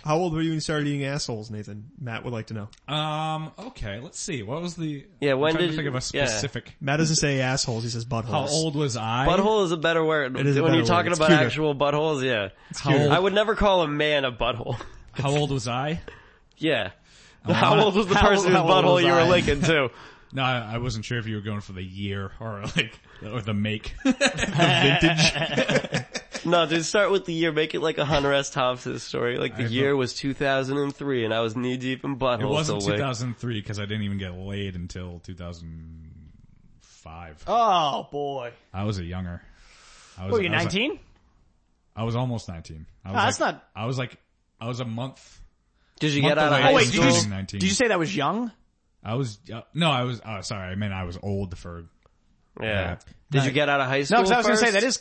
Speaker 2: How old were you when you started eating assholes, Nathan? Matt would like to know.
Speaker 1: Um. Okay. Let's see. What was the?
Speaker 4: Yeah,
Speaker 1: I'm
Speaker 4: when
Speaker 1: trying to
Speaker 4: did-
Speaker 1: think of a
Speaker 4: yeah.
Speaker 1: specific?
Speaker 2: Matt doesn't say assholes; he says buttholes.
Speaker 1: How old was I?
Speaker 4: Butthole is a better word.
Speaker 2: is a better
Speaker 4: when you're
Speaker 2: word.
Speaker 4: talking
Speaker 2: It's
Speaker 4: about
Speaker 2: cuter.
Speaker 4: actual buttholes, yeah.
Speaker 1: How old,
Speaker 4: I would never call a man a butthole.
Speaker 1: how old was I?
Speaker 4: Yeah.
Speaker 1: wanna-
Speaker 4: How old was the
Speaker 3: how-
Speaker 4: person whose
Speaker 3: how old
Speaker 4: butthole
Speaker 3: was
Speaker 4: you were
Speaker 3: I?
Speaker 4: licking too?
Speaker 1: No, I, I wasn't sure if you were going for the year or like or the make, the vintage.
Speaker 4: No, dude, start with the year. Make it like a Hunter S. Thompson story. Like the
Speaker 1: I
Speaker 4: year
Speaker 1: know.
Speaker 4: was 2003 and I was knee deep in buttholes.
Speaker 1: It wasn't
Speaker 4: to lick.
Speaker 1: 2003 because I didn't even get laid until 2005.
Speaker 3: Oh boy.
Speaker 1: I was a younger. I was,
Speaker 3: Were you
Speaker 1: I was a-
Speaker 3: 19?
Speaker 1: I was almost 19. I was
Speaker 3: Ah,
Speaker 1: like,
Speaker 3: that's not-
Speaker 1: I was like, I was a month.
Speaker 4: Did you
Speaker 1: month
Speaker 4: get out of
Speaker 1: away
Speaker 4: high
Speaker 1: from
Speaker 3: wait, did you
Speaker 4: school?
Speaker 1: turning
Speaker 3: just-
Speaker 1: 19.
Speaker 3: Did you say that was young?
Speaker 1: I was, uh, no, I was, oh, sorry, I mean I was old for,
Speaker 4: yeah. Did you get out of high school?
Speaker 3: No, because I was going to
Speaker 4: first?
Speaker 3: say that is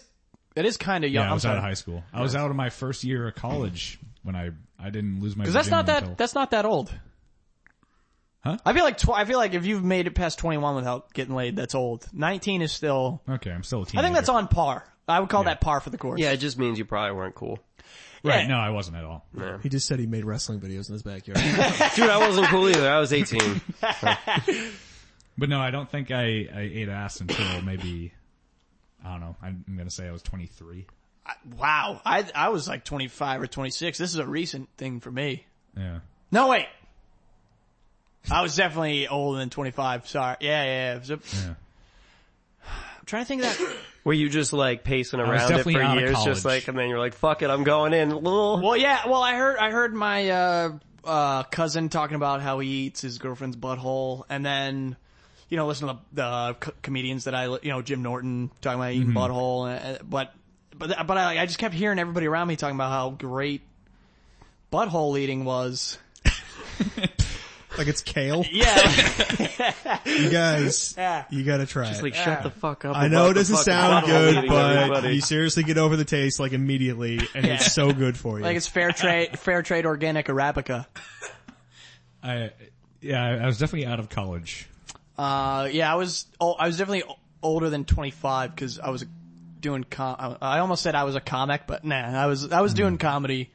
Speaker 3: that is kind of young.
Speaker 1: yeah, I
Speaker 3: I'm
Speaker 1: was
Speaker 3: sorry.
Speaker 1: out of high school. I was out of my first year of college when I, I didn't lose my
Speaker 3: 'Cause that's not that
Speaker 1: virginity
Speaker 3: that's not that old.
Speaker 1: Huh?
Speaker 3: I feel like tw- I feel like if you've made it past 21 without getting laid, that's old. 19 is still.
Speaker 1: until- okay, I'm still a teenager.
Speaker 3: I think that's on par. I would call that par for the course.
Speaker 4: Yeah, it just means you probably weren't cool.
Speaker 1: Right, no, I wasn't at all.
Speaker 2: He just said he made wrestling videos in his backyard.
Speaker 4: Dude, I wasn't cool either. I was 18.
Speaker 1: But no, I don't think I, I ate ass until maybe, I don't know, I'm gonna say I was 23.
Speaker 3: Wow. I I was like 25 or 26. This is a recent thing for me.
Speaker 1: Yeah.
Speaker 3: No wait. I was definitely older than 25. Sorry. Yeah, yeah. yeah. It was a-
Speaker 1: Yeah.
Speaker 3: I'm trying to think of that.
Speaker 4: Were you just like pacing
Speaker 1: was
Speaker 4: around it for
Speaker 1: definitely out of
Speaker 4: years,
Speaker 1: college.
Speaker 4: just like, and then you're like, "Fuck it, I'm going in." Well,
Speaker 3: Well, yeah. Well, I heard I heard my uh uh cousin talking about how he eats his girlfriend's butthole, and then you know listen to the, the co- comedians that I li- you know Jim Norton talking about eating butthole, and, and- but but but I like, I just kept hearing everybody around me talking about how great butthole eating was.
Speaker 2: like it's kale.
Speaker 3: Yeah.
Speaker 2: You guys,
Speaker 3: Yeah.
Speaker 2: you gotta try it.
Speaker 4: like, shut the fuck up.
Speaker 2: I know it
Speaker 4: about the
Speaker 2: doesn't
Speaker 4: fucking
Speaker 2: sound
Speaker 4: butthole
Speaker 2: good,
Speaker 4: eating,
Speaker 2: but
Speaker 4: everybody.
Speaker 2: you seriously get over the taste like immediately, and
Speaker 3: Yeah.
Speaker 2: it's so good for you.
Speaker 3: Like it's fair trade, fair trade organic Arabica.
Speaker 1: I, yeah, I- I was definitely out of college.
Speaker 3: Uh, yeah, I was, oh, I was definitely o- older than 25 cause I was doing com, I I almost said I was a comic, but nah, I was, I was
Speaker 4: Mm-hmm.
Speaker 3: doing comedy,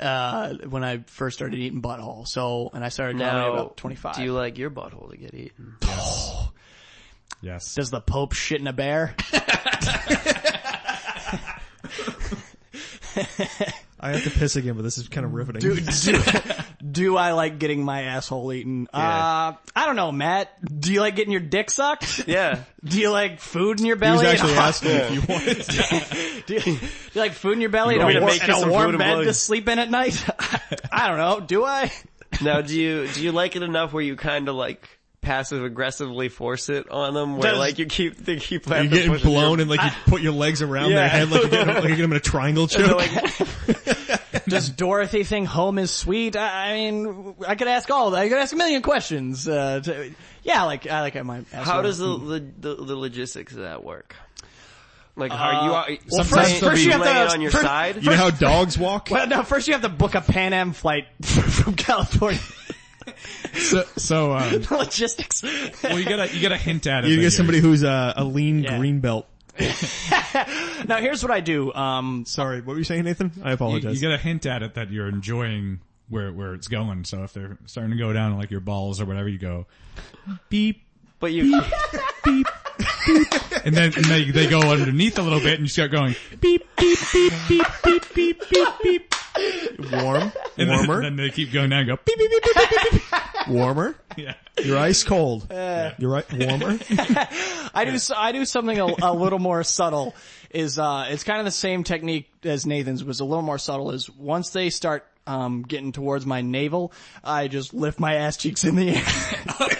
Speaker 3: uh, when I first started eating butthole. So, and I started comedy
Speaker 4: now,
Speaker 3: about 25.
Speaker 4: do you like your butthole to get eaten?
Speaker 1: Yes.
Speaker 3: Does the Pope shit in a bear?
Speaker 2: I have to piss again, but this is kind of riveting.
Speaker 3: do, do, do I like getting my asshole eaten? Uh, I don't know, Matt. Do you like getting your dick sucked?
Speaker 4: Yeah,
Speaker 3: Do you like food in your
Speaker 2: he was
Speaker 3: belly?
Speaker 2: actually asking if you wanted.
Speaker 3: Do you, do you like food in your belly and
Speaker 4: want
Speaker 3: a,
Speaker 4: me to
Speaker 3: war-
Speaker 4: make
Speaker 3: and
Speaker 4: you
Speaker 3: a
Speaker 4: some food
Speaker 3: warm
Speaker 4: and
Speaker 3: bed
Speaker 4: blow you?
Speaker 3: to sleep in at night? I don't know. Do I?
Speaker 4: Now, do you do you like it enough where you kind of like passive aggressively force it on them, where
Speaker 3: Does-
Speaker 4: like you keep they keep
Speaker 2: You're
Speaker 4: having to
Speaker 2: getting
Speaker 4: push it?
Speaker 2: blown and like you put your legs around
Speaker 4: Yeah.
Speaker 2: their head like you're getting, like you're getting them in a triangle choke.
Speaker 4: Like,
Speaker 3: Does Dorothy think home is sweet? I, I mean, I could ask all. I could ask a million questions. Uh, to, yeah, like I like I might. Ask
Speaker 4: How
Speaker 3: her.
Speaker 4: does the, the the the logistics of that work? Like, are you are you
Speaker 3: Uh, Well,
Speaker 4: laying-
Speaker 3: first, first you have
Speaker 4: laying
Speaker 3: to
Speaker 4: on your
Speaker 3: first-
Speaker 4: side?
Speaker 2: You know how dogs walk?
Speaker 3: Well, no, first you have to book a Pan Am flight from California.
Speaker 1: So, so um,
Speaker 3: The Logistics.
Speaker 1: well, you gotta you gotta hint at it.
Speaker 2: You
Speaker 1: that
Speaker 2: get
Speaker 1: you're-
Speaker 2: somebody who's uh, a, a lean
Speaker 3: Yeah.
Speaker 2: green belt.
Speaker 3: now here's what I do. Um,
Speaker 2: Sorry, what were you saying, Nathan? I
Speaker 1: You,
Speaker 2: apologize.
Speaker 1: you gotta hint at it that you're enjoying where where it's going. So if they're starting to go down like your balls or whatever, you go beep,
Speaker 4: But you
Speaker 1: and then and they they go underneath a little bit, and you start going beep beep beep beep beep beep beep beep,
Speaker 2: warm,
Speaker 1: and then,
Speaker 2: warmer,
Speaker 1: then they keep going down and go beep beep beep beep.
Speaker 2: warmer.
Speaker 1: beep. Yeah.
Speaker 2: You're ice cold. You're right, warmer.
Speaker 3: I do so- I do something a, a little more subtle. Is uh, it's kind of the same technique as Nathan's, was a little more subtle. Is once they start um getting towards my navel, I just lift my ass cheeks in the air.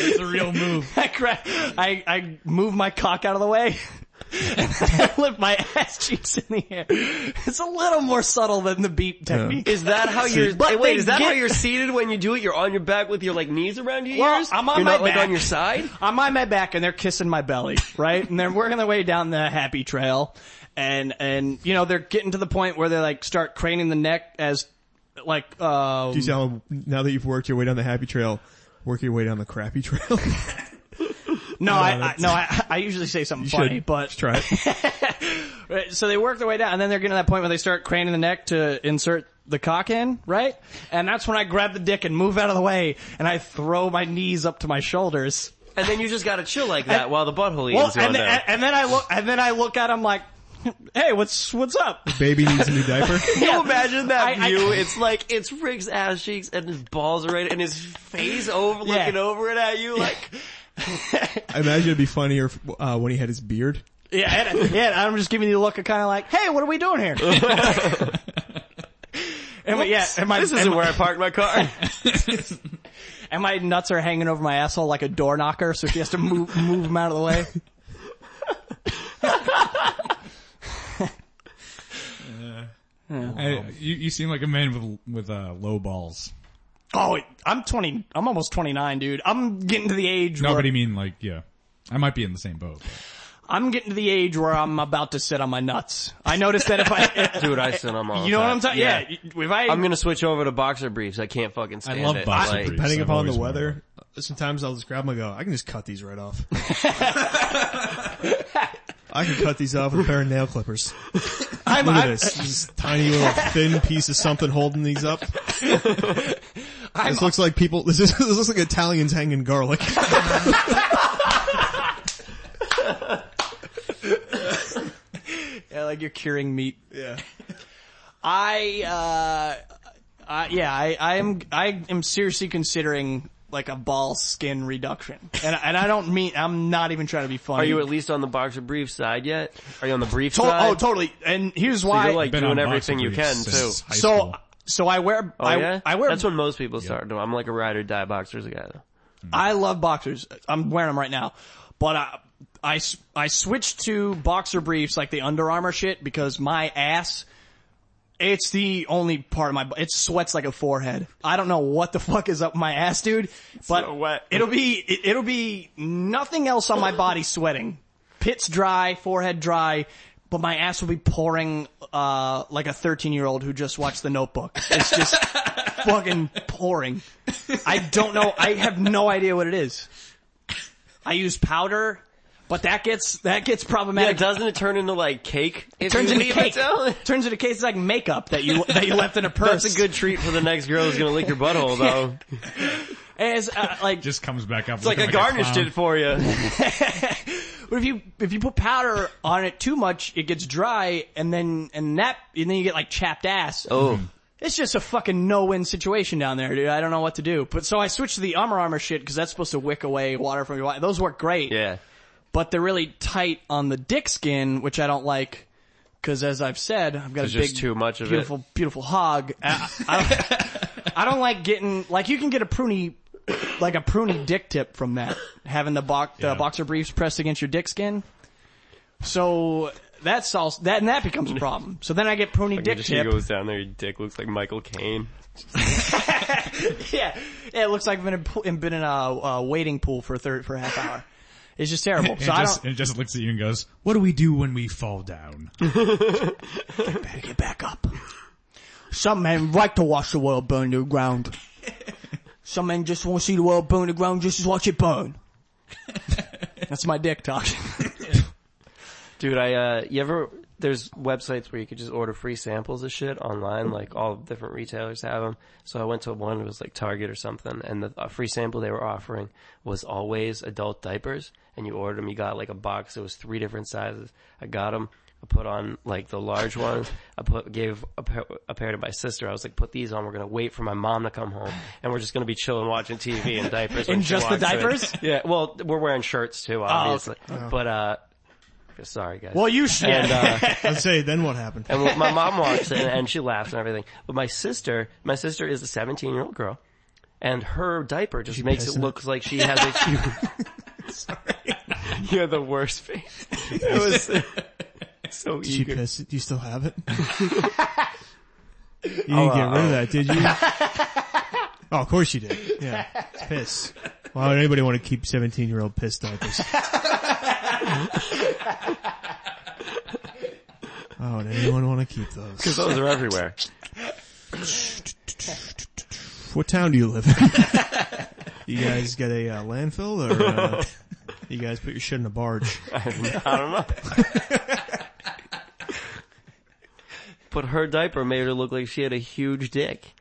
Speaker 1: It's a real move.
Speaker 3: I, gra- I I move my cock out of the way. and I lift my ass cheeks in the air. It's a little more subtle than the beat technique.
Speaker 4: is that how you're?
Speaker 3: But
Speaker 4: eh, wait,
Speaker 3: they
Speaker 4: is that
Speaker 3: get-
Speaker 4: how you're seated when you do it? You're on your back with your like knees around your
Speaker 3: Well,
Speaker 4: ears.
Speaker 3: I'm on
Speaker 4: you're
Speaker 3: my
Speaker 4: not like
Speaker 3: back.
Speaker 4: on your side.
Speaker 3: I'm on my back and they're kissing my belly, right? and they're working their way down the happy trail. And, and, you know, they're getting to the point where they like start craning the neck as like, uh,
Speaker 2: You tell them, now that you've worked your way down the happy trail, work your way down the crappy trail.
Speaker 3: no, I, I, no, I, I usually say something funny, but
Speaker 2: Try it.
Speaker 3: Right, so they work their way down, and then they're getting to that point where they start craning the neck to insert the cock in, right? And that's when I grab the dick and move out of the way, and I throw my knees up to my shoulders.
Speaker 4: And then you just gotta chill like that while the butthole
Speaker 3: Well,
Speaker 4: is going
Speaker 3: and, uh,
Speaker 4: down.
Speaker 3: and, and then I look, and then I look at him like, "Hey, what's what's up?"
Speaker 2: Baby needs a new diaper.
Speaker 4: Can you imagine that
Speaker 3: I- I-
Speaker 4: view? it's like it's Rick's ass cheeks and his balls are right and his face over
Speaker 3: Yeah.
Speaker 4: looking over it at you like
Speaker 2: I imagine it'd be funnier if, uh, when he had his beard.
Speaker 3: Yeah, and, yeah, and I'm just giving you the look of kind of like, "Hey, what are we doing here?" and my, yeah, and my,
Speaker 4: this
Speaker 3: and
Speaker 4: isn't
Speaker 3: my-
Speaker 4: where I parked my car.
Speaker 3: and my nuts are hanging over my asshole like a door knocker, so she has to move move them out of the way.
Speaker 1: I, you you seem like a man with with uh, low balls.
Speaker 3: Oh, I'm 20. I'm almost 29, dude. I'm getting to the age
Speaker 1: No,
Speaker 3: where
Speaker 1: but I mean like yeah. I might be in the same boat.
Speaker 3: I'm getting to the age where I'm about to sit on my nuts. I noticed that if I,
Speaker 4: Dude, I sit on my
Speaker 3: you know what I'm talking? Yeah. if I,
Speaker 4: I'm gonna switch over to boxer briefs. I can't fucking stand
Speaker 1: love
Speaker 4: it.
Speaker 1: boxer
Speaker 4: Like,
Speaker 1: briefs.
Speaker 2: Depending
Speaker 1: I've
Speaker 2: upon the
Speaker 1: always wanted
Speaker 2: weather, sometimes I'll just grab them and go, I can just cut these right off. I can cut these off with a pair of nail clippers.
Speaker 3: I'm,
Speaker 2: Look at
Speaker 3: I'm,
Speaker 2: this. This tiny little thin piece of something holding these up. this looks like people, this, is, this looks like Italians hanging garlic.
Speaker 3: yeah, like you're curing meat.
Speaker 2: Yeah.
Speaker 3: I, uh, I, yeah, I, I am, I am seriously considering like a ball skin reduction. And, I- and I don't mean, I'm not even trying to be funny.
Speaker 4: are you at least on the boxer brief side yet? Are you on the brief
Speaker 3: To-
Speaker 4: side?
Speaker 3: oh, totally. And here's why.
Speaker 4: You're like
Speaker 1: Been
Speaker 4: doing
Speaker 1: on boxing
Speaker 4: everything you
Speaker 1: briefs
Speaker 4: can too.
Speaker 1: since high
Speaker 3: so,
Speaker 1: school.
Speaker 3: so I wear,
Speaker 4: Oh
Speaker 3: I,
Speaker 4: yeah,
Speaker 3: I wear
Speaker 4: That's when most people start doing. I'm like a ride or die boxers guy. though.
Speaker 3: I love boxers. I'm wearing them right now, but I, I, s- I switched to boxer briefs like the Under Armour shit because my ass, it's the only part of my, it sweats like a forehead. I don't know what the fuck is up my ass, dude, but
Speaker 4: so wet.
Speaker 3: it'll be, it, it'll be nothing else on my body sweating. Pits dry, forehead dry, but my ass will be pouring, uh, like a 13 year old who just watched the notebook. It's just fucking pouring. I don't know. I have no idea what it is. I use powder, but that gets that gets
Speaker 4: Yeah,
Speaker 3: problematic.
Speaker 4: doesn't it turn into like cake? It
Speaker 3: turns into cake. turns into cake. It's like makeup that you that you left in a purse.
Speaker 4: That's a good treat for the next girl who's gonna lick your butthole though.
Speaker 3: As, uh, like,
Speaker 1: Just comes back up.
Speaker 4: It's like I garnished it for you.
Speaker 3: but if you if you put powder on it too much, it gets dry, and then and that and then you get like chapped ass.
Speaker 4: Oh.
Speaker 3: It's just a fucking no-win situation down there, dude. I don't know what to do. But so I switched to the armor armor shit because that's supposed to wick away water from your body. Those work great.
Speaker 4: Yeah.
Speaker 3: but they're really tight on the dick skin, which I don't like. Cause as I've said, I've got
Speaker 4: There's
Speaker 3: a big,
Speaker 4: just too much of it.
Speaker 3: beautiful, beautiful hog. I, I- I don't like getting, like you can get a pruny, like a pruny dick tip from that. Having the, bo- the boxer briefs pressed against your dick skin. So That's all. That and that becomes a problem. So then I get pony dick
Speaker 4: just, he
Speaker 3: tip.
Speaker 4: goes down there, your dick looks like Michael Caine.
Speaker 3: yeah, yeah, it looks like I've been in, a pool- been in a, uh waiting pool for thir for a half hour. It's just terrible.
Speaker 1: And,
Speaker 3: so I
Speaker 1: just,
Speaker 3: don't
Speaker 1: and just looks at you and goes, what do we do when we fall down?
Speaker 3: get back up. Some men like to watch the world burn to the ground. Some men just want to see the world burn to the ground, just to watch it burn. That's my dick talking.
Speaker 4: Dude, I, uh, you ever, there's websites where you could just order free samples of shit online, like all different retailers have them. So I went to one, it was like Target or something, and the a free sample they were offering was always adult diapers, and you ordered them, you got like a box, it was three different sizes. I got them, I put on like the large ones, I put, gave a, pair- a pair to my sister, I was like, put these on, we're gonna wait for my mom to come home, and we're just gonna be chilling watching TV in diapers. when
Speaker 3: In
Speaker 4: she
Speaker 3: just the
Speaker 4: walks in.
Speaker 3: diapers? Oh,
Speaker 4: Yeah, well, we're wearing shirts too, obviously. But, uh, sorry guys.
Speaker 3: Well, you should.
Speaker 4: And, uh,
Speaker 2: I'd say then what happened?
Speaker 4: and when my mom walks in and she laughs and everything. But my sister, my sister is a 17 year old girl and her diaper just makes it
Speaker 2: pissing
Speaker 4: look like she has a huge. You're the worst face. It was so
Speaker 2: Did you
Speaker 4: eager.
Speaker 2: piss it? Do you still have it? you didn't get rid of that, did you? oh, of course you did. Yeah. It's piss. Why would anybody want to keep 17 year old piss diapers? oh, would anyone want to keep those?
Speaker 4: Those are everywhere.
Speaker 2: What town do you live in? you guys got a uh, landfill or uh, you guys put your shit in a barge?
Speaker 4: I don't know. But her diaper made her look like she had a huge dick.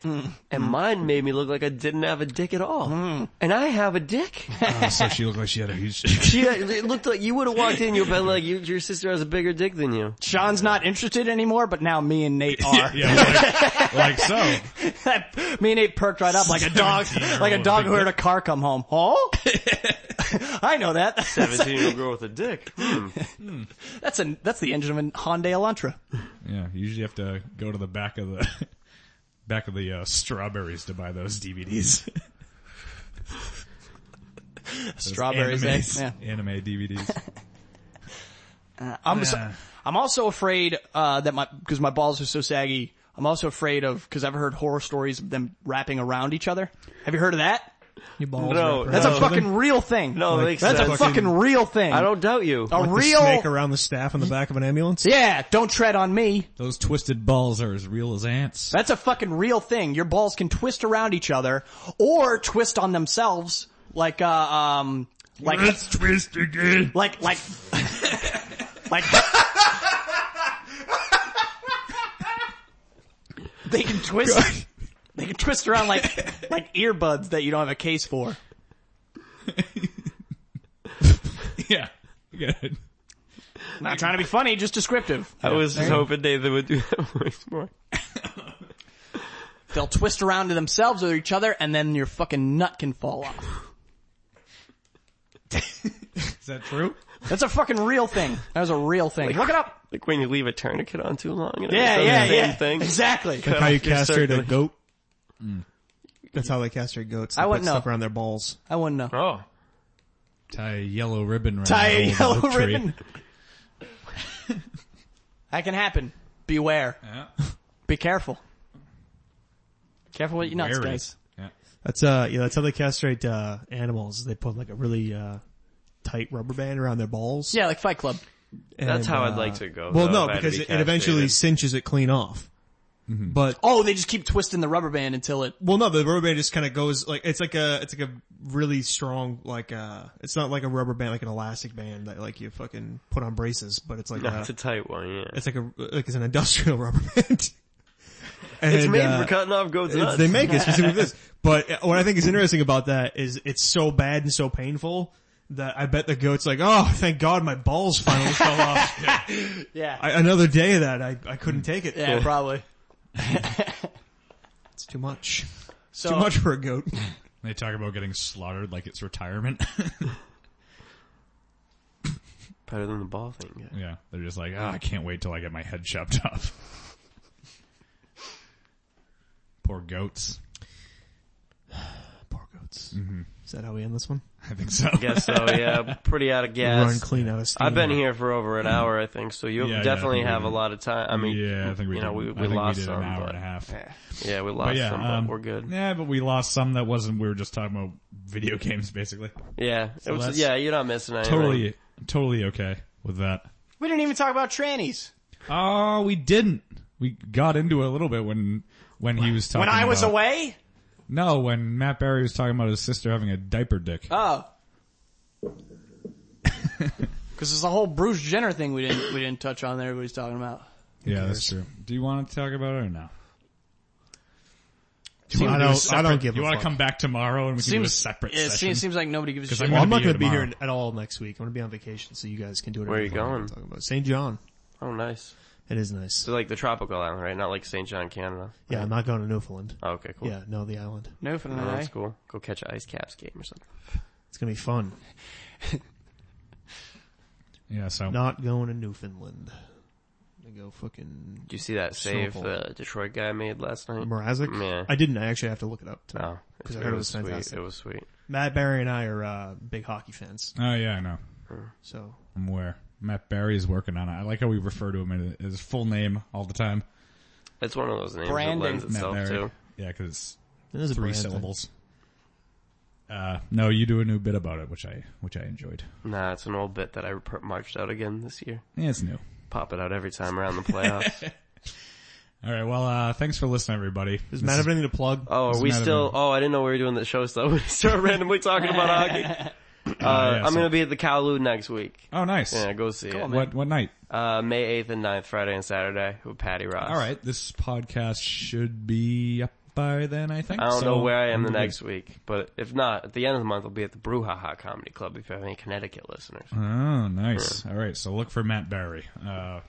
Speaker 4: And mine made me look like I didn't have a dick at all. And I have a dick.
Speaker 1: Uh, so she looked like she had a huge,
Speaker 4: She it looked like you would have walked in. You'd been like, you, your sister has a bigger dick than you.
Speaker 3: Sean's not interested anymore, but now me and Nate are.
Speaker 1: yeah, like, like so.
Speaker 3: me and Nate perked right up like a dog,
Speaker 1: 17-year-old
Speaker 3: like a dog who
Speaker 1: big
Speaker 3: heard a car come home. Huh? I know that.
Speaker 4: Seventeen year old girl with a dick.
Speaker 3: That's a that's the engine of a Hyundai Elantra.
Speaker 1: Yeah, you usually have to go to the back of the back of the uh, strawberries to buy those DVDs. Those
Speaker 3: Strawberries, eh?
Speaker 1: animes.
Speaker 3: Yeah.
Speaker 1: anime DVDs.
Speaker 3: I'm so-
Speaker 1: Yeah.
Speaker 3: I'm also afraid uh, that my because my balls are so saggy. I'm also afraid of because I've heard horror stories of them wrapping around each other. Have you heard of that?
Speaker 2: Your balls
Speaker 4: No,
Speaker 2: wrap
Speaker 3: That's
Speaker 2: around
Speaker 3: a
Speaker 2: each other?
Speaker 3: fucking real thing.
Speaker 4: No, it makes
Speaker 3: that's
Speaker 4: sense.
Speaker 3: a fucking real thing.
Speaker 4: I don't doubt you.
Speaker 3: a
Speaker 2: The
Speaker 3: real.
Speaker 2: snake around the staff on the back of an ambulance.
Speaker 3: yeah, don't tread on me.
Speaker 1: Those twisted balls are as real as ants.
Speaker 3: That's a fucking real thing. Your balls can twist around each other or twist on themselves, like uh, um, like
Speaker 1: twist again.
Speaker 3: like like like they can twist they can twist around like like earbuds that you don't have a case for
Speaker 1: Yeah, good.
Speaker 3: not trying to be funny just descriptive
Speaker 4: I was just hoping Nathan would do that voice more.
Speaker 3: they'll twist around to themselves or each other and then your fucking nut can fall off
Speaker 1: Is that true?
Speaker 3: that's a fucking real thing that was a real thing look it up
Speaker 4: Like when you leave a tourniquet on too long. And it
Speaker 3: yeah
Speaker 4: does
Speaker 3: yeah
Speaker 4: the same
Speaker 3: yeah
Speaker 4: Thing.
Speaker 3: exactly
Speaker 4: Cut
Speaker 2: how you
Speaker 4: off your Hmm.
Speaker 2: castrate a
Speaker 4: circulation.
Speaker 2: goat. That's how they castrate goats. They
Speaker 3: I
Speaker 2: put
Speaker 3: wouldn't
Speaker 2: stuff
Speaker 3: know.
Speaker 2: around their balls.
Speaker 3: I wouldn't know
Speaker 4: Oh,
Speaker 1: Tie a yellow ribbon. Around
Speaker 3: tie a
Speaker 1: the old
Speaker 3: yellow
Speaker 1: oak tree.
Speaker 3: ribbon that can happen beware
Speaker 1: Yeah.
Speaker 3: be careful careful what you nuts
Speaker 1: Wary.
Speaker 3: guys
Speaker 1: Yeah.
Speaker 2: That's uh, yeah, that's how they castrate uh, animals. They put like a really uh, tight rubber band around their balls.
Speaker 3: yeah like Fight Club
Speaker 2: And,
Speaker 4: That's how I'd
Speaker 2: uh,
Speaker 4: like to go,
Speaker 2: Well,
Speaker 4: though,
Speaker 2: no,
Speaker 4: if I had to
Speaker 2: because
Speaker 4: be
Speaker 2: it, it eventually
Speaker 4: castrated.
Speaker 2: cinches it clean off.
Speaker 4: Mm-hmm.
Speaker 2: But
Speaker 3: Oh, they just keep twisting the rubber band until it.
Speaker 2: well, no, the rubber band just kind of goes like it's like a it's like a really strong like uh, it's not like a rubber band like an elastic band that like you fucking put on braces, but it's like uh,
Speaker 4: that's a tight one. Yeah, it's,
Speaker 2: it's like a like it's an industrial rubber band. and,
Speaker 4: made
Speaker 2: uh,
Speaker 4: for cutting off goats'
Speaker 2: It's-
Speaker 4: nuts.
Speaker 2: they make it specifically for this. But uh, what I think is interesting about that is it's so bad and so painful that I bet the goat's like, oh, thank God my balls finally fell off.
Speaker 3: Yeah.
Speaker 2: I, another day of that, I, I couldn't take it.
Speaker 3: yeah, probably.
Speaker 2: It's too much.
Speaker 3: So,
Speaker 2: Too much for a goat.
Speaker 1: They talk about getting slaughtered like it's retirement.
Speaker 4: better than the ball thing. Yeah.
Speaker 1: yeah, they're just like, ah, I can't wait till I get my head chopped off. Poor goats.
Speaker 2: Poor goats. outs. Is that how we end this one?
Speaker 1: I think so.
Speaker 4: Guess so. Yeah, pretty out of
Speaker 2: Run
Speaker 4: gas.
Speaker 2: clean out of steam.
Speaker 4: I've been here for over an hour, I think. So you
Speaker 1: Yeah, yeah, I
Speaker 4: definitely
Speaker 1: think we
Speaker 4: have a
Speaker 1: did.
Speaker 4: lot of time. I mean,
Speaker 1: yeah, I think we
Speaker 4: you
Speaker 1: did.
Speaker 4: know we,
Speaker 1: I
Speaker 4: we
Speaker 1: think
Speaker 4: lost
Speaker 1: we did
Speaker 4: some,
Speaker 1: an hour
Speaker 4: but
Speaker 1: and a half.
Speaker 4: yeah, we
Speaker 1: But
Speaker 4: lost
Speaker 1: yeah,
Speaker 4: some,
Speaker 1: um,
Speaker 4: but we're good.
Speaker 1: Yeah, but we lost some that wasn't. We were just talking about video games, basically.
Speaker 4: Yeah, it was,
Speaker 1: that's
Speaker 4: yeah, you're not missing anything.
Speaker 1: Totally, totally okay with that.
Speaker 3: We didn't even talk about trannies.
Speaker 1: Oh, we didn't. We got into it a little bit when when he was talking.
Speaker 3: When I was
Speaker 1: about-
Speaker 3: away?
Speaker 1: No, when Matt Barry was talking about his sister having a diaper dick.
Speaker 3: Oh. Cause there's a whole Bruce Jenner thing we didn't, we didn't touch on that everybody's talking about.
Speaker 1: yeah, that's true. Do you want to talk about it or no?
Speaker 2: I
Speaker 1: wanna do a
Speaker 2: don't- I
Speaker 1: separate-
Speaker 2: don't give
Speaker 1: You
Speaker 2: a
Speaker 1: want
Speaker 2: fuck.
Speaker 1: to come back tomorrow and we can do a
Speaker 3: Seems,
Speaker 1: separate
Speaker 3: it
Speaker 1: session?
Speaker 3: seems, seems like nobody gives a
Speaker 1: 'Cause
Speaker 3: shit.
Speaker 1: I'm
Speaker 2: Well, I'm not
Speaker 1: gonna
Speaker 2: going
Speaker 1: be
Speaker 2: to be
Speaker 1: here
Speaker 2: here at all next week. I'm going to be on vacation, so you guys can do it.
Speaker 4: Where are you going?
Speaker 2: Talking about St. John.
Speaker 4: Oh, nice.
Speaker 2: It is nice.
Speaker 4: So like the tropical island, right? Not like St. John, Canada.
Speaker 2: Yeah, I'm not going to Newfoundland.
Speaker 4: Oh, okay, cool.
Speaker 2: Yeah, no, the island.
Speaker 3: No, for
Speaker 4: Oh, that's
Speaker 3: the
Speaker 4: cool. Go catch an ice caps game or something.
Speaker 2: It's going to be fun.
Speaker 1: yeah, so
Speaker 2: Not going to Newfoundland. I'm gonna go fucking
Speaker 4: Did you see that save
Speaker 2: Snowfall.
Speaker 4: the Detroit guy made last night?
Speaker 2: Mrazek.
Speaker 4: Yeah.
Speaker 2: I didn't. I actually have to look it up. tonight.
Speaker 4: No,
Speaker 2: 'Cause I heard it was
Speaker 4: sweet.
Speaker 2: fantastic.
Speaker 4: It was sweet.
Speaker 2: Matt Barry and I are uh, big hockey fans,
Speaker 1: Oh yeah, I know.
Speaker 2: so
Speaker 1: I'm aware. Matt Barry is working on it. I like how we refer to him as his full name all the time.
Speaker 4: It's one of those names
Speaker 3: Brandon.
Speaker 4: that lends
Speaker 1: Matt
Speaker 4: itself
Speaker 1: Barry.
Speaker 4: to.
Speaker 1: Yeah, because it's
Speaker 2: it is a
Speaker 1: three
Speaker 2: brand thing.
Speaker 1: syllables. Uh, no, you do a new bit about it, which I which I enjoyed.
Speaker 4: Nah, it's an old bit that I per- marched out again this year.
Speaker 1: Yeah, it's new.
Speaker 4: Pop it out every time around the playoffs.
Speaker 1: All right. Well, uh, thanks for listening, everybody.
Speaker 2: Does Matt have anything to plug?
Speaker 4: Oh, are
Speaker 1: Doesn't
Speaker 4: we
Speaker 1: matter,
Speaker 4: still?
Speaker 1: man.
Speaker 4: Oh, I didn't know we were doing the show stuff. We start randomly talking about hockey.
Speaker 2: Oh,
Speaker 4: Uh,
Speaker 1: yeah,
Speaker 4: I'm
Speaker 1: so-
Speaker 4: gonna be at the Kowloon next week.
Speaker 1: Oh, nice.
Speaker 4: Yeah, go see it.
Speaker 1: what what night?
Speaker 4: Uh, May 8th and 9th, Friday and Saturday with Patty Ross.
Speaker 1: All right. This podcast should be up by then, I think.
Speaker 4: I don't
Speaker 1: So-
Speaker 4: know where I am the next week, but if not, at the end of the month, I'll be at the Brouhaha Comedy Club if you have any Connecticut listeners.
Speaker 1: Oh, nice.
Speaker 4: Hmm.
Speaker 1: All right. So look for Matt Barry. Uh,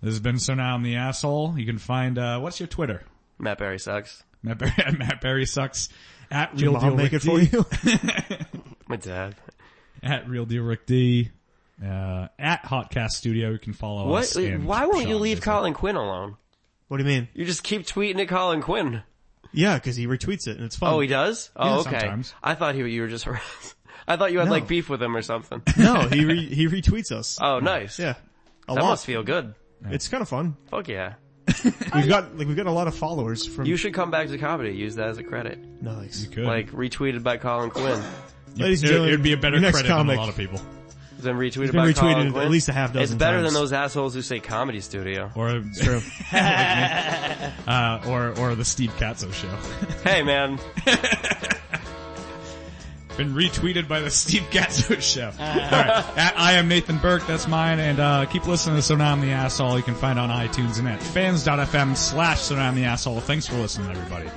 Speaker 1: this has been so now I'm the asshole. You can find uh, what's your Twitter?
Speaker 4: Matt Barry sucks.
Speaker 1: Matt Barry, Matt Barry sucks. At
Speaker 2: Did
Speaker 1: real
Speaker 2: Mom
Speaker 1: deal
Speaker 2: make
Speaker 1: Rick
Speaker 2: it
Speaker 1: D.
Speaker 2: for you?
Speaker 4: My dad.
Speaker 1: At real deal Rick D. Uh, at Hotcast Studio, you can follow
Speaker 4: What?
Speaker 1: us. and
Speaker 4: Why won't you
Speaker 1: Sean
Speaker 4: leave
Speaker 1: Bizzle.
Speaker 4: Colin Quinn alone?
Speaker 2: what do you mean?
Speaker 4: You just keep tweeting at Colin Quinn.
Speaker 2: Yeah, because he retweets it and it's fun.
Speaker 4: Oh, he does? Oh,
Speaker 1: Yeah,
Speaker 4: okay.
Speaker 1: sometimes.
Speaker 4: I thought he, you were just harassed. I thought you had
Speaker 2: Mm. No.
Speaker 4: like beef with him or something.
Speaker 2: no, he re- he retweets us.
Speaker 4: Oh, nice.
Speaker 2: yeah, a
Speaker 4: That
Speaker 2: lot.
Speaker 4: must feel good.
Speaker 2: It's kind of fun.
Speaker 4: Fuck yeah.
Speaker 2: We've got like we've got a lot of followers from.
Speaker 4: You should come back to comedy. Use that as a credit.
Speaker 2: nice,
Speaker 1: Good.
Speaker 4: Like retweeted by Colin Quinn.
Speaker 2: ladies and
Speaker 1: It
Speaker 2: gentlemen.
Speaker 1: would be a better
Speaker 2: your next
Speaker 1: credit
Speaker 2: comic.
Speaker 1: than a lot of people.
Speaker 4: Then retweeted
Speaker 2: been
Speaker 4: by
Speaker 2: retweeted
Speaker 4: Colin
Speaker 2: at
Speaker 4: Quinn.
Speaker 2: least a half dozen
Speaker 4: It's better
Speaker 2: times.
Speaker 4: than those assholes who say comedy studio.
Speaker 1: Or
Speaker 2: True.
Speaker 1: uh, or or the Steve Katzo show.
Speaker 4: Hey man,
Speaker 1: Been retweeted by the Steve Katzo show. All right, at I am Nathan Burke. That's mine. And uh, keep listening to So Now I'm the Asshole. You can find on iTunes and at fans.fm slash So Now I'm the Asshole. Thanks for listening, everybody.